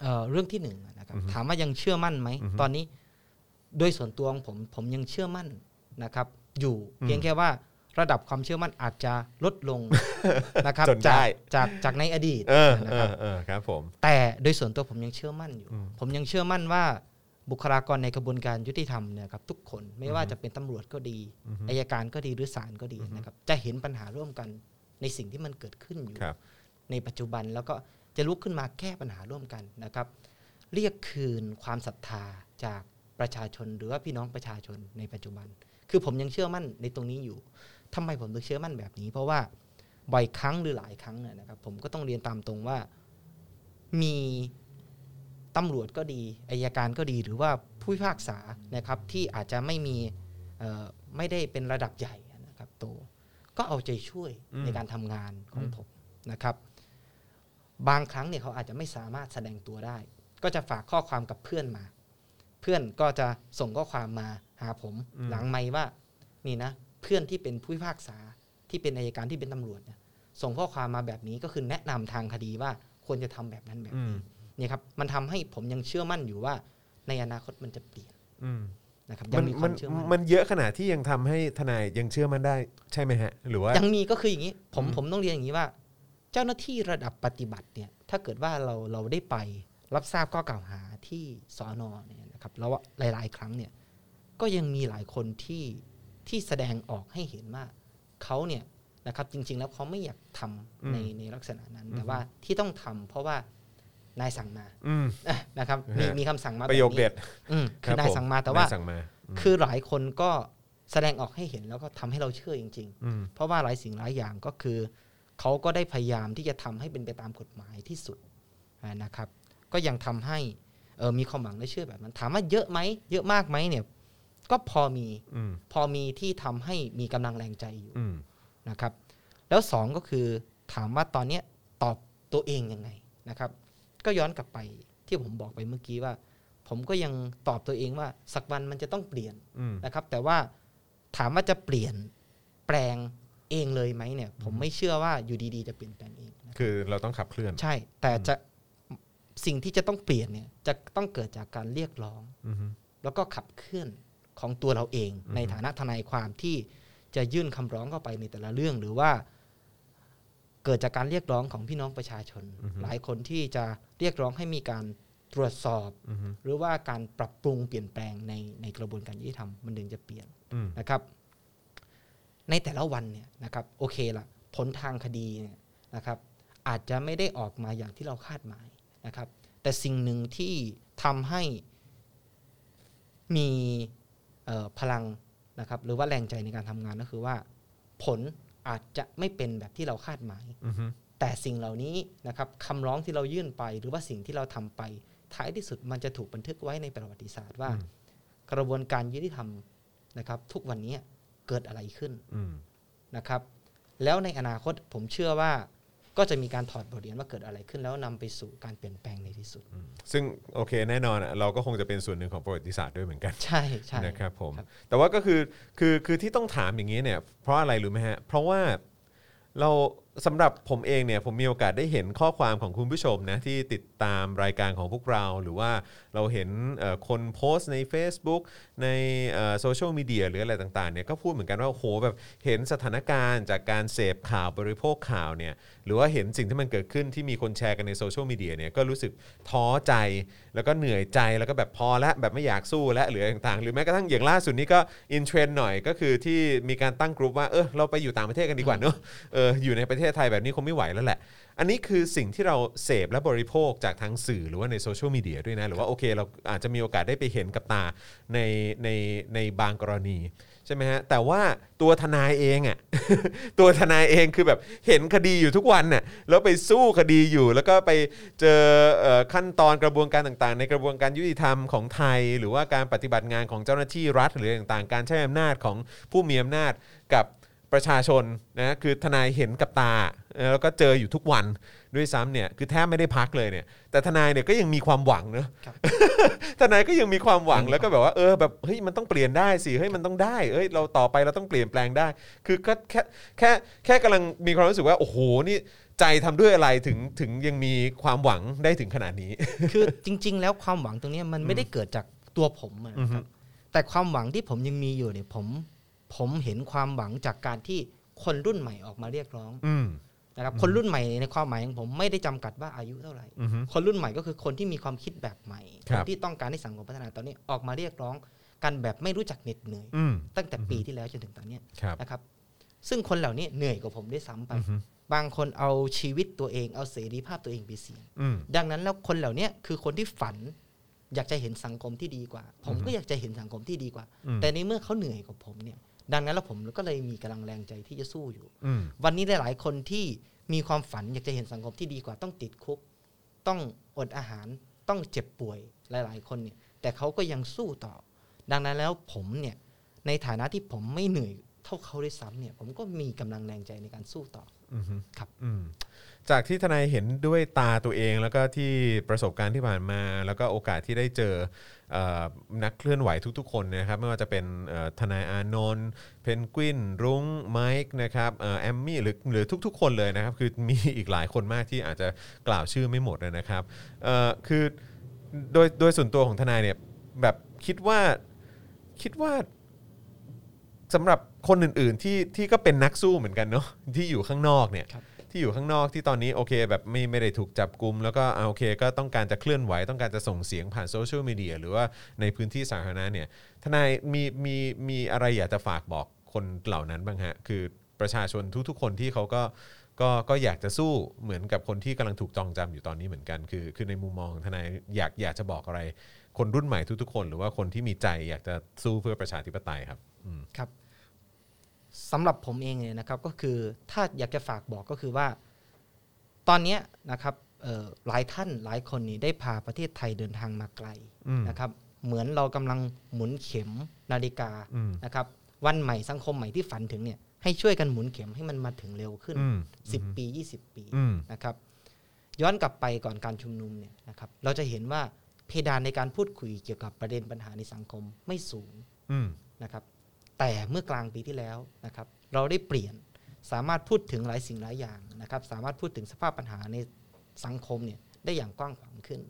[SPEAKER 3] เอ่อเรื่องที่หนึ่งอะนะครับถามว่ายังเชื่อมั่นไหมตอนนี้โดยส่วนตัวของผมผมยังเชื่อมั่นนะครับ อยู่เพียงแค่ว่าระดับความเชื่อมั่นอาจจะลดลง นะครับ
[SPEAKER 2] จนได้
[SPEAKER 3] จากจากจากในอดีต
[SPEAKER 2] เออ
[SPEAKER 3] นะ
[SPEAKER 2] เอ
[SPEAKER 3] ครับ
[SPEAKER 2] อเออครับผม
[SPEAKER 3] แต่โดยส่วนตัวผมยังเชื่อมั่นอยู่ ผมยังเชื่อมั่นว่าบุคลากรในกระบวนการยุติธรรมเนี่ยครับทุกคนไม่ว่าจะเป็นตำรวจก็ดีอายการก็ดีหรือศาลก็ดีนะครับจะเห็นปัญหาร่วมกันในสิ่งที่มันเกิดขึ้นอยู่
[SPEAKER 2] ครับ
[SPEAKER 3] ในปัจจุบันแล้วก็จะลุกขึ้นมาแก้ปัญหาร่วมกันนะครับ เรียกคืนความศรัทธาจากประชาชนหรือว่าพี่น้องประชาชนในปัจจุบัน คือผมยังเชื่อมั่นในตรงนี้อยู่ทำไมผมถึงเชื่อมั่นแบบนี้ เพราะว่าบ่อยครั้งหรือหลายครั้งเนี่ยนะครับ ผมก็ต้องเรียนตามตรงว่ามีตำรวจก็ดีอายการก็ดีหรือว่าผู้พิพากษานะครับ ที่อาจจะไม่มีเอ่อไม่ได้เป็นระดับใหญ่นะครับโตก็เอาใจช่วย
[SPEAKER 2] อืม
[SPEAKER 3] ในการทำงานของผมนะครับ บางครั้งเนี่ยเขาอาจจะไม่สามารถแสดงตัวได้ ก็จะฝากข้อความกับเพื่อนมา เพื่อนก็จะส่งข้อความมาหาผม
[SPEAKER 2] อืม
[SPEAKER 3] หลังไม่ว่านี่นะ เพื่อนที่เป็นผู้พิพากษาที่เป็นอายการที่เป็นตำรวจเนี่ยส่งข้อความมาแบบนี้ก็คือแนะนำทางคดีว่าควรจะทำแบบนั้นแบบ
[SPEAKER 2] อืม
[SPEAKER 3] นี้เนี่ยครับมันทำให้ผมยังเชื่อมั่นอยู่ว่า ในอนาคตมันจะเปลี่ยน
[SPEAKER 2] อืม
[SPEAKER 3] นะครับยั
[SPEAKER 2] มัน
[SPEAKER 3] งมีค
[SPEAKER 2] มั
[SPEAKER 3] วาน มเชื่อมั่น
[SPEAKER 2] มันเยอะขนาดที่ยังทำให้ทนายยังเชื่อมั่นได้ใช่ไหมฮะ หรือว่า
[SPEAKER 3] ยังมีก็คืออย่างนี้ผม
[SPEAKER 2] อืม
[SPEAKER 3] ผมต้องเรียนอย่างนี้ว่า เจ้าหน้าที่ระดับปฏิบัติเนี่ยถ้าเกิดว่าเราเราได้ไปรับทราบข้อกล่าวหาที่สอนอเนี่ยนะครับแล้วว่าหลาย ๆ ครั้งเนี่ยก็ยังมีหลายคนที่ที่แสดงออกให้เห็นว่าเขาเนี่ยนะครับจริง ๆ แล้วเขาไม่อยากทำในในลักษณะนั้น แต่ว่าที่ต้องทำเพราะว่านายสั่งมา
[SPEAKER 2] อืม
[SPEAKER 3] อ่ะนะครับมี
[SPEAKER 2] ฮะ
[SPEAKER 3] มีคำสั่งมา
[SPEAKER 2] ประโยคเด็ด
[SPEAKER 3] แบบนี้อืมคื
[SPEAKER 2] รั
[SPEAKER 3] อบนาย
[SPEAKER 2] ผ
[SPEAKER 3] สั่งมาแต่ว่า
[SPEAKER 2] นยสั่งมา
[SPEAKER 3] คือหลายคนก็แสดงออกให้เห็นแล้วก็ทำให้เราเชื่อจริง ๆ
[SPEAKER 2] อืม
[SPEAKER 3] เพราะว่าหลายสิ่งหลายอย่างก็คือ เขาก็ได้พยายามที่จะทำให้เป็นไปตามกฎหมายที่สุดอ่านะครับ ก็ยังทำให้เอ่อมีความหวังและเชื่อแบบนั้นถามว่าเยอะไหมเยอะมากไหมเนี่ยก็พอมี
[SPEAKER 2] อืม
[SPEAKER 3] พอมีที่ทำให้มีกำลังแรงใจอยู่
[SPEAKER 2] อืม
[SPEAKER 3] นะครับ แล้วสองก็คือถามว่าตอนเนี้ยตอบตัวเองยังไงนะครับ ก็ย้อนกลับไปที่ผมบอกไปเมื่อกี้ว่า ผมก็ยังตอบตัวเองว่าสักวันมันจะต้องเปลี่ยน
[SPEAKER 2] อืม
[SPEAKER 3] นะครับแต่ว่าถามว่าจะเปลี่ยนแปลงเองเลยไหมเนี่ย ผมไม่เชื่อว่าอยู่ดี ๆ จะเปลี่ยนแปลงเองนะ
[SPEAKER 2] คือเราต้องขับเคลื่อน
[SPEAKER 3] ใช่ แต่จะสิ่งที่จะต้องเปลี่ยนเนี่ยจะต้องเกิดจากการเรียกร้อง
[SPEAKER 2] อือฮึ
[SPEAKER 3] แล้วก็ขับเคลื่อนของตัวเราเอง
[SPEAKER 2] อืม
[SPEAKER 3] ในฐานะทนายความที่จะยื่นคำร้องเข้าไปในแต่ละเรื่อง หรือว่า เกิดจากการเรียกร้องของพี่น้องประชาชน
[SPEAKER 2] อือฮึ
[SPEAKER 3] หลายคนที่จะเรียกร้องให้มีการตรวจสอบ
[SPEAKER 2] อืม
[SPEAKER 3] หรือว่าการปรับปรุงเปลี่ยนแปลงในในกระบวนการยุติธรรมมันถึงจะเปลี่ยน
[SPEAKER 2] อืม
[SPEAKER 3] นะครับ ในแต่ละวันเนี่ยนะครับโอเคละผลทางคดีเนี่ยนะครับ อาจจะไม่ได้ออกมาอย่างที่เราคาดหมายนะครับ แต่สิ่งหนึ่งที่ทำให้มีเอ่อพลังนะครับ หรือว่าแรงใจในการทำงานก็คือว่า ผลอาจจะไม่เป็นแบบที่เราคาดหมาย
[SPEAKER 2] อืม
[SPEAKER 3] แต่สิ่งเหล่านี้นะครับคำร้องที่เรายื่นไป หรือว่าสิ่งที่เราทำไป ท้ายที่สุดมันจะถูกบันทึกไว้ในประวัติศาสตร์ว่า กระบวนการยุติธรรมนะครับ ทุกวันนี้เกิดอะไรขึ้น
[SPEAKER 2] อืม
[SPEAKER 3] นะครับ แล้วในอนาคตผมเชื่อว่าก็จะมีการถอดบทเรียนว่าเกิดอะไรขึ้น แล้วนำไปสู่การเปลี่ยนแปลงในที่สุด
[SPEAKER 2] ซึ่งโอเคแน่นอนอะเราก็คงจะเป็นส่วนหนึ่งของประวัติศาสตร์ด้วยเหมือนกัน
[SPEAKER 3] ใช่ใช่
[SPEAKER 2] นะครับผม
[SPEAKER 3] ครับ
[SPEAKER 2] แต่ว่าก็คือคือคือที่ต้องถามอย่างนี้เนี่ย เพราะอะไรรู้ไหมฮะ เพราะว่าเราสำหรับผมเองเนี่ยผมมีโอกาสได้เห็นข้อความของคุณผู้ชมนะที่ติดตามรายการของพวกเรา หรือว่าเราเห็นเอ่อคนโพสต์ใน Facebook ในโซเชียลมีเดียหรืออะไรต่างๆเนี่ยก็พูดเหมือนกันว่าโอ้โหแบบเห็นสถานการณ์จากการเสพข่าวบริโภคข่าวเนี่ยหรือว่าเห็นสิ่งที่มันเกิดขึ้นที่มีคนแชร์กันในโซเชียลมีเดียเนี่ยก็รู้สึกท้อใจ แล้วก็เหนื่อยใจแล้วก็แบบพอละแบบไม่อยากสู้และหรืออะไรต่างๆ หรือแม้กระทั่งอย่างล่าสุดนี้ก็อินเทรนด์หน่อยก็คือที่มีการตั้งกลุ่มว่าเออเราไปอยู่ต่างประเทศกันดีกว่าเนอะเอออยู่ในประเทศไทยแบบนี้คงไม่ไหวแล้วแหละ อันนี้คือสิ่งที่เราเสพและบริโภคจากทางสื่อหรือว่าในโซเชียลมีเดียด้วยนะ หรือว่าโอเค เราอาจจะมีโอกาสได้ไปเห็นกับตาในในในบางกรณี ใช่ไหมฮะแต่ว่าตัวทนายเองอะ่ะ ตัวทนายเองคือแบบเห็นคดีอยู่ทุกวันน่ะแล้วไปสู้คดีอยู่ แล้วก็ไปเจอเอ่อขั้นตอนกระบวนการต่างๆ ในกระบวนการยุติธรรมของไทย หรือว่าการปฏิบัติงานของเจ้าหน้าที่รัฐหรืออะไรต่างๆ การใช้อำนาจของผู้มีอำนาจกับประชาชนนะคือทนายเห็นกับตาเออแล้วก็เจออยู่ทุกวันด้วยซ้ำเนี่ยคือแทบไม่ได้พักเลยเนี่ยแต่ทนายเนี่ยก็ยังมีความหวังเนอะ
[SPEAKER 3] ครับ
[SPEAKER 2] ทนายก็ยังมีความหวังแล้วก็แบบว่าเออแบบเฮ้ยมันต้องเปลี่ยนได้สิเฮ้ยมันต้องได้เอ้ยเราต่อไปเราต้องเปลี่ยนแปลงได้ คือก็แค่แค่แค่กำลังมีความรู้สึกว่าโอ้โหนี่ใจทำด้วยอะไรถึงถึงยังมีความหวังได้ถึงขนาดนี้
[SPEAKER 3] คือจริง ๆ แล้วความหวังตรงเนี้ยมันไม่ได้เกิดจากตัวผมอะนะครับ แต่ความหวังที่ผมยังมีอยู่เนี่ยผม ผมเห็นความหวังจากการที่คนรุ่นใหม่ออกมาเรียกร้อง
[SPEAKER 2] อืม
[SPEAKER 3] นะครับ คนรุ่นใหม่ในความหมายของผมไม่ได้จำกัดว่าอายุเท่าไหร่
[SPEAKER 2] อืม
[SPEAKER 3] คนรุ่นใหม่ก็คือคนที่มีความคิดแบบใหม่
[SPEAKER 2] ครับ
[SPEAKER 3] นที่ต้องการให้สังคมพัฒนาตอนนี้ออกมาเรียกร้องกันแบบไม่รู้จักเหน็ดเหนื่อย
[SPEAKER 2] อืม
[SPEAKER 3] ตั้งแต่ปีที่แล้วจนถึงตอนเนี้ย
[SPEAKER 2] ครับ
[SPEAKER 3] นะครับ ซึ่งคนเหล่านี้เหนื่อยกว่าผมด้วยซ้ำไป
[SPEAKER 2] อืม
[SPEAKER 3] บางคนเอาชีวิตตัวเองเอาเสรีภาพตัวเองไปเสี่ยง
[SPEAKER 2] อืม
[SPEAKER 3] ดังนั้นแล้วคนเหล่าเนี้ยคือคนที่ฝัน อยากจะเห็นสังคมที่ดีกว่า ผมก็อยากจะเห็นสังคมที่ดีกว่า
[SPEAKER 2] อืม
[SPEAKER 3] แต่ในเมื่อเขาเหนื่อยกว่าผมเนี่ย ดังนั้นแล้วผมก็เลยมีกำลังแรงใจที่จะสู้อยู่
[SPEAKER 2] อืม
[SPEAKER 3] วันนี้หลาย ๆ คนที่มีความฝันอยากจะเห็นสังคมที่ดีกว่า ต้องติดคุก ต้องอดอาหารต้องเจ็บป่วยหลาย ๆ คนเนี่ย แต่เขาก็ยังสู้ต่อ ดังนั้นแล้วผมเนี่ยในฐานะที่ผมไม่เหนื่อยเท่าเขาด้วยซ้ำเนี่ยผมก็มีกำลังแรงใจในการสู้ต่อ
[SPEAKER 2] อืม
[SPEAKER 3] ครับ
[SPEAKER 2] อืมจากที่ทนายเห็นด้วยตาตัวเองแล้วก็ที่ประสบการณ์ที่ผ่านมา แล้วก็โอกาสที่ได้เจอเอ่อนักเคลื่อนไหวทุกๆ คนนะครับ ไม่ว่าจะเป็นเอ่อทนายอานนท์ เพนกวินรุ้งไมค์นะครับเอ่อแอมมี่หรือหรือทุก ๆ คนเลยนะครับ คือมีอีกหลายคนมากที่อาจจะกล่าวชื่อไม่หมดนะครับเอ่อคือโดยโดยส่วนตัวของทนายเนี่ยแบบคิดว่าคิดว่าสำหรับคนอื่นๆที่ที่ก็เป็นนักสู้เหมือนกันเนาะ ที่อยู่ข้างนอกเนี่ย
[SPEAKER 3] ครับ
[SPEAKER 2] ที่อยู่ข้างนอกที่ตอนนี้โอเคแบบไม่ไม่ได้ถูกจับกลุม แล้วก็อ่าโอเค ก็ต้องการจะเคลื่อนไหวต้องการจะส่งเสียงผ่านโซเชียลมีเดียหรือว่าในพื้นที่สาธารณะเนี่ยทนายมีมีมีอะไรอยากจะฝากบอกคนเหล่านั้นบ้างฮะ คือประชาชนทุกๆ คนที่เขาก็ก็ก็อยากจะสู้เหมือนกับคนที่กำลังถูกจองจำอยู่ตอนนี้เหมือนกัน คือคือในมุมมองของทนายอยากอยากจะบอกอะไร คนรุ่นใหม่ทุกๆ คน หรือว่าคนที่มีใจอยากจะสู้เพื่อประชาธิปไตยครับอืม
[SPEAKER 3] ครับสำหรับผมเองเนี่ยนะครับก็คือถ้าอยากจะฝากบอกก็คือว่า ตอนเนี้ยนะครับเอ่อหลายท่านหลายคนนี่ได้พาประเทศไทยเดินทางมาไกล
[SPEAKER 2] อืม
[SPEAKER 3] นะครับ เหมือนเรากำลังหมุนเข็มนาฬิกา
[SPEAKER 2] อืม
[SPEAKER 3] นะครับ วันใหม่สังคมใหม่ที่ฝันถึงเนี่ยให้ช่วยกันหมุนเข็มให้มันมาถึงเร็วขึ้น
[SPEAKER 2] อืม
[SPEAKER 3] 10 ปี 20 ปี
[SPEAKER 2] อืม
[SPEAKER 3] นะครับย้อนกลับไปก่อนการชุมนุมเนี่ยนะครับเราจะเห็นว่าเพดานในการพูดคุยเกี่ยวกับประเด็นปัญหาในสังคมไม่สูง
[SPEAKER 2] อืม
[SPEAKER 3] นะครับแต่เมื่อกลางปีที่แล้วนะครับเราได้เปลี่ยนสามารถพูดถึงหลายสิ่งหลายอย่างนะครับสามารถพูดถึงสภาพปัญหาในสังคมเนี่ยได้อย่างกว้างขวางขึ้น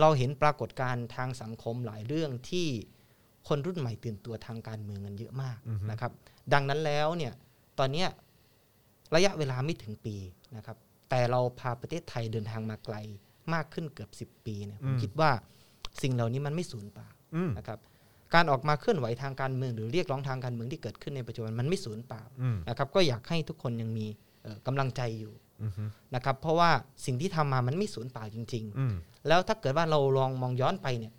[SPEAKER 3] เราเห็นปรากฏการณ์ทางสังคมหลายเรื่องที่คนรุ่นใหม่ตื่นตัวทางการเมืองกันเยอะมากนะครับดังนั้นแล้วเนี่ยตอนเนี้ย ระยะเวลาไม่ถึงปีนะครับ แต่เราพาประเทศไทยเดินทางมาไกลมากขึ้นเกือบ 10 ปีเนี่ยผ
[SPEAKER 2] อื
[SPEAKER 3] ม
[SPEAKER 2] ม
[SPEAKER 3] คิดว่าสิ่งเหล่านี้มันไม่สูญเปล่า
[SPEAKER 2] อืม
[SPEAKER 3] นะครับ การออกมาเคลื่อนไหวทางการเมืองหรือเรียกร้องทางการเมืองที่เกิดขึ้นในปัจจุบันมันไม่สูญเปล่า
[SPEAKER 2] อืม
[SPEAKER 3] นะครับ ก็อยากให้ทุกคนยังมีเอ่อกำลังใจอยู่
[SPEAKER 2] อืมอืม
[SPEAKER 3] นะครับ เพราะว่าสิ่งที่ทำมามันไม่สูญเปล่าจริง
[SPEAKER 2] อืม
[SPEAKER 3] ๆ แล้วถ้าเกิดว่าเราลองมองย้อนไปเนี่ย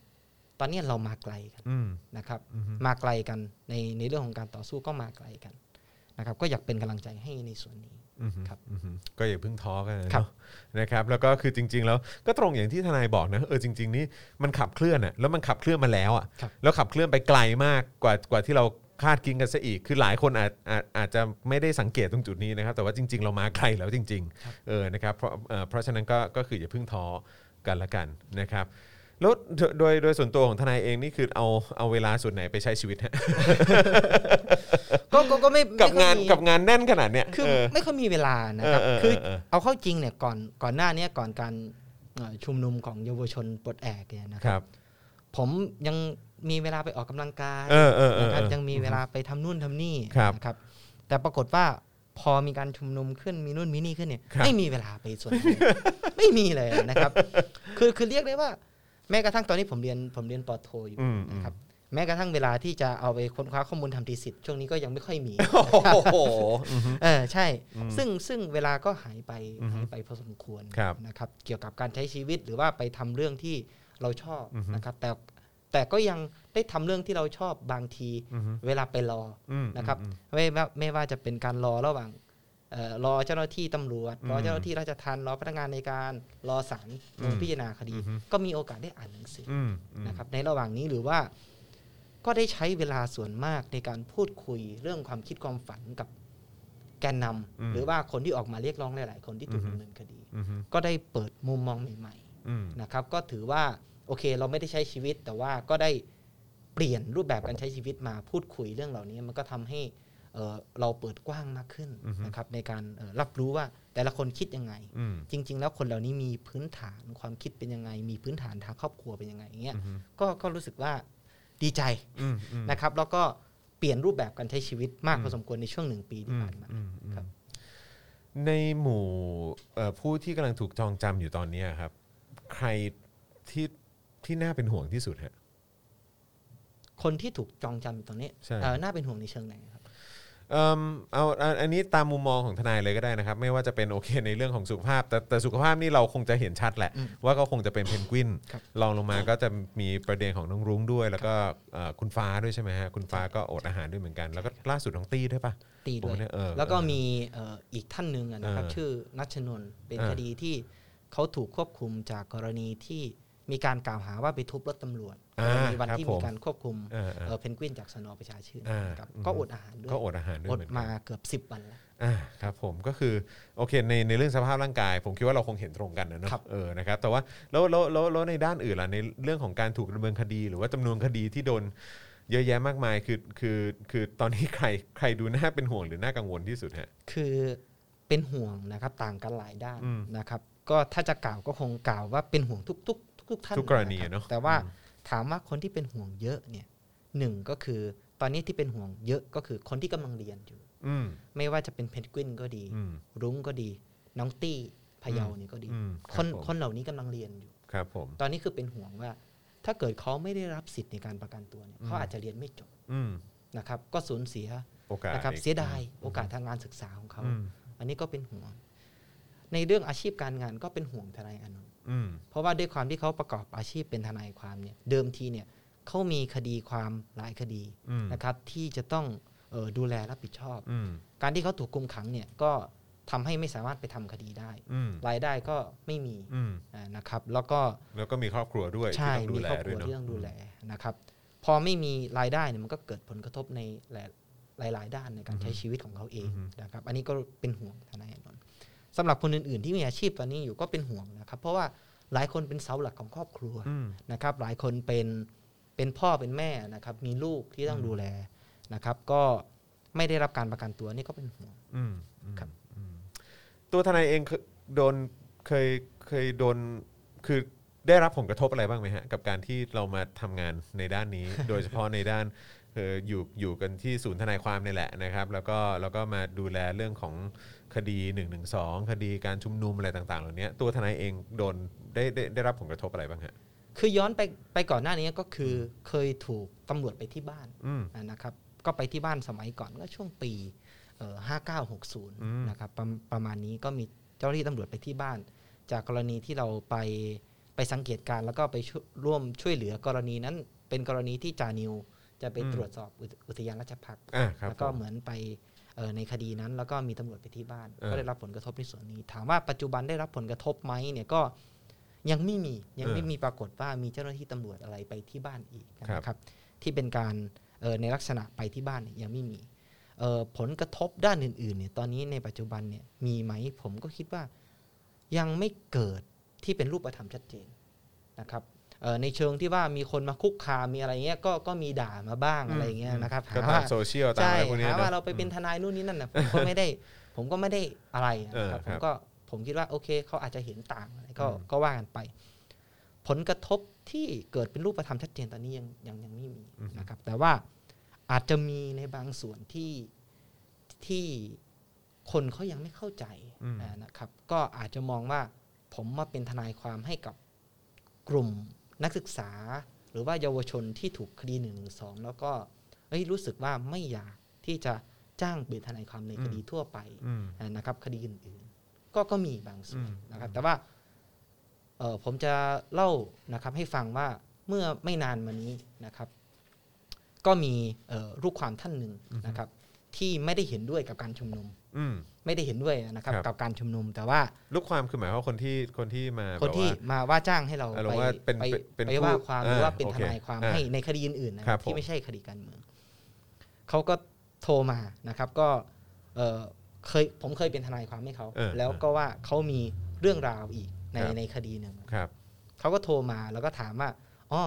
[SPEAKER 3] ตอนเนี้ยเรามาไกลกัน
[SPEAKER 2] อืม
[SPEAKER 3] นะครับ
[SPEAKER 2] อืม
[SPEAKER 3] มาไกลกันในในเรื่องของการต่อสู้ก็มาไกลกันนะครับ ก็อยากเป็นกำลังใจให้ในส่วนนี้
[SPEAKER 2] อืมฮึ
[SPEAKER 3] ครับ
[SPEAKER 2] อืมฮึก็อย่าเพิ่งท้อกันนะครับ นะครับ แล้วก็คือจริง ๆ แล้วก็ตรงอย่างที่ทนายบอกนะเออจริง ๆ นี่มันขับเคลื่อนอ่ะแล้วมันขับเคลื่อนมาแล้วอ่ะ
[SPEAKER 3] ครับ
[SPEAKER 2] แล้วขับเคลื่อนไปไกลมากกว่ากว่าที่เราคาดคิดกันซะอีก คือหลายคนอาจอาจอาจจะไม่ได้สังเกตตรงจุดนี้นะครับ แต่ว่าจริง ๆ เรามาไกลแล้วจริง
[SPEAKER 3] ครับ
[SPEAKER 2] ๆ เออนะครับเพราะเอ่อเพราะฉะนั้นก็ก็คืออย่าเพิ่งท้อกันละกันนะครับแล้วโดยโดยโดยส่วนตัวของทนายเองนี่คือเอาเอาเวลาส่วนไหนไปใช้ชีวิตฮะ
[SPEAKER 3] ก็ก็ก็ไม่
[SPEAKER 2] กับ
[SPEAKER 3] ไม่ค่อย
[SPEAKER 2] งาน
[SPEAKER 3] มี
[SPEAKER 2] กับงานแน่นขนาดเนี้ย
[SPEAKER 3] คือ
[SPEAKER 2] เ
[SPEAKER 3] ไม่ค่อยมีเวลานะครับ
[SPEAKER 2] เออเออ
[SPEAKER 3] คือ
[SPEAKER 2] เออ
[SPEAKER 3] เอาเข้าจริงเนี่ยก่อนก่อนหน้าเนี้ก่อนการเอ่อชุมนุมของเยาวชนปลดแอกเนี่ยนะค
[SPEAKER 2] ครับ รับ
[SPEAKER 3] ผมยังมีเวลาไปออกกำลังกาย
[SPEAKER 2] เออเออเออ
[SPEAKER 3] นะครับ
[SPEAKER 2] เออ
[SPEAKER 3] ยังมีเวลาไปทำนู่นทำนี่
[SPEAKER 2] ครับ
[SPEAKER 3] นะครับ แต่ปรากฏว่าพอมีการชุมนุมขึ้นมีนู่นมีนี่ขึ้นเนี่ย
[SPEAKER 2] ครับ
[SPEAKER 3] ไม่มีเวลาไปส่วนนั้น ไม่มีเลยนะครับ คือคือเรียกได้ว่า แม้กระทั่งตอนนี้ผมเรียนผมเรียนปอโทอยู่
[SPEAKER 2] อืมอืม
[SPEAKER 3] นะครับแม้กระทั่งเวลาที่จะเอาไปค้นคว้าข้อมูลทำทีสิทธิ์ช่วงนี้ก็ยังไม่ค่อยมี
[SPEAKER 2] โอ้โห
[SPEAKER 3] เออใช่
[SPEAKER 2] อืม
[SPEAKER 3] ซึ่งซึ่งเวลาก็หายไป
[SPEAKER 2] อือฮึ
[SPEAKER 3] หายไปพอสมควร
[SPEAKER 2] ครับ
[SPEAKER 3] นะครับ เกี่ยวกับการใช้ชีวิตหรือว่าไปทำเรื่องที่เราชอบ
[SPEAKER 2] อือฮึ
[SPEAKER 3] นะครับ แต่แต่ก็ยังได้ทำเรื่องที่เราชอบบางที เวลาไปรอ
[SPEAKER 2] อืม
[SPEAKER 3] นะครับไม่ว่าไม่ว่าจะเป็นการรอระหว่างเอ่อรอเจ้าหน้าที่ตำรวจ รอ
[SPEAKER 2] อืม
[SPEAKER 3] เจ้าหน้าที่ราชทัณฑ์รอพนักงานในการรอศาลลง
[SPEAKER 2] อืม
[SPEAKER 3] พิจารณาคดี
[SPEAKER 2] อือฮึ
[SPEAKER 3] ก็มีโอกาสได้อ่านหนังสืออ
[SPEAKER 2] อืมอืม
[SPEAKER 3] นะครับในระหว่างนี้หรือว่าก็ได้ใช้เวลาส่วนมากในการพูดคุยเรื่องความคิดความฝันกับแกนนำ
[SPEAKER 2] อืม
[SPEAKER 3] หรือว่าคนที่ออกมาเรียกร้องหลาย ๆ คนที่ถูก
[SPEAKER 2] อือฮึ
[SPEAKER 3] ดำเนินคดี
[SPEAKER 2] อืม
[SPEAKER 3] ก็ได้เปิดมุมมองใหม่
[SPEAKER 2] อืม
[SPEAKER 3] ๆ นะครับ ก็ถือว่าโอเคเราไม่ได้ใช้ชีวิต แต่ว่าก็ได้เปลี่ยนรูปแบบการใช้ชีวิตมาพูดคุยเรื่องเหล่านี้ มันก็ทำให้เอ่อเราเปิดกว้างมากขึ้นนะครับในการเอ่อรับรู้ว่าแต่ละคนคิดยังไง
[SPEAKER 2] อืม
[SPEAKER 3] จริง ๆ แล้วคนเหล่านี้มีพื้นฐานความคิดเป็นยังไง มีพื้นฐานทางครอบครัวเป็นยังไงอย่างเงี้ย
[SPEAKER 2] อืม
[SPEAKER 3] ก็ก็รู้สึกว่าดีใจ
[SPEAKER 2] อืมอืม
[SPEAKER 3] นะครับ แล้วก็เปลี่ยนรูปแบบการใช้ชีวิตมาก
[SPEAKER 2] อืม
[SPEAKER 3] พอสมควรในช่วงหนึ่งปีที่ผ่านมา
[SPEAKER 2] อืมอืม
[SPEAKER 3] ครับ
[SPEAKER 2] ในหมู่เอ่อผู้ที่กำลังถูกจองจำอยู่ตอนเนี้ยครับ ใครที่ที่น่าเป็นห่วงที่สุดฮะ
[SPEAKER 3] คนที่ถูกจองจำอยู่ตอนนี้
[SPEAKER 2] ใช่
[SPEAKER 3] เอ่อน่าเป็นห่วงในเชิงไหนครับ
[SPEAKER 2] เอิ่มเอาเอาอันนี้ตามมุมมองของทนายเลยก็ได้นะครับ ไม่ว่าจะเป็นโอเคในเรื่องของสุขภาพ แต่แต่สุขภาพนี่เราคงจะเห็นชัดแหละ
[SPEAKER 3] อืม
[SPEAKER 2] ว่าก็คงจะเป็นเพนกวิน
[SPEAKER 3] ครับ
[SPEAKER 2] ลองลงมาก็จะมีประเด็นของน้องรุ้งด้วย แล้วก็เอ่อคุณฟ้าด้วยใช่ไหมฮะคุณฟ้าก็อดอาหารด้วยเหมือนกัน แล้วก็ล่าสุดน้องตี้ด้วยปะ
[SPEAKER 3] ตีด้ว
[SPEAKER 2] โอ้
[SPEAKER 3] ย
[SPEAKER 2] เนี่ยเออ
[SPEAKER 3] แล้วก็มีเอ่ออีกท่านหนึ่งอะนะครับ
[SPEAKER 2] เออ
[SPEAKER 3] ชื่อนัชชนนท์เป็น
[SPEAKER 2] เออ
[SPEAKER 3] คดีที่เขาถูกควบคุมจากกรณีที่มีการกล่าวหาว่าไปทุบรถตำรวจ
[SPEAKER 2] อ่า
[SPEAKER 3] ในวัน
[SPEAKER 2] ครับ
[SPEAKER 3] ที่
[SPEAKER 2] ผ
[SPEAKER 3] มี
[SPEAKER 2] ม
[SPEAKER 3] การควบคุม
[SPEAKER 2] เออเออ
[SPEAKER 3] เอ่อเพนกวินจากสนประชาชื่น
[SPEAKER 2] อ่า
[SPEAKER 3] นะครับ
[SPEAKER 2] อืม
[SPEAKER 3] ก็อดอาหารด้วย
[SPEAKER 2] ก็อดอาหารด้วย
[SPEAKER 3] อด
[SPEAKER 2] เหมือนกั
[SPEAKER 3] มาน เกือบสิบวันแล้ว
[SPEAKER 2] อ่าครับผมก็คือโอเคในในเรื่องสภาพร่างกาย ผมคิดว่าเราคงเห็นตรงกันนะเนอะ
[SPEAKER 3] ครับ
[SPEAKER 2] เออนะครับแต่ว่าแล้วแล้วแล้วแล้วในด้านอื่นล่ะในเรื่องของการถูกดำเนินคดี หรือว่าจำนวนคดีที่โดนเยอะแยะมากมายคือคือคือตอนนี้ใครใครดูน่าเป็นห่วงหรือน่ากังวลที่สุดฮะ
[SPEAKER 3] คือเป็นห่วงนะครับต่างกันหลายด้าน
[SPEAKER 2] อืม
[SPEAKER 3] นะครับ ก็ถ้าจะกล่าวก็คงกล่าวว่าเป็นห่วงทุกๆทุกทุกท่าน
[SPEAKER 2] ทุกกรณี
[SPEAKER 3] คบ
[SPEAKER 2] เนอะ
[SPEAKER 3] แต่ว่า
[SPEAKER 2] อืม
[SPEAKER 3] ถามว่าคนที่เป็นห่วงเยอะเนี่ยหนึ่งก็คือตอนนี้ที่เป็นห่วงเยอะก็คือคนที่กำลังเรียนอยู่
[SPEAKER 2] อืม
[SPEAKER 3] ไม่ว่าจะเป็นเพนกวินก็ดี
[SPEAKER 2] อืม
[SPEAKER 3] รุ้งก็ดี น้องตี้พะเยาเนี่ยก็ดี
[SPEAKER 2] อืมครับ
[SPEAKER 3] คน
[SPEAKER 2] ผม
[SPEAKER 3] คนเหล่านี้กำลังเรียนอยู่
[SPEAKER 2] ครับผม
[SPEAKER 3] ตอนนี้คือเป็นห่วงว่า ถ้าเกิดเขาไม่ได้รับสิทธิ์ในการประกันตัวเนี่ย
[SPEAKER 2] อืม
[SPEAKER 3] เขาอาจจะเรียนไม่จบ
[SPEAKER 2] อืม
[SPEAKER 3] นะครับ ก็สูญเสีย
[SPEAKER 2] โอกาส
[SPEAKER 3] นะครับ
[SPEAKER 2] อีก
[SPEAKER 3] เสียดายโอกาสทางการศึกษาของเขา
[SPEAKER 2] อืม
[SPEAKER 3] อันนี้ก็เป็นห่วง ในเรื่องอาชีพการงานก็เป็นห่วงทนายอานนท์
[SPEAKER 2] อืม
[SPEAKER 3] เพราะว่าด้วยความที่เขาประกอบอาชีพเป็นทนายความเนี่ย เดิมทีเนี่ยเขามีคดีความหลายคดี
[SPEAKER 2] อืม
[SPEAKER 3] นะครับ ที่จะต้องเออดูแลรับผิดชอบ
[SPEAKER 2] อืม
[SPEAKER 3] การที่เขาถูกคุมขังเนี่ยก็ทำให้ไม่สามารถไปทำคดีได้
[SPEAKER 2] อืม
[SPEAKER 3] รายได้ก็ไม่มี
[SPEAKER 2] อืม
[SPEAKER 3] อ่านะครับ แล้วก็
[SPEAKER 2] แล้วก็มีครอบครัวด้วยที่
[SPEAKER 3] ใช่
[SPEAKER 2] ต้องดู
[SPEAKER 3] มี
[SPEAKER 2] แล
[SPEAKER 3] ครอบค
[SPEAKER 2] ด้วย
[SPEAKER 3] รั
[SPEAKER 2] วเนาะ
[SPEAKER 3] ที่ต้องดูแลนะครับ พอไม่มีรายได้เนี่ยมันก็เกิดผลกระทบในหลายหลายๆด้านในการใช้ชีวิตของเขาเองนะครับ อันนี้ก็เป็นห่วงทนายอานนท์สำหรับคนอื่น ๆ ที่มีอาชีพตอนนี้อยู่ก็เป็นห่วงนะครับ เพราะว่าหลายคนเป็นเสาหลักของครอบครัว
[SPEAKER 2] อืม
[SPEAKER 3] นะครับหลายคนเป็นเป็นพ่อเป็นแม่นะครับ มีลูกที่ต้องดูแลนะครับ ก็ไม่ได้รับการประกันตัวนี่ก็เป็นห่วง
[SPEAKER 2] อืมอืม
[SPEAKER 3] ครับ
[SPEAKER 2] อืมตัวทนายเองเคยโดนเคยเคยโดนคือ ได้รับผลกระทบอะไรบ้างไหมฮะ กับการที่เรามาทำงานในด้านนี้ โดยเฉพาะในด้าน เอออยู่อยู่กันที่ศูนย์ทนายความนี่แหละนะครับ แล้วก็แล้วก็มาดูแลเรื่องของคดี1นึคดีการชุมนุมอะไรต่างๆเหล่านี้ตัวทนายเองโดนได้ได้ได้รับผลกระทบอะไรบ้างฮะ
[SPEAKER 3] คือย้อนไปไปก่อนหน้านี้ก็คือเคยถูกตำรวจไปที่บ้าน
[SPEAKER 2] อืม
[SPEAKER 3] อ่ะนะครับ ก็ไปที่บ้านสมัยก่อนก็ช่วงปีเอ่อ
[SPEAKER 2] อืม
[SPEAKER 3] 5960นะครับประประมาณนี้ก็มีเจ้าหน้าที่ตำรวจไปที่บ้าน จากกรณีที่เราไปไปสังเกตการณ์แล้วก็ไปช่วยร่วมช่วยเหลือกรณีนั้น เป็นกรณีที่จานิว จะไปตรวจสอบอุทอุทยานราชพักษ์
[SPEAKER 2] อ่ะครับ
[SPEAKER 3] แล้วก็
[SPEAKER 2] ผม
[SPEAKER 3] เหมือนไปเอ่อในคดีนั้น แล้วก็มีตำรวจไปที่บ้าน
[SPEAKER 2] เออ
[SPEAKER 3] ก็ได้รับผลกระทบในส่วนนี้ ถามว่าปัจจุบันได้รับผลกระทบไหมเนี่ยก็ยังไม่มียัง
[SPEAKER 2] เออ
[SPEAKER 3] ไม่มีปรากฏว่ามีเจ้าหน้าที่ตำรวจอะไรไปที่บ้านอีก
[SPEAKER 2] ครับ
[SPEAKER 3] นะครับ ที่เป็นการเอ่อในลักษณะไปที่บ้านเนี่ยยังไม่มีเอ่อผลกระทบด้านอื่นๆเนี่ยตอนนี้ในปัจจุบันเนี่ยมีไหมผมก็คิดว่ายังไม่เกิดที่เป็นรูปธรรมชัดเจนนะครับเอ่อในเชิงที่ว่ามีคนมาคุกคามมีอะไรเงี้ยก็ก็มีด่ามาบ้างอะไรเงี้ยนะครับ
[SPEAKER 2] ก็
[SPEAKER 3] ห
[SPEAKER 2] ตาม
[SPEAKER 3] ว่า
[SPEAKER 2] โซเชียลตาม
[SPEAKER 3] ใช่
[SPEAKER 2] อะไรพวกเนี้ย
[SPEAKER 3] หา
[SPEAKER 2] นะ
[SPEAKER 3] ว่าเราไปเป็นทนายนู่นนี่นั่นนะผมก็ไม่ได้ ผมก็ไม่ได้อะไรนะครับ
[SPEAKER 2] เออค
[SPEAKER 3] ผ
[SPEAKER 2] รั
[SPEAKER 3] ม
[SPEAKER 2] บ
[SPEAKER 3] ก็ผมคิดว่าโอเคเขาอาจจะเห็นต่างอะไรก็
[SPEAKER 2] อืม
[SPEAKER 3] ก็ว่ากันไป ผลกระทบที่เกิดเป็นรูปธรรมชัดเจนตอนนี้ยังยังยังไม่มีนะครับ แต่ว่าอาจจะมีในบางส่วนที่ที่คนเขายังไม่เข้าใจอ่านะครับ ก็อาจจะมองว่าผมมาเป็นทนายความให้กับกลุ่มนักศึกษา หรือว่าเยาวชนที่ถูกคดีหนึ่งสองแล้วก็เอ้ยรู้สึกว่าไม่อยากที่จะจ้างเป็นทนายความในคดีทั่วไป
[SPEAKER 2] อืม
[SPEAKER 3] อ่านะครับคดีอื่นๆก็ก็มีบางส่วน
[SPEAKER 2] อืม
[SPEAKER 3] นะครับ แต่ว่าเอ่อผมจะเล่านะครับให้ฟังว่าเมื่อไม่นานมานี้นะครับ ก็มีเอ่อลูกความท่านหนึ่ง
[SPEAKER 2] อือฮึ
[SPEAKER 3] นะครับ ที่ไม่ได้เห็นด้วยกับการชุมนุม
[SPEAKER 2] อืม
[SPEAKER 3] ไม่ได้เห็นด้วยนะครับ
[SPEAKER 2] ครับ
[SPEAKER 3] กับการชุมนุม แต่ว่า
[SPEAKER 2] ลูกความคือหมายความว่าคนที่คนที่มา
[SPEAKER 3] คน
[SPEAKER 2] แบบ
[SPEAKER 3] ที่
[SPEAKER 2] ว่า
[SPEAKER 3] มาว่าจ้างให้เรา
[SPEAKER 2] เออหรื
[SPEAKER 3] ไป
[SPEAKER 2] อว่าเป็น
[SPEAKER 3] ไป
[SPEAKER 2] เป็น
[SPEAKER 3] ไป
[SPEAKER 2] ผู้
[SPEAKER 3] ว่าความหรือว่า
[SPEAKER 2] อ่า
[SPEAKER 3] เป็น
[SPEAKER 2] โอเคน
[SPEAKER 3] ทายความ
[SPEAKER 2] อ่า
[SPEAKER 3] ให้ในคดีอื่นๆนะครับ
[SPEAKER 2] ผม
[SPEAKER 3] ที่ไม่ใช่คดีการเมืองเขาก็โทรมานะครับ ก็เอ่อเคยผมเคยเป็นทนายความให้เขา
[SPEAKER 2] เออ
[SPEAKER 3] แล้วก็ว่าเขามีเรื่องราวอีกใน
[SPEAKER 2] ครับ
[SPEAKER 3] ในคดีหนึ่ง
[SPEAKER 2] ครับ
[SPEAKER 3] เขาก็โทรมาแล้วก็ถามว่าอ๋อ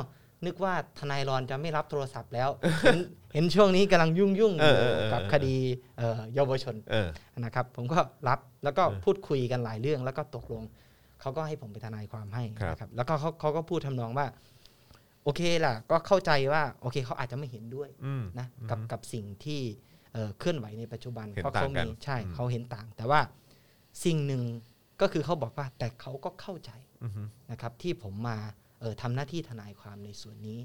[SPEAKER 3] นึกว่าทนายรอนจะไม่รับโทรศัพท์แล้ว เห็นเห็นช่วงนี้กำลังยุ่งยุ่งๆ
[SPEAKER 2] เออเออเออ
[SPEAKER 3] กับคดีเอ่อเยาวชน
[SPEAKER 2] เออ
[SPEAKER 3] นะครับผมก็รับแล้วก็
[SPEAKER 2] เออ
[SPEAKER 3] พูดคุยกันหลายเรื่องแล้วก็ตกลงเขาก็ให้ผมเป็นทนายความให้
[SPEAKER 2] ครับ
[SPEAKER 3] นะครับแล้วก็เขาเขาก็พูดทำนองว่า โอเคล่ะ ก็เข้าใจว่าโอเคเขาอาจจะไม่เห็นด้วย
[SPEAKER 2] อืม
[SPEAKER 3] นะกับกับสิ่งที่เอ่อเคลื่อนไหวในปัจจุบัน
[SPEAKER 2] เห็น
[SPEAKER 3] ราะ
[SPEAKER 2] ต่า
[SPEAKER 3] เขา
[SPEAKER 2] งกัน
[SPEAKER 3] มีใช่
[SPEAKER 2] อืม
[SPEAKER 3] เขาเห็นต่าง แต่ว่าสิ่งหนึ่งก็คือเขาบอกว่าแต่เขาก็เข้าใจ
[SPEAKER 2] อืม
[SPEAKER 3] นะครับ ที่ผมมาเอ่อทำหน้าที่ทนายความในส่วนนี้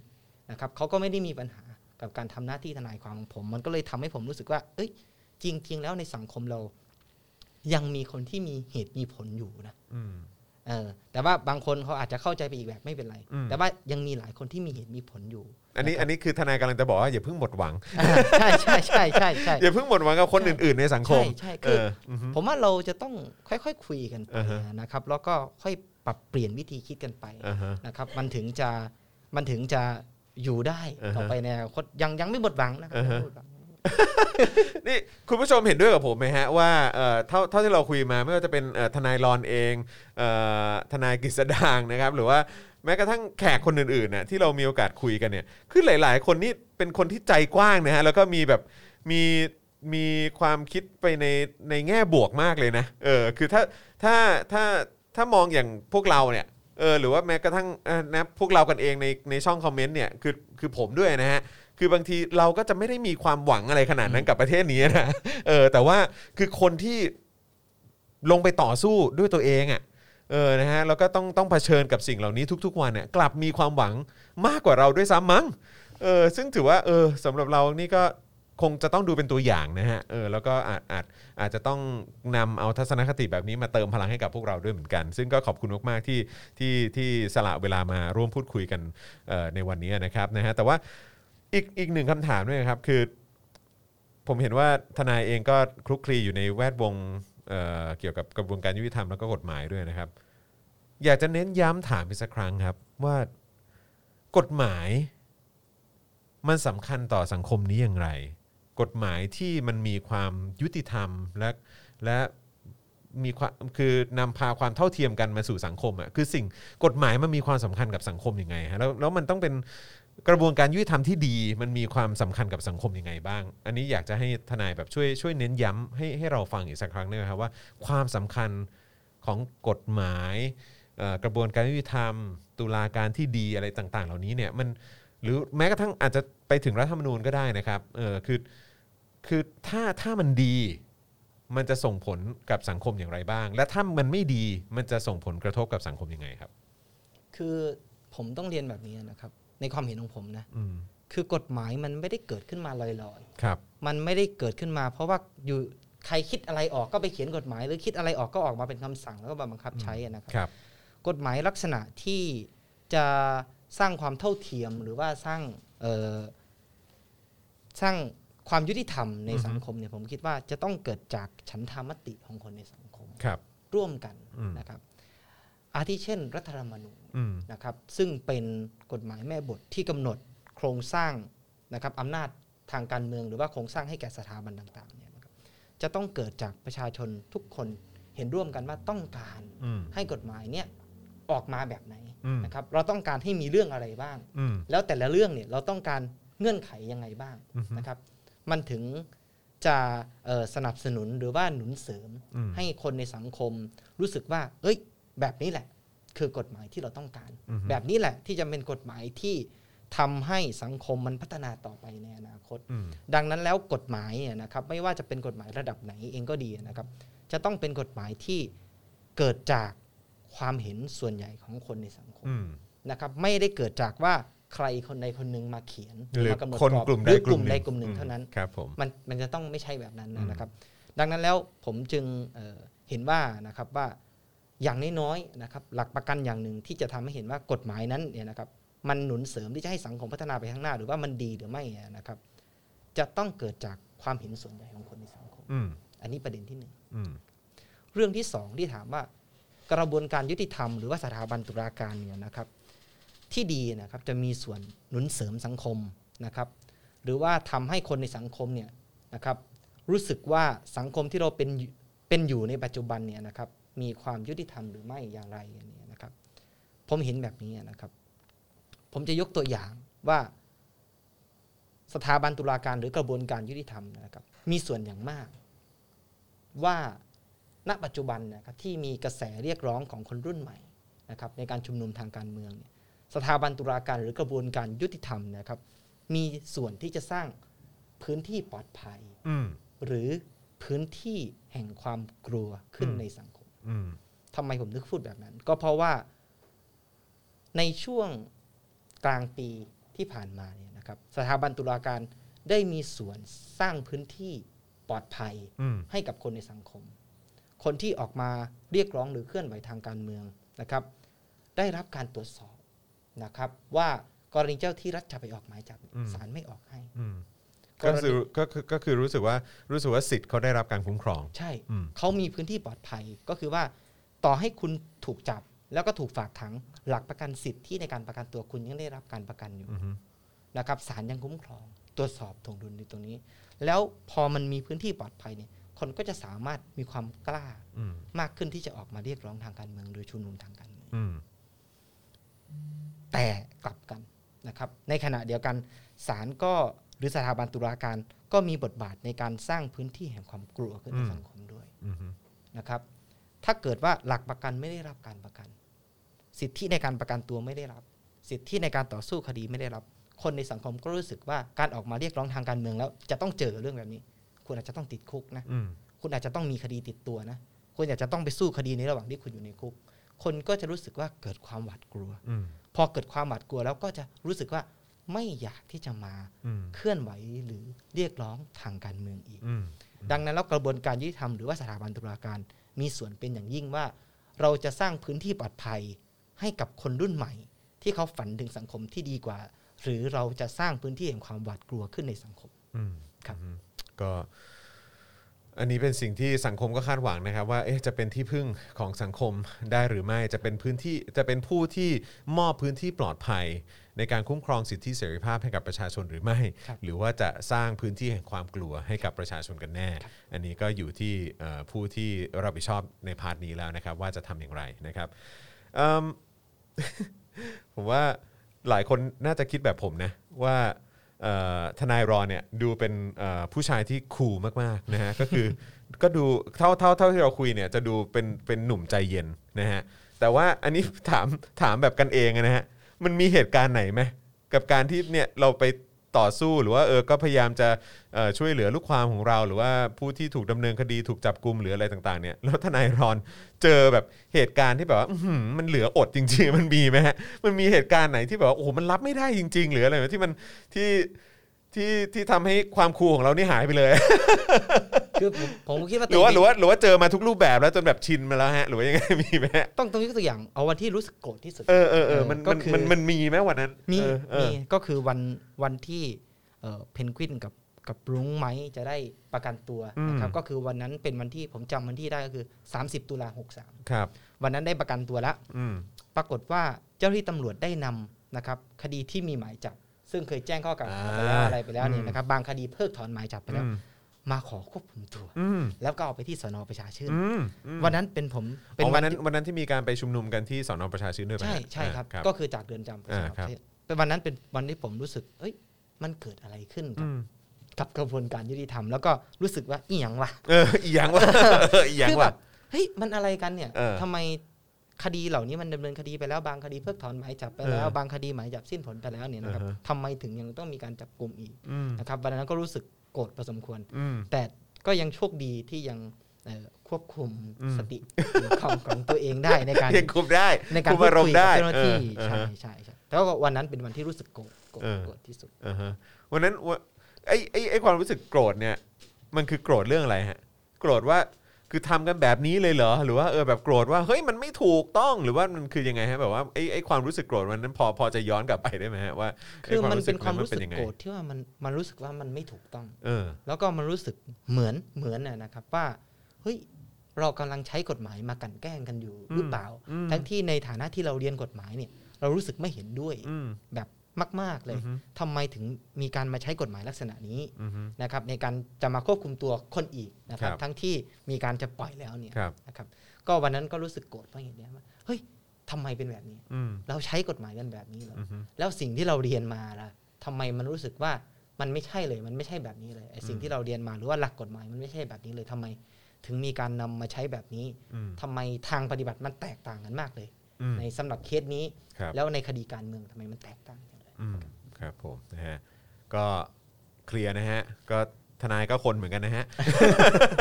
[SPEAKER 3] นะครับเขาก็ไม่ได้มีปัญหากับการทำหน้าที่ทนายความของผม มันก็เลยทำให้ผมรู้สึกว่า เอ้ย จริง ๆ แล้วในสังคมเรา ยังมีคนที่มีเหตุมีผลอยู่นะ
[SPEAKER 2] อืม
[SPEAKER 3] เออ แต่ว่าบางคนเขาอาจจะเข้าใจไปอีกแบบไม่เป็นไร
[SPEAKER 2] อืม
[SPEAKER 3] แต่ว่ายังมีหลายคนที่มีเหตุมีผลอยู่
[SPEAKER 2] อันนี้อันนี้คือทนายกำลังจะบอกว่าอย่าเพิ่งหมดหวัง
[SPEAKER 3] อ่าใช่ ใช่ใช่ใช่ใช่
[SPEAKER 2] อย่าเพิ่งหมดหวังกับคน
[SPEAKER 3] ใช่
[SPEAKER 2] อื่น ๆ ในสังค
[SPEAKER 3] ใช่
[SPEAKER 2] ม
[SPEAKER 3] ใช่
[SPEAKER 2] เอ
[SPEAKER 3] คือ
[SPEAKER 2] ออือฮึ
[SPEAKER 3] ผมว่าเราจะต้องค่อยๆคุยกันไป
[SPEAKER 2] อ่าฮะ
[SPEAKER 3] นะครับ แล้วก็ค่อยปรับเปลี่ยนวิธีคิดกันไป
[SPEAKER 2] อ่าฮะ
[SPEAKER 3] นะครับ มันถึงจะมันถึงจะอยู่ได้
[SPEAKER 2] อ่าฮะ
[SPEAKER 3] ต่อไปในอนาคตยังยังไม่หมดหวังนะครั
[SPEAKER 2] อ่าฮะ
[SPEAKER 3] ยังไม่หมดหวัง
[SPEAKER 2] นี่คุณผู้ชมเห็นด้วยกับผมไหมฮะว่าเอ่อเท่าเท่าที่เราคุยมาไม่ว่าจะเป็นเอ่อทนายรอนเองเอ่อทนายกฤษดางนะครับ หรือว่าแม้กระทั่งแขกคนอื่นๆน่ะที่เรามีโอกาสคุยกันเนี่ยคือหลาย ๆ คนนี่เป็นคนที่ใจกว้างนะฮะแล้วก็มีแบบมีมีความคิดไปในในแง่บวกมากเลยนะเออคือถ้าถ้าถ้าถ้ามองอย่างพวกเราเนี่ยเออหรือว่าแม้กระทั่งเอ่อนะพวกเรากันเองในในช่องคอมเมนต์เนี่ยคือคือผมด้วยนะฮะคือบางทีเราก็จะไม่ได้มีความหวังอะไรขนาดนั้นกับประเทศนี้นะ เออแต่ว่าคือคนที่ลงไปต่อสู้ด้วยตัวเองอะ่ะเออนะฮะแล้วก็ต้องต้องเผชิญกับสิ่งเหล่านี้ทุก ๆ วันเนี่ยกลับมีความหวังมากกว่าเราด้วยซ้ำมั้งเออซึ่งถือว่าเออสำหรับเรานี่ก็คงจะต้องดูเป็นตัวอย่างนะฮะเออแล้วก็อาจอาจอาจจะต้องนำเอาทัศนคติแบบนี้มาเติมพลังให้กับพวกเราด้วยเหมือนกัน ซึ่งก็ขอบคุณมากๆที่ที่ที่สละเวลามาร่วมพูดคุยกันเอ่อในวันนี้นะครับนะฮะแต่ว่าอีกอีกหนึ่งคำถามด้วยนะครับคือ ผมเห็นว่าทนายเองก็คลุกคลีอยู่ในแวดวงเอ่อเกี่ยวกับกระบวนการยุติธรรมแล้วก็กฎหมายด้วยนะครับ อยากจะเน้นย้ำถามอีกสักครั้งครับ ว่ากฎหมาย มันสำคัญต่อสังคมนี้อย่างไร กฎหมายที่มันมีความยุติธรรมและและมีความคือนำพาความเท่าเทียมกันมาสู่สังคมอ่ะคือสิ่งกฎหมายมันมีความสำคัญกับสังคมยังไงฮะแล้วแล้วมันต้องเป็น กระบวนการยุติธรรมที่ดีมันมีความสำคัญกับสังคมยังไงบ้าง อันนี้อยากจะให้ทนายแบบช่วยช่วยเน้นย้ำให้ให้เราฟังอีกสักครั้งได้ไหมครับว่าความสำคัญของกฎหมายเอ่อกระบวนการยุติธรรม ตุลาการที่ดีอะไรต่าง ๆ เหล่านี้เนี่ยมันหรือแม้กระทั่งอาจจะไป ไปถึงรัฐธรรมนูญก็ได้นะครับเออคือคือถ้าถ้ามันดี มันจะส่งผลกับสังคมอย่างไรบ้าง และถ้ามันไม่ดีมันจะส่งผลกระทบกับสังคมยังไงครับ
[SPEAKER 3] คือผมต้องเรียนแบบนี้นะครับ ในความเห็นของผมนะ
[SPEAKER 2] อืม
[SPEAKER 3] คือกฎหมายมันไม่ได้เกิดขึ้นมาลอย
[SPEAKER 2] ครับ
[SPEAKER 3] ๆ มันไม่ได้เกิดขึ้นมา เพราะว่าอยู่ใครคิดอะไรออกก็ไปเขียนกฎหมาย หรือคิดอะไรออกก็ออกมาเป็นคำสั่งแล้วก็มาบังคับใช้อะนะครับ
[SPEAKER 2] ครับ
[SPEAKER 3] กฎหมายลักษณะที่จะสร้างความเท่าเทียมหรือว่าสร้างเอ่อสร้างความยุติธรรมใน
[SPEAKER 2] อือฮึ
[SPEAKER 3] สังคมเนี่ยผมคิดว่าจะต้องเกิดจากฉันทามติของคนในสังคม
[SPEAKER 2] ครับ
[SPEAKER 3] ร่วมกัน
[SPEAKER 2] อืม
[SPEAKER 3] นะครับ อาทิเช่น รัฐธรรมนูญ
[SPEAKER 2] อืม
[SPEAKER 3] นะครับซึ่งเป็นกฎหมายแม่บทที่กำหนดโครงสร้างนะครับอำนาจทางการเมืองหรือว่าโครงสร้างให้แก่สถาบันต่างๆเนี่ยนะครับจะต้องเกิดจากประชาชนทุกคนเห็นร่วมกันว่าต้องการ
[SPEAKER 2] อืม
[SPEAKER 3] ให้กฎหมายเนี่ยออกมาแบบไหน
[SPEAKER 2] อืม
[SPEAKER 3] นะครับ เราต้องการให้มีเรื่องอะไรบ้าง
[SPEAKER 2] อืม
[SPEAKER 3] แล้วแต่ละเรื่องเนี่ยเราต้องการเงื่อนไขยังไงบ้าง
[SPEAKER 2] อือฮึ
[SPEAKER 3] นะครับ มันถึงจะเอ่อสนับสนุนหรือว่าหนุนเสริม
[SPEAKER 2] อืม
[SPEAKER 3] ให้คนในสังคมรู้สึกว่า เอ้ย แบบนี้แหละ คือกฎหมายที่เราต้องการ แบบนี้แหละที่จะเป็นกฎหมายที่ทำให้สังคมมันพัฒนาต่อไปในอนาคต
[SPEAKER 2] อืม
[SPEAKER 3] ดังนั้นแล้วกฎหมายเนี่ยนะครับไม่ว่าจะเป็นกฎหมายระดับไหนเองก็ดีนะครับ จะต้องเป็นกฎหมายที่เกิดจากความเห็นส่วนใหญ่ของคนในสังคม
[SPEAKER 2] อืม
[SPEAKER 3] นะครับ ไม่ได้เกิดจากว่าใครคนใดคนหนึ่งมาเขียน
[SPEAKER 2] หรือ
[SPEAKER 3] มากำหนด
[SPEAKER 2] คน
[SPEAKER 3] รอบ
[SPEAKER 2] กลุ่ม
[SPEAKER 3] ห
[SPEAKER 2] ใด
[SPEAKER 3] รือก ก
[SPEAKER 2] ลุ่
[SPEAKER 3] ลุ่
[SPEAKER 2] ม
[SPEAKER 3] ม
[SPEAKER 2] หนึ่ง
[SPEAKER 3] ใดกลุ่มหนึ่งเท่านั้น
[SPEAKER 2] ครับผม
[SPEAKER 3] มันมันจะต้องไม่ใช่แบบนั้น
[SPEAKER 2] อืม
[SPEAKER 3] นะครับ ดังนั้นแล้วผมจึงเอ่อเห็นว่านะครับว่าอย่างน้อยๆนะครับ หลักประกันอย่างหนึ่งที่จะทำให้เห็นว่ากฎหมายนั้นเนี่ยนะครับ มันหนุนเสริมที่จะให้สังคมพัฒนาไปข้างหน้า หรือว่ามันดีหรือไม่เนี่ยนะครับ จะต้องเกิดจากความเห็นส่วนใหญ่ของคนในสังคม
[SPEAKER 2] อืม
[SPEAKER 3] อันนี้ประเด็นที่หนึ่ง
[SPEAKER 2] อืม
[SPEAKER 3] เรื่องที่สองที่ถามว่า กระบวนการยุติธรรมหรือว่าสถาบันตุลาการเนี่ยนะครับ ที่ดีนะครับจะมีส่วนหนุนเสริมสังคมนะครับ หรือว่าทำให้คนในสังคมเนี่ยนะครับ รู้สึกว่าสังคมที่เราเป็นอยู่เป็นอยู่ในปัจจุบันเนี่ยนะครับ มีความยุติธรรมหรือไม่อย่างไรอย่างนี้ยนะครับ ผมเห็นแบบนี้นะครับ ผมจะยกตัวอย่างว่า สถาบันตุลาการหรือกระบวนการยุติธรรมนะครับ มีส่วนอย่างมาก ว่าณปัจจุบันนะครับที่มีกระแสเรียกร้องของคนรุ่นใหม่นะครับ ในการชุมนุมทางการเมืองเนี่ยสถาบันตุลาการหรือกระบวนการยุติธรรมนะครับ มีส่วนที่จะสร้างพื้นที่ปลอดภัย
[SPEAKER 2] อืม
[SPEAKER 3] หรือพื้นที่แห่งความกลัวขึ้น
[SPEAKER 2] อืม
[SPEAKER 3] ในสังคม
[SPEAKER 2] อืม
[SPEAKER 3] ทำไมผมถึงพูดแบบนั้น ก็เพราะว่าในช่วงกลางปีที่ผ่านมาเนี่ยนะครับ สถาบันตุลาการได้มีส่วนสร้างพื้นที่ปลอดภัย
[SPEAKER 2] อืม
[SPEAKER 3] ให้กับคนในสังคม คนที่ออกมาเรียกร้องหรือเคลื่อนไหวทางการเมืองนะครับ ได้รับการตรวจสอบนะครับ ว่ากรณีเจ้าที่รัฐจะไปออกหมายจับศาลไม่ออกให้
[SPEAKER 2] อืม
[SPEAKER 3] กร
[SPEAKER 2] ก็
[SPEAKER 3] ณี
[SPEAKER 2] คือก็คือก็คือรู้สึกว่ารู้สึกว่าสิทธิ์เขาได้รับการคุ้มครอง
[SPEAKER 3] ใช่
[SPEAKER 2] อืม
[SPEAKER 3] เขามีพื้นที่ปลอดภัยก็คือว่าต่อให้คุณถูกจับ แล้วก็ถูกฝากขังหลักประกันสิทธิในการประกันตัวคุณยังได้รับการประกันอยู่
[SPEAKER 2] อืม
[SPEAKER 3] นะครับศาลยังคุ้มครอง ตรวจสอบถวงดุลในตรงนี้ แล้วพอมันมีพื้นที่ปลอดภัยเนี่ยคนก็จะสามารถมีความกล้า
[SPEAKER 2] อืม
[SPEAKER 3] มากขึ้นที่จะออกมาเรียกร้องทางการเมืองหรือชุมนุมทางการเมือง
[SPEAKER 2] อืม
[SPEAKER 3] แต่กลับกันนะครับ ในขณะเดียวกันศาลก็หรือสถาบันตุลาการก็มีบทบาทในการสร้างพื้นที่แห่งความกลัวขึ้นในสังคมด้วย
[SPEAKER 2] อืม
[SPEAKER 3] นะครับ ถ้าเกิดว่าหลักประกันไม่ได้รับการประกัน สิทธิในการประกันตัวไม่ได้รับ สิทธิในการต่อสู้คดีไม่ได้รับ คนในสังคมก็รู้สึกว่าการออกมาเรียกร้องทางการเมืองแล้ว จะต้องเจอเรื่องแบบนี้ คุณอาจจะต้องติดคุกนะ
[SPEAKER 2] อืม
[SPEAKER 3] คุณอาจจะต้องมีคดีติดตัวนะ คุณอาจจะต้องไปสู้คดีในระหว่างที่คุณอยู่ในคุก คนก็จะรู้สึกว่าเกิดความหวาดกลัว
[SPEAKER 2] อืม
[SPEAKER 3] พอเกิดความหวาดกลัวแล้วก็จะรู้สึกว่าไม่อยากที่จะมา
[SPEAKER 2] อืม
[SPEAKER 3] เคลื่อนไหวหรือเรียกร้องทางการเมืองอีก
[SPEAKER 2] อืม
[SPEAKER 3] ดังนั้นแล้วกระบวนการยุติธรรมหรือว่าสถาบันตุลาการมีส่วนเป็นอย่างยิ่งว่า เราจะสร้างพื้นที่ปลอดภัยให้กับคนรุ่นใหม่ ที่เขาฝันถึงสังคมที่ดีกว่า หรือเราจะสร้างพื้นที่แห่งความหวาดกลัวขึ้นในสังคม
[SPEAKER 2] อืม
[SPEAKER 3] ครับ
[SPEAKER 2] อืมก็ อันนี้เป็นสิ่งที่สังคมก็คาดหวังนะครับ ว่าเอ๊ะจะเป็นที่พึ่งของสังคมได้หรือไม่จะเป็นพื้นที่จะเป็นผู้ที่มอบพื้นที่ปลอดภัย ในการคุ้มครองสิทธิเสรีภาพให้กับประชาชนหรือไม่
[SPEAKER 3] ครับ
[SPEAKER 2] หรือว่าจะสร้างพื้นที่แห่งความกลัวให้กับประชาชนกันแน่
[SPEAKER 3] ครับ
[SPEAKER 2] อันนี้ก็อยู่ที่เอ่อผู้ที่รับผิดชอบในพาร์ทนี้แล้วนะครับ ว่าจะทำอย่างไรนะครับเอิ่ม ผมว่าหลายคนน่าจะคิดแบบผมนะว่าเอ่อทนายรอนเนี่ยดูเป็นเอ่อผู้ชายที่คูลมากๆนะฮะ ก็คือ ก็ดูเท่าเท่าเท่าที่เราคุยเนี่ยจะดูเป็นเป็นหนุ่มใจเย็นนะฮะแต่ว่าอันนี้ถามถามแบบกันเองอะนะฮะมันมีเหตุการณ์ไหนไหมกับการที่เนี่ยเราไป ต่อสู้หรือว่าเออก็พยายามจะเอ่อช่วยเหลือลูกความของเรา หรือว่าผู้ที่ถูกดำเนินคดีถูกจับกลุ่มหรืออะไรต่างๆเนี่ยแล้วทนายรอนเจอแบบเหตุการณ์ที่แบบว่าอื้อหือมันเหลืออดจริง ๆ มันมีไหมฮะมันมีเหตุการณ์ไหนที่แบบว่าโอ้โหมันรับไม่ได้จริง ๆ หรืออะไรไหมที่มันที่ที่ที่ทำให้ความคูลของเรานี่หายไปเลย
[SPEAKER 3] คือผมผมคิดว่า
[SPEAKER 2] หรือว่าหรือว่าหรือว่าเจอมาทุกรูปแบบแล้วจนแบบชินมาแล้วฮะหรือว่ายังไงมีไหมฮะ
[SPEAKER 3] ต้องต้องยกตัวอย่างเอาวันที่รู้สึกโกรธที่สุด
[SPEAKER 2] เออเออเออมัน
[SPEAKER 3] ก็
[SPEAKER 2] มัน
[SPEAKER 3] คือ
[SPEAKER 2] มันมันมีไหมวันนั้น
[SPEAKER 3] มี
[SPEAKER 2] เออเอ
[SPEAKER 3] มี
[SPEAKER 2] อ
[SPEAKER 3] ก็คือวันวันที่เอ่อเพนกวินกับกับรุ้งไหมจะได้ประกันตัวนะครับก็คือวันนั้นเป็นวันที่ผมจำวันที่ได้ก็คือ 30 ตุลา
[SPEAKER 2] ครับ
[SPEAKER 3] 63 วันนั้นได้ประกันตัวแล้ว
[SPEAKER 2] อืม
[SPEAKER 3] ปรากฏว่าเจ้าหน้าที่ตำรวจได้นำนะครับคดีที่มีหมายจับ ซึ่งเคยแจ้งข้อกล่าวหาไปแล้ว
[SPEAKER 2] อ่า
[SPEAKER 3] อะไรไปแล้วเนี่ย
[SPEAKER 2] อืม
[SPEAKER 3] นะครับบางคดีเพิกถอนหมายจับไป
[SPEAKER 2] อื
[SPEAKER 3] แล้ว
[SPEAKER 2] ม
[SPEAKER 3] มาขอควบคุมตัว
[SPEAKER 2] อืม
[SPEAKER 3] แล้วก็เอาไปที่สนประชาชื่น
[SPEAKER 2] อืม
[SPEAKER 3] วันนั้นเป็นผมเป็
[SPEAKER 2] เป็น
[SPEAKER 3] น
[SPEAKER 2] วั
[SPEAKER 3] วัน น
[SPEAKER 2] นั้น
[SPEAKER 3] ที่
[SPEAKER 2] วันนั้นที่มีการไปชุมนุมกันที่สอนอประชาชื่นด้วยไหม
[SPEAKER 3] ใช่
[SPEAKER 2] ฮะ
[SPEAKER 3] ใช่ครับ
[SPEAKER 2] อ่า
[SPEAKER 3] ก็คือจากเรือนจำประชา
[SPEAKER 2] อ่าครับ
[SPEAKER 3] ชื่นเป็นวันนั้นเป็นวันที่ผมรู้สึก เอ้ย มันเกิดอะไรขึ้นกั
[SPEAKER 2] อื
[SPEAKER 3] บ
[SPEAKER 2] ม
[SPEAKER 3] กับกระบวนการยุติธรรมแล้วก็รู้สึกว่าอีหยังวะ
[SPEAKER 2] เอออีหยังวะเอออีหยัง
[SPEAKER 3] คืแบ
[SPEAKER 2] วะ
[SPEAKER 3] บเฮ้ยมันอะไรกันเนี่ย
[SPEAKER 2] เออ
[SPEAKER 3] ทำไมคดีเหล่านี้มันดำเนินคดีไปแล้วบางคดีเพิกถอนหมายจับไปแล้
[SPEAKER 2] เออบ
[SPEAKER 3] วางคดีหมายจับสิ้นผลไปแล้วเนี่ยนะครับ
[SPEAKER 2] อ่าฮะ
[SPEAKER 3] ทำไมถึงยังต้องมีการจับกลุ่มอีก
[SPEAKER 2] อืม
[SPEAKER 3] นะครับวันนั้นก็รู้สึกโกรธพอสมควร
[SPEAKER 2] อืม
[SPEAKER 3] แต่ก็ยังโชคดีที่ยังเอ่อควบคุม
[SPEAKER 2] อืม
[SPEAKER 3] สติ ของของตัวเองได้ในการ
[SPEAKER 2] ยังคุมได้
[SPEAKER 3] ในการ
[SPEAKER 2] คุม
[SPEAKER 3] พูด
[SPEAKER 2] อารม
[SPEAKER 3] คุย
[SPEAKER 2] ณ์
[SPEAKER 3] กับ
[SPEAKER 2] ได้
[SPEAKER 3] เจ้าหน้าที่
[SPEAKER 2] เออเออ
[SPEAKER 3] ใช่
[SPEAKER 2] ฮะ
[SPEAKER 3] ใช่ใช่แล้วก็วันนั้นเป็นวันที่รู้สึกโกรธโกรธ
[SPEAKER 2] เออ
[SPEAKER 3] โกรธที่สุด
[SPEAKER 2] อ่าฮะวันนั้นวะไอ้ไอ้ไอ้ความรู้สึกโกรธเนี่ยมันคือโกรธเรื่องอะไรฮะ โกรธว่าคือทำกันแบบนี้เลยเหรอหรือว่าเออแบบโกรธว่าเฮ้ยมันไม่ถูกต้องหรือว่ามันคือยังไงฮะแบบว่าไอ้ไอ้ความรู้สึกโกรธวันนั้นพอพอจะย้อนกลับไปได้ไหมฮะว่า
[SPEAKER 3] คือมันเป็นความรู้สึก
[SPEAKER 2] ยังไง
[SPEAKER 3] โกรธที่ว่ามันมันรู้สึกว่ามันไม่ถูกต้อง
[SPEAKER 2] เออ
[SPEAKER 3] แล้วก็มันรู้สึกเหมือนเหมือนน่ะนะครับว่าเฮ้ยเรากำลังใช้กฎหมายมากลันแกล้งกันอยู่หรือเปล่า
[SPEAKER 2] อืม
[SPEAKER 3] ทั้งที่ในฐานะที่เราเรียนกฎหมายเนี่ยเรารู้สึกไม่เห็นด้วย
[SPEAKER 2] อืม
[SPEAKER 3] แบบมาก ๆเลย
[SPEAKER 2] อืม
[SPEAKER 3] ทำไมถึงมีการมาใช้กฎหมายลักษณะนี้
[SPEAKER 2] อืม
[SPEAKER 3] นะครับในการจะมาควบคุมตัวคนอีกนะครับ
[SPEAKER 2] ครับ
[SPEAKER 3] ทั้งที่มีการจะปล่อยแล้วเนี่ย
[SPEAKER 2] ครับ
[SPEAKER 3] นะครับก็วันนั้นก็รู้สึกโกรธเพราะอย่างเนี้ยว่าเฮ้ยทำไมเป็นแบบนี้
[SPEAKER 2] อืม
[SPEAKER 3] เราใช้กฎหมายกันแบบนี้เหรอ
[SPEAKER 2] อืม
[SPEAKER 3] แล้วสิ่งที่เราเรียนมาล่ะทำไมมันรู้สึกว่ามันไม่ใช่เลยมันไม่ใช่แบบนี้เลยไอ้สิ่ง
[SPEAKER 2] อืม
[SPEAKER 3] ที่เราเรียนมาหรือว่าหลักกฎหมายมันไม่ใช่แบบนี้เลยทำไม ถึงมีการนำมาใช้แบบนี้
[SPEAKER 2] อืม
[SPEAKER 3] ทำไมทางปฏิบัติมันแตกต่างกันมากเลย
[SPEAKER 2] อืม
[SPEAKER 3] ในสำหรับเคสนี้
[SPEAKER 2] ครับ
[SPEAKER 3] แล้วในคดีการเมืองทำไมมันแตกต่างกันเลย
[SPEAKER 2] อืมครับผมนะฮะก็เคลียร์นะฮะก็ทนายก็คนเหมือนกันนะฮะ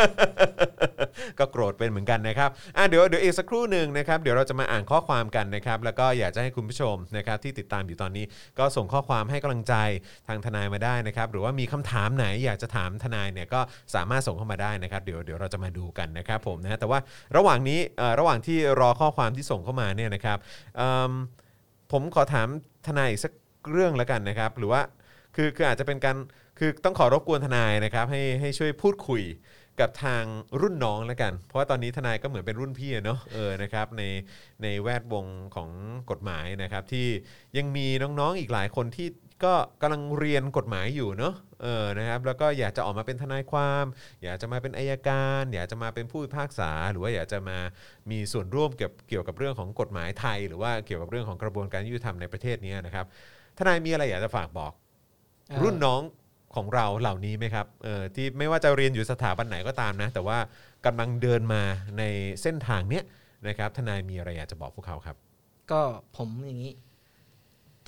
[SPEAKER 2] ก็โกรธเป็นเหมือนกันนะครับอ่ะเดี๋ยวเดี๋ยวอีกสักครู่หนึ่งนะครับ เดี๋ยวเราจะมาอ่านข้อความกันนะครับ แล้วก็อยากจะให้คุณผู้ชมนะครับที่ติดตามอยู่ตอนนี้ ก็ส่งข้อความให้กำลังใจทางทนายมาได้นะครับ หรือว่ามีคำถามไหนอยากจะถามทนายเนี่ยก็สามารถส่งเข้ามาได้นะครับ เดี๋ยวเดี๋ยวเราจะมาดูกันนะครับผมนะฮะแต่ว่าระหว่างนี้เอ่อระหว่างที่รอข้อความที่ส่งเข้ามาเนี่ยนะครับเอิ่มผมขอถามทนายอีกสักเรื่องละกันนะครับ หรือว่าคือคืออาจจะเป็นการคือต้องขอรบกวนทนายนะครับให้ให้ช่วยพูดคุย กับทางรุ่นน้องแล้วกัน เพราะว่าตอนนี้ทนายก็เหมือนเป็นรุ่นพี่อะเนาะเออนะครับในในแวดวงของกฎหมายนะครับที่ยังมีน้องๆอีกหลายคนที่ก็กำลังเรียนกฎหมายอยู่เนาะเออนะครับแล้วก็อยากจะออกมาเป็นทนายความ อยากจะมาเป็นอายการ อยากจะมาเป็นผู้พิพากษา หรือว่าอยากจะมามีส่วนร่วมเกี่ยวเกี่ยวกับเรื่องของกฎหมายไทย หรือว่าเกี่ยวกับเรื่องของกระบวนการยุติธรรมในประเทศเนี้ยนะครับทนายมีอะไรอยากจะฝากบอก
[SPEAKER 3] เอ่อ
[SPEAKER 2] รุ่นน้องของเราเหล่านี้ไหมครับเออที่ไม่ว่าจะเรียนอยู่สถาบันไหนก็ตามนะ แต่ว่ากำลังเดินมาในเส้นทางเนี้ยนะครับ ทนายมีอะไรอยากจะบอกพวกเขาครับ
[SPEAKER 3] ก็ผมอย่างนี้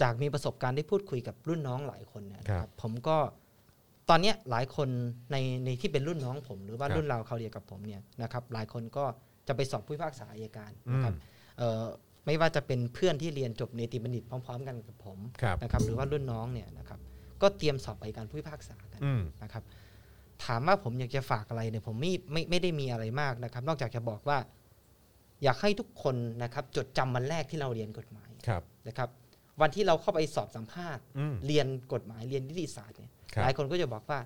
[SPEAKER 3] จากมีประสบการณ์ได้พูดคุยกับรุ่นน้องหลายคนเนยนะ
[SPEAKER 2] ค
[SPEAKER 3] ค
[SPEAKER 2] รั
[SPEAKER 3] รั
[SPEAKER 2] บบ
[SPEAKER 3] ผมก็ตอนเนี้ยหลายคนในในที่เป็นรุ่นน้องผมหรือว่า
[SPEAKER 2] ครับ
[SPEAKER 3] รุ่นเราเขาวเดียวกับผมเนี่ยนะครับ หลายคนก็จะไปสอบผู้พิพากษาอัยการนะครับเอ่อไม่ว่าจะเป็นเพื่อนที่เรียนจบเนติบัณฑิตพร้อม ๆ กันกับผม
[SPEAKER 2] ครับ
[SPEAKER 3] นะครับ หรือว่ารุ่นน้องเนี่ยนะครับ ก็เตรียมสอบอัยการผู้พิพากษากัน
[SPEAKER 2] อืม
[SPEAKER 3] นะครับถามว่าผมอยากจะฝากอะไรเนี่ยผมไม่ไม่ไม่ได้มีอะไรมากนะครับ นอกจากจะบอกว่า อยากให้ทุกคนนะครับ จดจำวันแรกที่เราเรียนกฎหมาย
[SPEAKER 2] ครับ
[SPEAKER 3] นะครับ วันที่เราเข้าไปสอบสัมภาษณ์
[SPEAKER 2] อืม
[SPEAKER 3] เรียนกฎหมายเรียนนิติศาสตร์เนี่ย
[SPEAKER 2] ครับ
[SPEAKER 3] หลายคนก็จะบอกว่า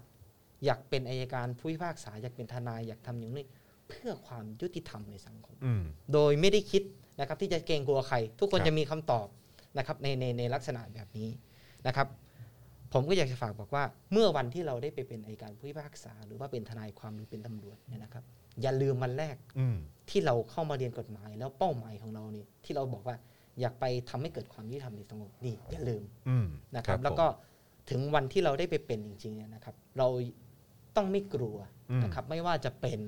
[SPEAKER 3] อยากเป็นอายการผู้พิพากษาอยากเป็นทนายอยากทำอย่างนี้เพื่อความยุติธรรมในสังคม
[SPEAKER 2] อืม
[SPEAKER 3] โดยไม่ได้คิดนะครับที่จะเกรงกลัวใคร ทุกค
[SPEAKER 2] ค
[SPEAKER 3] น
[SPEAKER 2] รับ
[SPEAKER 3] จะมีคำตอบนะครับในในในลักษณะแบบนี้นะครับ ผมก็อยากจะฝากบอกว่า เมื่อวันที่เราได้ไปเป็นอัยการผู้พิพากษา หรือว่าเป็นทนายความหรือเป็นตำรวจเนี่ยนะครับ อย่าลืมวันแรก
[SPEAKER 2] อืม
[SPEAKER 3] ที่เราเข้ามาเรียนกฎหมาย แล้วเป้าหมายของเราเนี่ยที่เราบอกว่าอยากไปทำให้เกิดความยุติธรรมในสังคมนี่อย่าลืม
[SPEAKER 2] อืม
[SPEAKER 3] นะครับ
[SPEAKER 2] ผม
[SPEAKER 3] แล้วก็ถึงวันที่เราได้ไปเป็นจริงๆเนี่ยนะครับ เราต้องไม่กลัว
[SPEAKER 2] อืม
[SPEAKER 3] นะครับ ไม่ว่าจะเป็น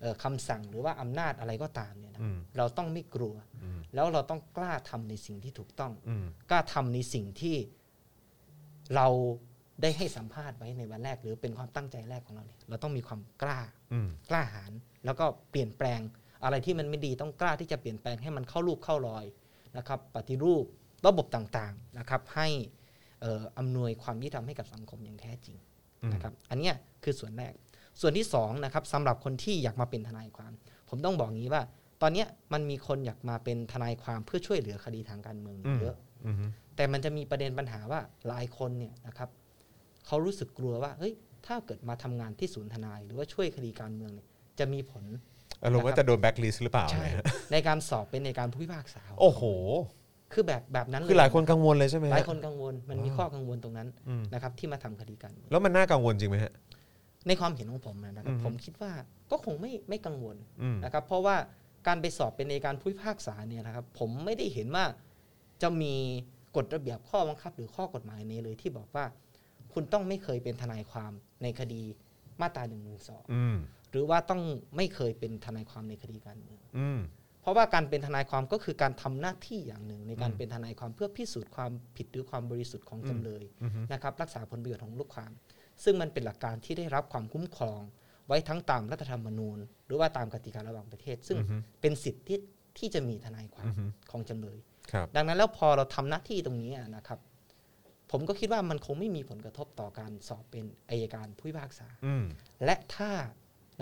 [SPEAKER 3] เอ่อคำสั่งหรือว่าอำนาจอะไรก็ตามเนี่ยนะครับ
[SPEAKER 2] อืม
[SPEAKER 3] เราต้องไม่กลัว
[SPEAKER 2] อืม
[SPEAKER 3] แล้วเราต้องกล้าทำในสิ่งที่ถูกต้อง
[SPEAKER 2] อืม
[SPEAKER 3] กล้าทำในสิ่งที่เรา ได้ให้สัมภาษณ์ไว้ในวันแรก หรือเป็นความตั้งใจแรกของเราเนี่ยเราต้องมีความกล้า
[SPEAKER 2] อืม
[SPEAKER 3] กล้าหาญแล้วก็เปลี่ยนแปลงอะไรที่มันไม่ดีต้องกล้าที่จะเปลี่ยนแปลงให้มันเข้ารูปเข้ารอยนะครับ ปฏิรูประบบต่างๆนะครับ ให้เอ่ออำนวยความยุติธรรมให้กับสังคมอย่างแท้จริง
[SPEAKER 2] อืม
[SPEAKER 3] นะครับ อันเนี้ยคือส่วนแรก ส่วนที่สองนะครับสำหรับคนที่อยากมาเป็นทนายความ ผมต้องบอกงี้ว่า ตอนเนี้ยมันมีคนอยากมาเป็นทนายความเพื่อช่วยเหลือคดีทางการเมืองเยอะ
[SPEAKER 2] อืม
[SPEAKER 3] แต่มันจะมีประเด็นปัญหาว่าหลายคนเนี่ยนะครับเขารู้สึกกลัวว่าเฮ้ยถ้าเกิดมาทำงานที่ศูนย์ทนาย หรือว่าช่วยคดีการเมืองเนี่ยจะมีผล
[SPEAKER 2] อารมณ์ว่าจะโดนแบ็คลิสหรือเปล่า
[SPEAKER 3] ใช่
[SPEAKER 2] เนี่ย
[SPEAKER 3] ในการสอบเป็นในการผู้พิพากษา
[SPEAKER 2] โอ้โห
[SPEAKER 3] คือแบบแบบนั้นเ
[SPEAKER 2] คือหลายคนกังวลเลยใช่ไหมฮะ
[SPEAKER 3] หลายคนกังวลมันมี
[SPEAKER 2] อ๋อ
[SPEAKER 3] ข้อกังวลตรงนั้น
[SPEAKER 2] อืม
[SPEAKER 3] นะครับ ที่มาทำคดีการเมือง
[SPEAKER 2] แล้วมันน่ากังวลจริงไหมฮะ
[SPEAKER 3] ในความเห็นของผมนะค
[SPEAKER 2] อื
[SPEAKER 3] รับ
[SPEAKER 2] ม
[SPEAKER 3] ผมคิดว่าก็คงไม่ไม่กังวล
[SPEAKER 2] อืม
[SPEAKER 3] นะครับ เพราะว่าการไปสอบเป็นในการผู้พิพากษาเนี่ยนะครับ ผมไม่ได้เห็นว่าจะมีกฎระเบียบข้อบังคับ หรือข้อกฎหมายนี้เลยที่บอกว่า คุณต้องไม่เคยเป็นทนายความในคดีมาตราหนึ่งหนึ่งสอง
[SPEAKER 2] อืม
[SPEAKER 3] หรือว่าต้องไม่เคยเป็นทนายความในคดีการเมือง
[SPEAKER 2] อืม
[SPEAKER 3] เพราะว่าการเป็นทนายความก็คือการทำหน้าที่อย่างหนึ่ง ในการ
[SPEAKER 2] อืม
[SPEAKER 3] เป็นทนายความเพื่อพิสูจน์ความผิดหรือความบริสุทธิ์ของจำเลย
[SPEAKER 2] อืม
[SPEAKER 3] นะครับรักษาผลประโยชน์ของลูกความ ซึ่งมันเป็นหลักการที่ได้รับความคุ้มครอง ไว้ทั้งตามรัฐธรรมนูญ หรือว่าตามกติการะหว่างประเทศ ซึ่ง
[SPEAKER 2] อืม
[SPEAKER 3] เป็นสิทธิที่ที่จะมีทนายควา
[SPEAKER 2] อื
[SPEAKER 3] ม
[SPEAKER 2] อฮึ
[SPEAKER 3] ของจำเลย
[SPEAKER 2] ครับ
[SPEAKER 3] ดังนั้นแล้วพอเราทำหน้าที่ตรงนี้นะครับ ผมก็คิดว่ามันคงไม่มีผลกระทบต่อการสอบเป็นอายการผู้พิพากษา
[SPEAKER 2] อืม
[SPEAKER 3] และถ้า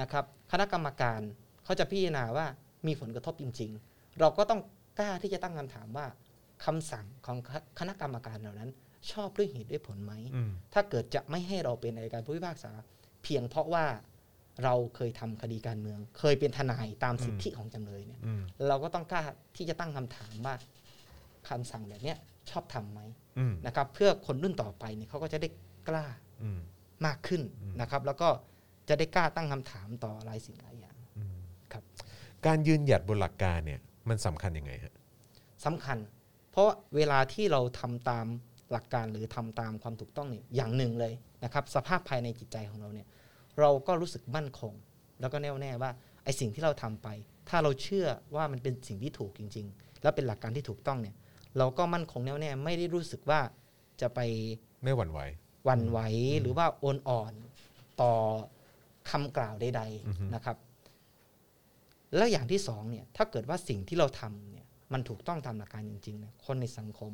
[SPEAKER 3] นะครับคณะกรรมการเขาจะพิจารณาว่ามีผลกระทบจริง ๆ เราก็ต้องกล้าที่จะตั้งคำถามว่าคำสั่งของคณะกรรมการเหล่านั้น ชอบด้วยเหตุด้วยผลไหม
[SPEAKER 2] อืม
[SPEAKER 3] ถ้าเกิดจะไม่ให้เราเป็นอัยการผู้พิพากษา เพียงเพราะว่าเราเคยทำคดีการเมือง เคยเป็นทนายตามสิทธิของจำเลยเนี่ย
[SPEAKER 2] อืม
[SPEAKER 3] เราก็ต้องกล้าที่จะตั้งคำถามว่าคำสั่งแบบเนี้ยชอบทำไหม
[SPEAKER 2] อืม
[SPEAKER 3] นะครับ เพื่อคนรุ่นต่อไปเนี่ยเขาก็จะได้กล้า
[SPEAKER 2] อืม
[SPEAKER 3] มากขึ้น
[SPEAKER 2] อืม
[SPEAKER 3] นะครับ แล้วก็จะได้กล้าตั้งคำถามต่อหลายสิ่งหลายอย่าง
[SPEAKER 2] อืม
[SPEAKER 3] ครับ
[SPEAKER 2] การยืนหยัดบนหลักการเนี่ยมันสำคัญยังไงฮะ
[SPEAKER 3] สำคัญ เพราะเวลาที่เราทำตามหลักการหรือทำตามความถูกต้องเนี่ยอย่างหนึ่งเลยนะครับ สภาพภายในจิตใจของเราเนี่ยเราก็รู้สึกมั่นคง แล้วก็แน่วแน่ว่าไอ้สิ่งที่เราทำไป ถ้าเราเชื่อว่ามันเป็นสิ่งที่ถูกจริง ๆ และเป็นหลักการที่ถูกต้องเนี่ยเราก็มั่นคงแน่วแน่ไม่ได้รู้สึกว่าจะไป
[SPEAKER 2] ไม่หวั่นไหว
[SPEAKER 3] หวั่นไหวหรือว่าโอนอ่อนต่อคำกล่าวใด
[SPEAKER 2] อือฮึ
[SPEAKER 3] ๆนะครับ แล้วอย่างที่สองเนี่ยถ้าเกิดว่าสิ่งที่เราทำเนี่ยมันถูกต้องตามหลักการจริงๆเนี่ยคนในสังคม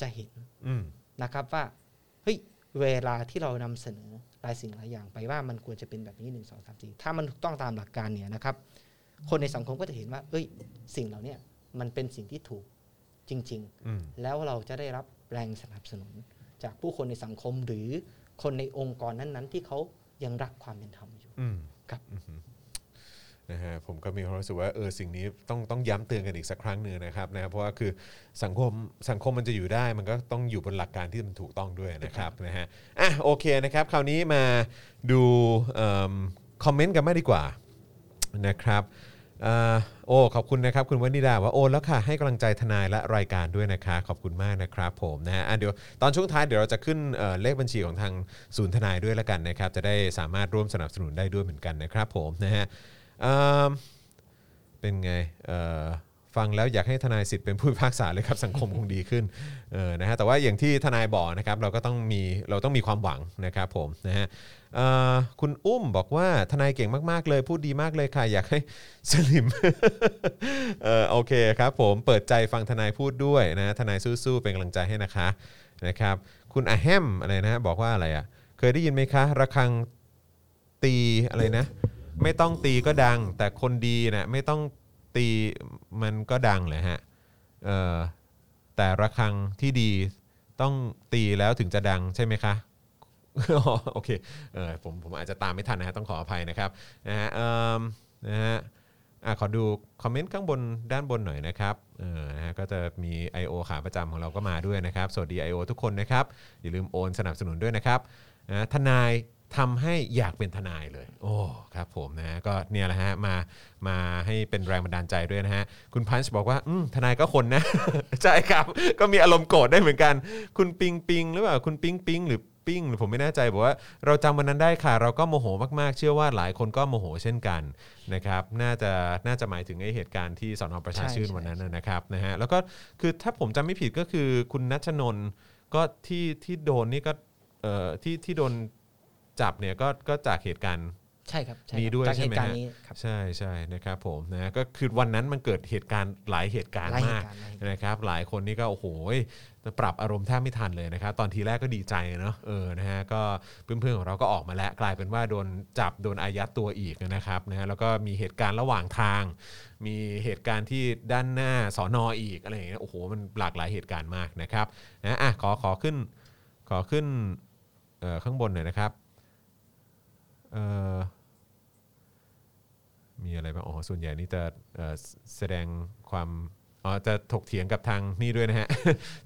[SPEAKER 3] จะเห็น
[SPEAKER 2] อืม
[SPEAKER 3] นะครับว่าเฮ้ยเวลาที่เรานำเสนอหลายสิ่งหลายอย่างไปว่ามันควรจะเป็นแบบนี้หนึ่งสองสามสี่ถ้ามันถูกต้องตามหลักการเนี่ยนะครับ คนในสังคมก็จะเห็นว่าเฮ้ยสิ่งเหล่าเนี้มันเป็นสิ่งที่ถูกจริง ๆ
[SPEAKER 2] อืม
[SPEAKER 3] แล้วเราจะได้รับแรงสนับสนุน จากผู้คนในสังคมหรือคนในองค์กรนั้นๆ ที่เขายังรักความเป็นธรรมอยู่
[SPEAKER 2] อืม
[SPEAKER 3] ครับ
[SPEAKER 2] อืมนะฮะผมก็มีความรู้สึกว่าเออสิ่งนี้ต้องต้องย้ำเตือนกันอีกสักครั้งหนึ่งนะครับนะเพราะว่าคือสังคมสังคมมันจะอยู่ได้มันก็ต้องอยู่บนหลักการที่มันถูกต้องด้วยนะครับนะฮะอ่ะโอเคนะครับ คราวนี้มาดูเอิ่มคอมเมนต์กันมากดีกว่า นะครับเอ่อโอ้ ขอบคุณนะครับ คุณวนิดาว่าโอนแล้วค่ะ ให้กำลังใจทนายและรายการด้วยนะคะ ขอบคุณมากนะครับผมนะฮะอ่ะเดี๋ยวตอนช่วงท้ายเดี๋ยวเราจะขึ้นเอ่อเลขบัญชีของทางศูนย์ทนายด้วยละกันนะครับ จะได้สามารถร่วมสนับสนุนได้ด้วยเหมือนกันนะครับผมนะฮะเอิ่มเป็นไงเอ่อฟังแล้วอยากให้ทนายสิทธิ์เป็นผู้พิพากษาเลยครับ สังคมคงดีขึ้นเออนะฮะแต่ว่าอย่างที่ทนายบอกนะครับเราก็ต้องมีเราต้องมีความหวังนะครับผมนะฮะเอ่อคุณอุ้มบอกว่าทนายเก่งมากๆเลยพูดดีมากเลยค่ะอยากให้ สลิม เออโอเคครับผมเปิดใจฟังทนายพูดด้วยนะทนายสู้ๆเป็นกำลังใจให้นะคะนะครับ คุณอาแฮมอะไรนะบอกว่าอะไรอ่ะ เคยได้ยินไหมคะ ระฆังตีอะไรนะ ไม่ต้องตีก็ดัง แต่คนดีนะไม่ต้องตีมันก็ดังเลยฮะเออแต่ระฆังที่ดีต้องตีแล้วถึงจะดังใช่ไหมคะ อ๋อโอเคเออผมผมอาจจะตามไม่ทันนะฮะต้องขออภัยนะครับนะฮะเอิ่มนะฮะ อ่ะขอดูคอมเมนต์ข้างบนด้านบนหน่อยนะครับเออนะฮะก็จะมี I.O. ขาประจำของเราก็มาด้วยนะครับ สวัสดี I.O. ทุกคนนะครับ อย่าลืมโอนสนับสนุนด้วยนะครับนะทนายทำให้อยากเป็นทนายเลย โอ้ครับผมนะฮะก็เนี่ยแหละฮะมามาให้เป็นแรงบันดาลใจด้วยนะฮะ คุณพันช์บอกว่าอืมทนายก็คนนะ ใช่ครับ ก็มีอารมณ์โกรธได้เหมือนกัน คุณปิงปิงหรือเปล่าคุณปิงปิงหรือปิ้งหรือผมไม่แน่ใจบอกว่าเราจำวันนั้นได้ค่ะ เราก็โมโหมากๆ เชื่อว่าหลายคนก็โมโหเช่นกันนะครับน่าจะน่าจะหมายถึงไอ้เหตุการณ์ที่สอนอประชาชื่น
[SPEAKER 3] ใช่ใช่
[SPEAKER 2] วันนั้นน่ะนะครับนะฮะแล้วก็คือถ้าผมจำไม่ผิดก็คือคุณนัชนนก็ที่ที่โดนนี่ก็ เอ่อที่ที่โดนจับเนี่ยก็ก็จากเหตุการณ์
[SPEAKER 3] ใช่ครับใช่
[SPEAKER 2] มีด้วย
[SPEAKER 3] ครับจา
[SPEAKER 2] ใช่
[SPEAKER 3] ก
[SPEAKER 2] ไหม
[SPEAKER 3] เหตุการณ์
[SPEAKER 2] ฮะ
[SPEAKER 3] นี้ครับ
[SPEAKER 2] ใช่ใช่นะครับผมนะก็คือวันนั้นมันเกิดเหตุการณ์หลายเหตุการณ์
[SPEAKER 3] หลายเห
[SPEAKER 2] มาก
[SPEAKER 3] ตุการณ์หลายเหตุการณ์
[SPEAKER 2] นะครับ หลายคนนี่ก็โอ้โหยปรับอารมณ์แทบไม่ทันเลยนะครับ ตอนทีแรกก็ดีใจเนาะเออนะฮะก็เพื่อนๆของเราก็ออกมาแล้วกลายเป็นว่าโดนจับโดนอายัดตัวอีกนะครับนะฮะแล้วก็มีเหตุการณ์ระหว่างทาง มีเหตุการณ์ที่ด้านหน้าสอนออีกอะไรอย่างเงี้ยโอ้โหมันหลากหลายเหตุการณ์มากนะครับนะอ่ะขอขอขึ้นขอขึ้นเอ่อข้างบนหน่อยนะครับเอ่อ มีอะไรบ้างอ๋อ ส่วนใหญ่นี่จะเอ่อแสแสดงความ อ๋อ จะถกเถียงกับทางนี่ด้วยนะ ฮะ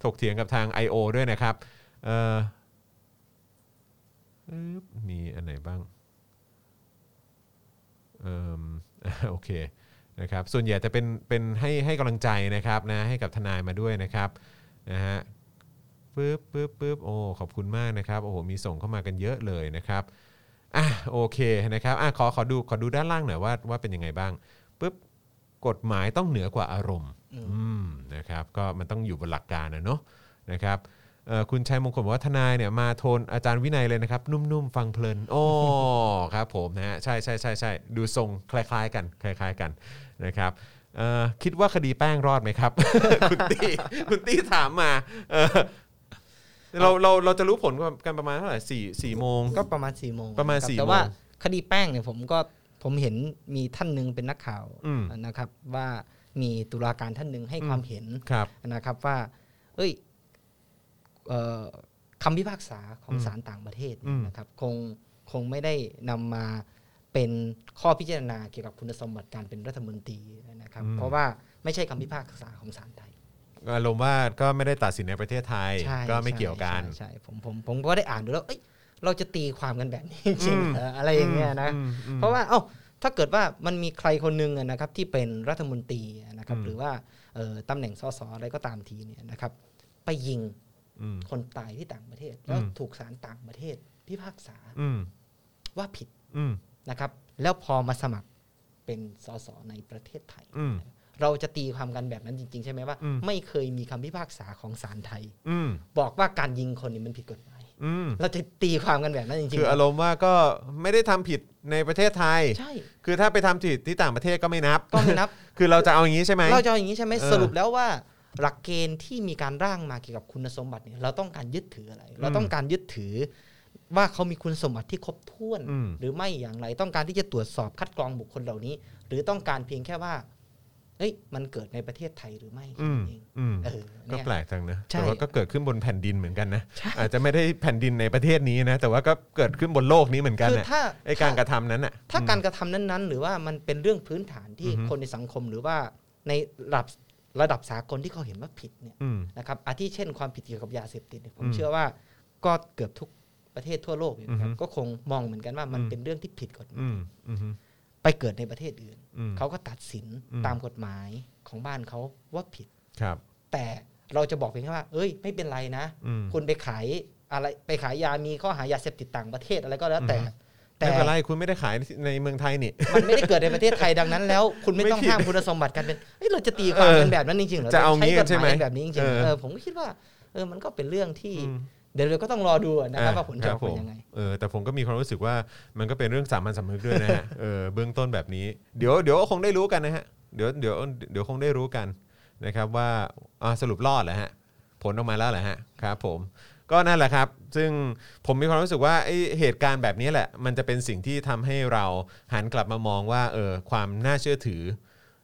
[SPEAKER 2] ถกเถียงกับทาง I.O. ด้วยนะครับเอ่ออึ๊บมีอันไหนบ้าง เอิ่ม โอเค นะครับ ส่วนใหญ่จะเป็น เป็นให้ให้กำลังใจนะครับนะ ให้กับทนายมาด้วยนะครับ นะฮะ ปึ๊บปึ๊บปึ๊บโอ้ ขอบคุณมากนะครับ โอ้โห มีส่งเข้ามากันเยอะเลยนะครับ อ่ะโอเคนะครับอ่ะขอขอดูขอดูด้านล่างหน่อยว่าว่าเป็นยังไงบ้างปุ๊บกฎหมายต้องเหนือกว่าอารมณ์อืมนะครับก็มันต้องอยู่บนหลักการนะเนาะนะครับเอ่อคุณชัยมงคลบอกว่าทนายเนี่ยมาโทนอาจารย์วินัยเลยนะครับ นุ่มๆ ฟังเพลินโอ้ ครับผมนะฮะใช่ใช่ใช่ใช่ดูทรงคล้ายๆ กัน คล้าย ๆกันนะครับเอ่อคิดว่าคดีแป้งรอดไหมครับ คุณตี้คุณตี้ถามมาเออเราเราเราจะรู้ผลกันประมาณเท่าไหร่สี่สี่โมง
[SPEAKER 3] ก็ประมาณสี่โมง
[SPEAKER 2] ประมาณ
[SPEAKER 3] คบ
[SPEAKER 2] สี่
[SPEAKER 3] แต่ว่า
[SPEAKER 2] โมง
[SPEAKER 3] คดีแป้งเนี่ยผมก็ผมเห็นมีท่านหนึ่งเป็นนักข่าว
[SPEAKER 2] อืม
[SPEAKER 3] นะครับ ว่ามีตุลาการท่านหนึ่งให้
[SPEAKER 2] อืม
[SPEAKER 3] ความเห็น
[SPEAKER 2] ครับ
[SPEAKER 3] นะครับว่า เอ้ยเอ่อคำพิพากษาของ
[SPEAKER 2] อืม
[SPEAKER 3] ศาลต่างประเทศ
[SPEAKER 2] อืม
[SPEAKER 3] นะครับ คงคงไม่ได้นำมาเป็นข้อพิจารณาเกี่ยวกับคุณสมบัติการเป็นรัฐมนตรีนะครับ เพราะว่าไม่ใช่คำพิพากษาของศาลไทย
[SPEAKER 2] อารมณ์ว่าก็ไม่ได้ตัดสินในประเทศไทย
[SPEAKER 3] ใช่
[SPEAKER 2] ก็ไม่เกี่ยวกัน
[SPEAKER 3] ใช่ใช่ผมผมผมก็ได้อ่านดูแล้วเอ้ยเราจะตีความกันแบบนี้ จริง
[SPEAKER 2] อืม
[SPEAKER 3] ๆเหรออะไรอย่างเงี้ยนะ
[SPEAKER 2] อืมอืม
[SPEAKER 3] เพราะว่าเอ้าถ้าเกิดว่ามันมีใครคนหนึ่งอะนะครับที่เป็นรัฐมนตรีอะนะครับ
[SPEAKER 2] อืม
[SPEAKER 3] หรือว่าเอ่อตำแหน่งสสอะไรก็ตามทีเนี่ยนะครับ ไปยิง
[SPEAKER 2] อืม
[SPEAKER 3] คนตายที่ต่างประเทศ แล้ว
[SPEAKER 2] อืม
[SPEAKER 3] ถูกศาลต่างประเทศพิพากษา
[SPEAKER 2] อืม
[SPEAKER 3] ว่าผิด
[SPEAKER 2] อืม
[SPEAKER 3] นะครับ แล้วพอมาสมัครเป็นสสในประเทศไทย
[SPEAKER 2] อืม
[SPEAKER 3] เราจะตีความกันแบบนั้นจริง ๆ ใช่ไหมว่า
[SPEAKER 2] อืม
[SPEAKER 3] ไม่เคยมีคำพิพากษาของศาลไทย
[SPEAKER 2] อืม
[SPEAKER 3] บอกว่าการยิงคนนี่มันผิดกฎหมาย
[SPEAKER 2] อืม
[SPEAKER 3] เราจะตีความกันแบบนั้นจริงๆ
[SPEAKER 2] คืออารมณ์ว่าก็ไม่ได้ทำผิดในประเทศไทย
[SPEAKER 3] ใช่
[SPEAKER 2] คือถ้าไปทำผิดที่ต่างประเทศก็ไม่นับ
[SPEAKER 3] ก็ไม่นับ
[SPEAKER 2] คือเราจะเอาอย่างนี้ใช่ไหม
[SPEAKER 3] เราจะเอาอย่างนี้ใช่ไหม
[SPEAKER 2] เออ
[SPEAKER 3] สรุปแล้วว่า หลักเกณฑ์ที่มีการร่างมาเกี่ยวกับคุณสมบัติเนี่ยเราต้องการยึดถืออะไร เราต้องการยึดถือ ว่าเขามีคุณสมบัติที่ครบถ้วน
[SPEAKER 2] อืม
[SPEAKER 3] หรือไม่อย่างไรต้องการที่จะตรวจสอบคัดกรองบุคคลเหล่านี้ หรือต้องการเพียงแค่ว่าเอ้ยมันเกิดในประเทศไทยหรือไม่
[SPEAKER 2] อืม
[SPEAKER 3] เอง
[SPEAKER 2] อืม
[SPEAKER 3] เออ
[SPEAKER 2] ก็
[SPEAKER 3] เนี่ย
[SPEAKER 2] แปลกจังนะ
[SPEAKER 3] ใช่
[SPEAKER 2] แต่ว่าก็เกิดขึ้นบนแผ่นดินเหมือนกันนะอาจจะไม่ได้แผ่นดินในประเทศนี้นะ แต่ว่าก็เกิดขึ้นบนโลกนี้เหมือนกัน
[SPEAKER 3] คือ
[SPEAKER 2] นะ
[SPEAKER 3] ถ้า
[SPEAKER 2] ไอการกระทำนั้นอ่ะ
[SPEAKER 3] ถ้าการกระทำนั้นๆ หรือว่ามันเป็นเรื่องพื้นฐานที่
[SPEAKER 2] อือฮึ
[SPEAKER 3] คนในสังคมหรือว่าในระดับระดับสากลที่เขาเห็นว่าผิดเนี่ย
[SPEAKER 2] อืม
[SPEAKER 3] นะครับอาทิเช่นความผิดเกี่ยวกับยาเสพติดเนี่ยผ
[SPEAKER 2] อื
[SPEAKER 3] ม
[SPEAKER 2] ม
[SPEAKER 3] เชื่อว่าก็เกือบทุกประเทศทั่วโลกเนี่ยนะครับ
[SPEAKER 2] อือฮึ
[SPEAKER 3] ก็คงมองเหมือนกันว่ามัน
[SPEAKER 2] อืม
[SPEAKER 3] เป็นเรื่องที่ผิดกฎหมาย
[SPEAKER 2] อืมอืม
[SPEAKER 3] ไปเกิดในประเทศอื่น
[SPEAKER 2] อืม
[SPEAKER 3] เขาก็ตัดสิน
[SPEAKER 2] อืม
[SPEAKER 3] ตามกฎหมายของบ้านเขาว่าผิด
[SPEAKER 2] ครับ
[SPEAKER 3] แต่เราจะบอกเพียงแค่ว่า เอ้ย ไม่เป็นไรนะ
[SPEAKER 2] อืม
[SPEAKER 3] คุณไปขายอะไรไปขายยามีข้อหายาเสพติดต่างประเทศอะไรก็แล้วแต่
[SPEAKER 2] อือฮึ
[SPEAKER 3] แต่
[SPEAKER 2] ไม่เป็นไรคุณไม่ได้ขายในเมืองไทยนี่
[SPEAKER 3] มันไม่ได้เกิดในประเทศไทยดังนั้นแล้ว คุณไม่
[SPEAKER 2] ไม่
[SPEAKER 3] ต้อง
[SPEAKER 2] ผิด
[SPEAKER 3] ห้ามคุณสมบัติกันเป็นเอ้ยเราจะตีความกัน
[SPEAKER 2] เออ
[SPEAKER 3] แบบนั้นจริงๆหรอ
[SPEAKER 2] จะเอางี้กัน
[SPEAKER 3] ใช้กฎหมาย
[SPEAKER 2] ใช่ไหม
[SPEAKER 3] แบบนี้จริง
[SPEAKER 2] เออ
[SPEAKER 3] ๆเออผมก็คิดว่าเออมันก็เป็นเรื่องที่
[SPEAKER 2] อืม
[SPEAKER 3] เดี๋ยวเราก็ต้องรอดูนะครับ
[SPEAKER 2] อ่
[SPEAKER 3] ว่าผลจะออก
[SPEAKER 2] รับผ
[SPEAKER 3] เป็
[SPEAKER 2] ม
[SPEAKER 3] นยังไง
[SPEAKER 2] เออแต่ผมก็มีความรู้สึกว่ามันก็เป็นเรื่องสามัญสำนึกด้วยนะ ฮะ เออเบื้องต้นแบบนี้ เดี๋ยวเดี๋ยวก็คงได้รู้กันนะฮะเดี๋ยวเดี๋ยวเดี๋ยวคงได้รู้กันนะครับว่าอ่าสรุปรอดแหละฮะผลออกมาแล้วแหละฮะครับผมก็นั่นแหละครับ ซึ่งผมมีความรู้สึกว่าไอ้เหตุการณ์แบบนี้แหละ มันจะเป็นสิ่งที่ทำให้เราหันกลับมามองว่าเออความน่าเชื่อถือ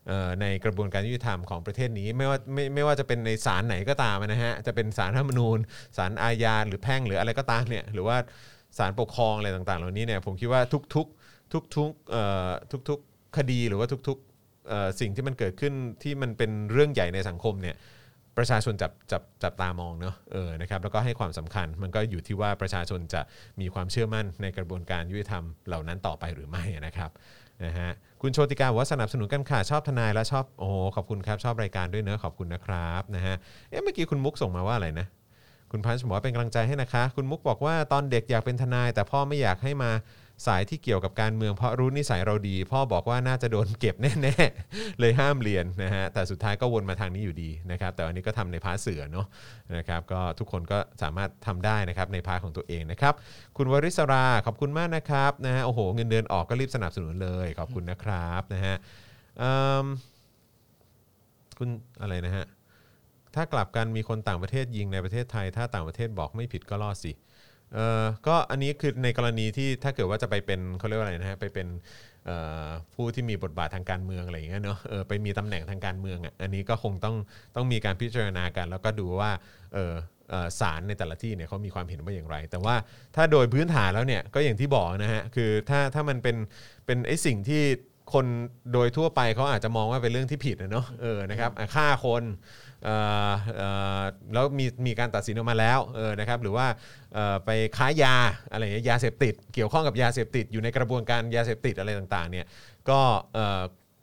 [SPEAKER 2] เอ่อในกระบวนการยุติธรรมของประเทศนี้ไม่ว่าไม่ไม่ว่าจะเป็นในศาลไหนก็ตามนะฮะจะเป็นศาลรัฐธรรมนูญศาลอาญาหรือแพ่งหรืออะไรก็ตามเนี่ยหรือว่าศาลปกครองอะไรต่างๆ เหล่านี้เนี่ยผมคิดว่าทุกทุกทุกทุกๆเอ่อทุกทุกๆคดีหรือว่าทุกๆเอ่อสิ่งที่มันเกิดขึ้นที่มันเป็นเรื่องใหญ่ในสังคมเนี่ยประชาชนจับจับจับตามองเนาะเออนะครับแล้วก็ให้ความสำคัญมันก็อยู่ที่ว่าประชาชนจะมีความเชื่อมั่นในกระบวนการยุติธรรมเหล่านั้นต่อไปหรือไม่นะครับ นะฮะคุณโชติกาบอกว่าสนับสนุนกันค่ะชอบทนายและชอบโอ้โหขอบคุณครับชอบรายการด้วยเนอะขอบคุณนะครับนะฮะเอ๊ะเมื่อกี้คุณมุกส่งมาว่าอะไรนะ คุณพันช์บอกว่าเป็นกำลังใจให้นะคะ คุณมุกบอกว่าตอนเด็กอยากเป็นทนาย แต่พ่อไม่อยากให้มา สายที่เกี่ยวกับการเมืองเพราะรู้นิสัยเราดี พ่อบอกว่าน่าจะโดนเก็บแน่ๆ เลยห้ามเรียนนะฮะแต่สุดท้ายก็วนมาทางนี้อยู่ดีนะครับแต่วันนี้ก็ทำในพาร์ทเสือเนาะนะครับก็ทุกคนก็สามารถทำได้นะครับในพาร์ทของตัวเองนะครับคุณวริศราขอบคุณมากนะครับนะฮะโอ้โหเงินเดือนออกก็รีบสนับสนุนเลยขอบคุณนะครับนะฮะเอิ่มคุณอะไรนะฮะ ถ้ากลับกันมีคนต่างประเทศยิงในประเทศไทย ถ้าต่างประเทศบอกไม่ผิดก็รอดสิเออก็อันนี้คือในกรณีที่ถ้าเกิดว่าจะไปเป็นเขาเรียกว่าอะไรนะฮะไปเป็นเอ่อผู้ที่มีบทบาททางการเมืองอะไรอย่างเงี้ยเนาะเออไปมีตำแหน่งทางการเมืองอ่ะอันนี้ก็คงต้องต้องมีการพิจารณากัน แล้วก็ดูว่าเออเอ่อศาลในแต่ละที่เนี่ยเขามีความเห็นว่าอย่างไร แต่ว่าถ้าโดยพื้นฐานแล้วเนี่ยก็อย่างที่บอกนะฮะคือถ้าถ้ามันเป็นเป็นไอ้สิ่งที่คนโดยทั่วไปเขาอาจจะมองว่าเป็นเรื่องที่ผิดนะเนาะเออนะครับอ่ะฆ่าคน เอ่อเอ่อแล้วมีมีการตัดสินออกมาแล้วเออนะครับหรือว่าเอ่อไปค้ายาอะไรอย่างเงี้ยยาเสพติด เกี่ยวข้องกับยาเสพติดอยู่ในกระบวนการยาเสพติดอะไรต่างๆเนี่ยก็เอ่อ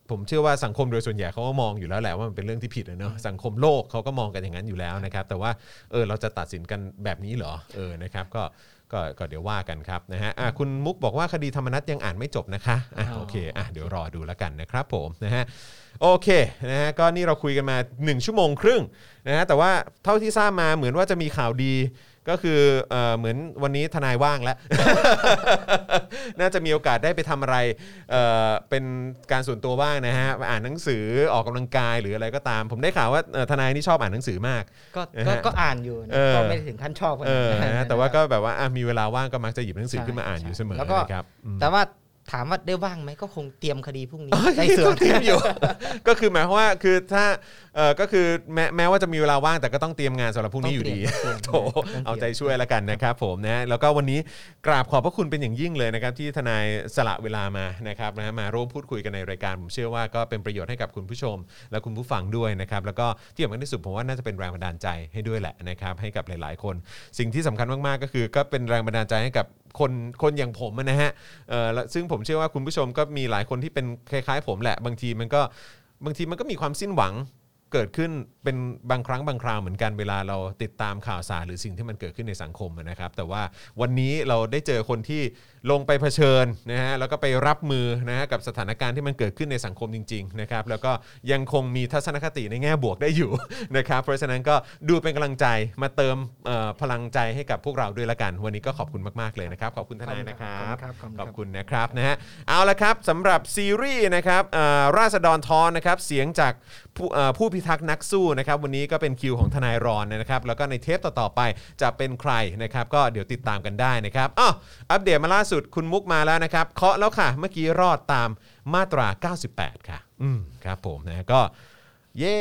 [SPEAKER 2] ผมเชื่อว่าสังคมโดยส่วนใหญ่เขาก็มองอยู่แล้วแหละว่ามันเป็นเรื่องที่ผิดนะเนาะสังคมโลกเขาก็มองกันอย่างนั้นอยู่แล้วนะครับแต่ว่าเออเราจะตัดสินกันแบบนี้เหรอเออนะครับก็ก็ก็เดี๋ยวว่ากันครับนะฮะอ่ะคุณมุกบอกว่าคดีธรรมนัตยังอ่านไม่จบนะคะอ่ะโอเคอ่ะเดี๋ยวรอดูแล้วกันนะครับผมนะฮะ โอเคนะฮะก็นี่เราคุยกันมา 1 ชั่วโมงครึ่งนะฮะแต่ว่าเท่าที่ทราบมาเหมือนว่าจะมีข่าวดี ก็คือเอ่อเหมือนวันนี้ทนายว่างแล้ว น่าจะมีโอกาสได้ไปทำอะไรเอ่อเป็นการส่วนตัวบ้างนะฮะอ่านหนังสือออกกำลังกายหรืออะไรก็ตาม ผมได้ข่าวว่าเอ่อทนายนี่ชอบอ่านหนังสือมาก
[SPEAKER 4] ก็ก็ก็อ่านอยู่นะ
[SPEAKER 2] เออ
[SPEAKER 4] ก็ไม่ได้ถึงขั้นชอบขนา
[SPEAKER 2] เออ
[SPEAKER 4] ดนั้น
[SPEAKER 2] นะฮะ
[SPEAKER 4] นะครับ
[SPEAKER 2] แต่ว่าก็แบบว่าอ่ะมีเวลาว่างก็มักจะหยิบหนังสือ
[SPEAKER 4] ใช่
[SPEAKER 2] ขึ้นมาอ่านอยู่เสมอ
[SPEAKER 4] แล้วก็
[SPEAKER 2] นะครับอืม
[SPEAKER 4] แต่ว่าถามว่าได้ว่างไหมก็คงเตรียมคดีพรุ่งนี้
[SPEAKER 2] เอ้ย
[SPEAKER 4] ได้เสือ
[SPEAKER 2] ก็เตรียมอยู่ ก็คือหมายความว่าคือถ้าเออก็คือแม้แม้ว่าจะมีเวลาว่างแต่ก็ต้องเตรียมงานสำหรับพรุ่งนี้อยู่ดี
[SPEAKER 4] ต้อง
[SPEAKER 2] โถ
[SPEAKER 4] เตรียมต้องตรียม
[SPEAKER 2] เอาใจช่วยแล้วกันนะครับผมนะแล้วก็วันนี้กราบขอบพระคุณเป็นอย่างยิ่งเลยนะครับที่ทนายสละเวลามานะครับนะมาร่วมพูดคุยกันในรายการผมเชื่อว่าก็เป็นประโยชน์ให้กับคุณผู้ชม และคุณผู้ฟังด้วยนะครับแล้วก็ที่สำคัญที่สุดผมว่าน่าจะเป็นแรงบันดาลใจให้ด้วยแหละนะครับให้กับหลาย ๆ คน สิ่งที่สำคัญมาก ๆ ก็คือก็เป็นแรงบันดาลใจให้กับคนคนอย่างผมอะนะฮะเอ่อและซึ่งผมเชื่อว่าคุณผู้ชมก็มีหลายคนที่เป็นคล้าย ๆ ผมแหละบางทีมันก็บางทีมันก็มีความสิ้นหวัง เกิดขึ้นเป็นบางครั้งบางคราวเหมือนกันเวลาเราติดตามข่าวสารหรือสิ่งที่มันเกิดขึ้นในสังคมนะครับ แต่ว่าวันนี้เราได้เจอคนที่ลงไปเผชิญนะฮะแล้วก็ไปรับมือนะฮะกับสถานการณ์ที่มันเกิดขึ้นในสังคมจริงๆนะครับแล้วก็ยังคงมีทัศนคติในแง่บวกได้อยู่ นะครับเพราะฉะนั้นก็ดูเป็นกำลังใจมาเติมเอ่อพลังใจให้กับพวกเราด้วยละกัน วันนี้ก็ขอบคุณมากๆเลยนะครับขอบคุณทนายนะครับ
[SPEAKER 4] ขอบคุณ
[SPEAKER 2] ข
[SPEAKER 4] ครับ
[SPEAKER 2] อบคุณนะครับนะฮะเอาละครับสำหรับซีรีส์นะครับเอ่อราษฎรทอนนะครับเสียงจากผู้เอ่อผู้พิทักษ์นักสู้นะครับวันนี้ก็เป็นคิวของทนายรอนนะครับแล้วก็ในเทปต่อๆไปจะเป็นใครนะครับก็เดี๋ยวติดตามกันได้นะครับอ้ออัปเดตมาล่าสุดคุณมุกมาแล้วนะครับเคาะแล้วค่ะเมื่อกี้รอดตามมาตรา 98 ค่ะอืมครับผมนะก็ เย้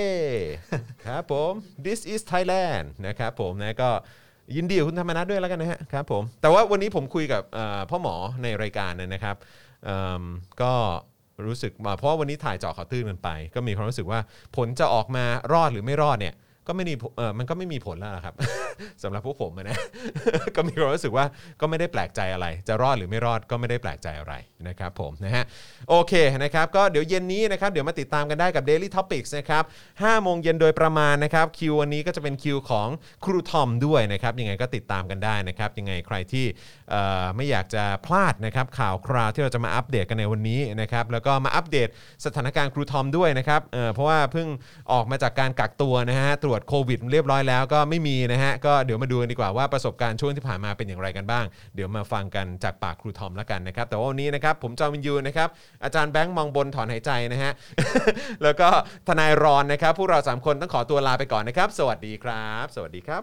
[SPEAKER 2] ครับผม this is Thailand นะครับผมนะก็ยินดีกับคุณธรรมนัทด้วยแล้วกันนะฮะครับผมแต่ว่าวันนี้ผมคุยกับเอ่อพ่อหมอในรายการนะครับเอิ่มก็รู้สึกว่าเพราะว่าวันนี้ถ่ายเจาะข่าวตื้นกันไป ก็มีความรู้สึกว่าผลจะออกมารอดหรือไม่รอดเนี่ย ก็ไม่มีผลเออมันก็ไม่มีผลแล้วล่ะครับ สำหรับพวกผมอะนะ ก็มีความรู้สึกว่าก็ไม่ได้แปลกใจอะไร จะรอดหรือไม่รอดก็ไม่ได้แปลกใจอะไรนะครับผมนะฮะโอเคนะครับก็เดี๋ยวเย็นนี้นะครับเดี๋ยวมาติดตามกันได้กับ Daily Topics นะครับ5โมงเย็นโดยประมาณนะครับคิววันนี้ก็จะเป็นคิวของครูทอมด้วยนะครับยังไงก็ติดตามกันได้นะครับยังไงใครที่เอ่อไม่อยากจะพลาดนะครับข่าวคราวที่เราจะมาอัปเดตกันในวันนี้นะครับแล้วก็มาอัปเดตสถานการณ์ครูทอมด้วยนะครับเอ่อเพราะว่าเพิ่งออกมาจากการกักตัวนะฮะตรวจโควิดเรียบร้อยแล้วก็ไม่มีนะฮะก็เดี๋ยวมาดูกันดีกว่าว่าประสบการณ์ช่วงที่ผ่านมาเป็นอย่างไรกันบ้าง เดี๋ยวมาฟังกันจากปากครูทอมแล้วกันนะครับแต่ว่าวันนี้นะครับผมจอมวินยูนะครับอาจารย์แบงค์มองบนถอนหายใจนะฮ ะ แล้วก็ทนายรอนนะครับพวกเราสามคนต้องขอตัวลาไปก่อนนะครับ สวัสดีครับ สวัสดีครับ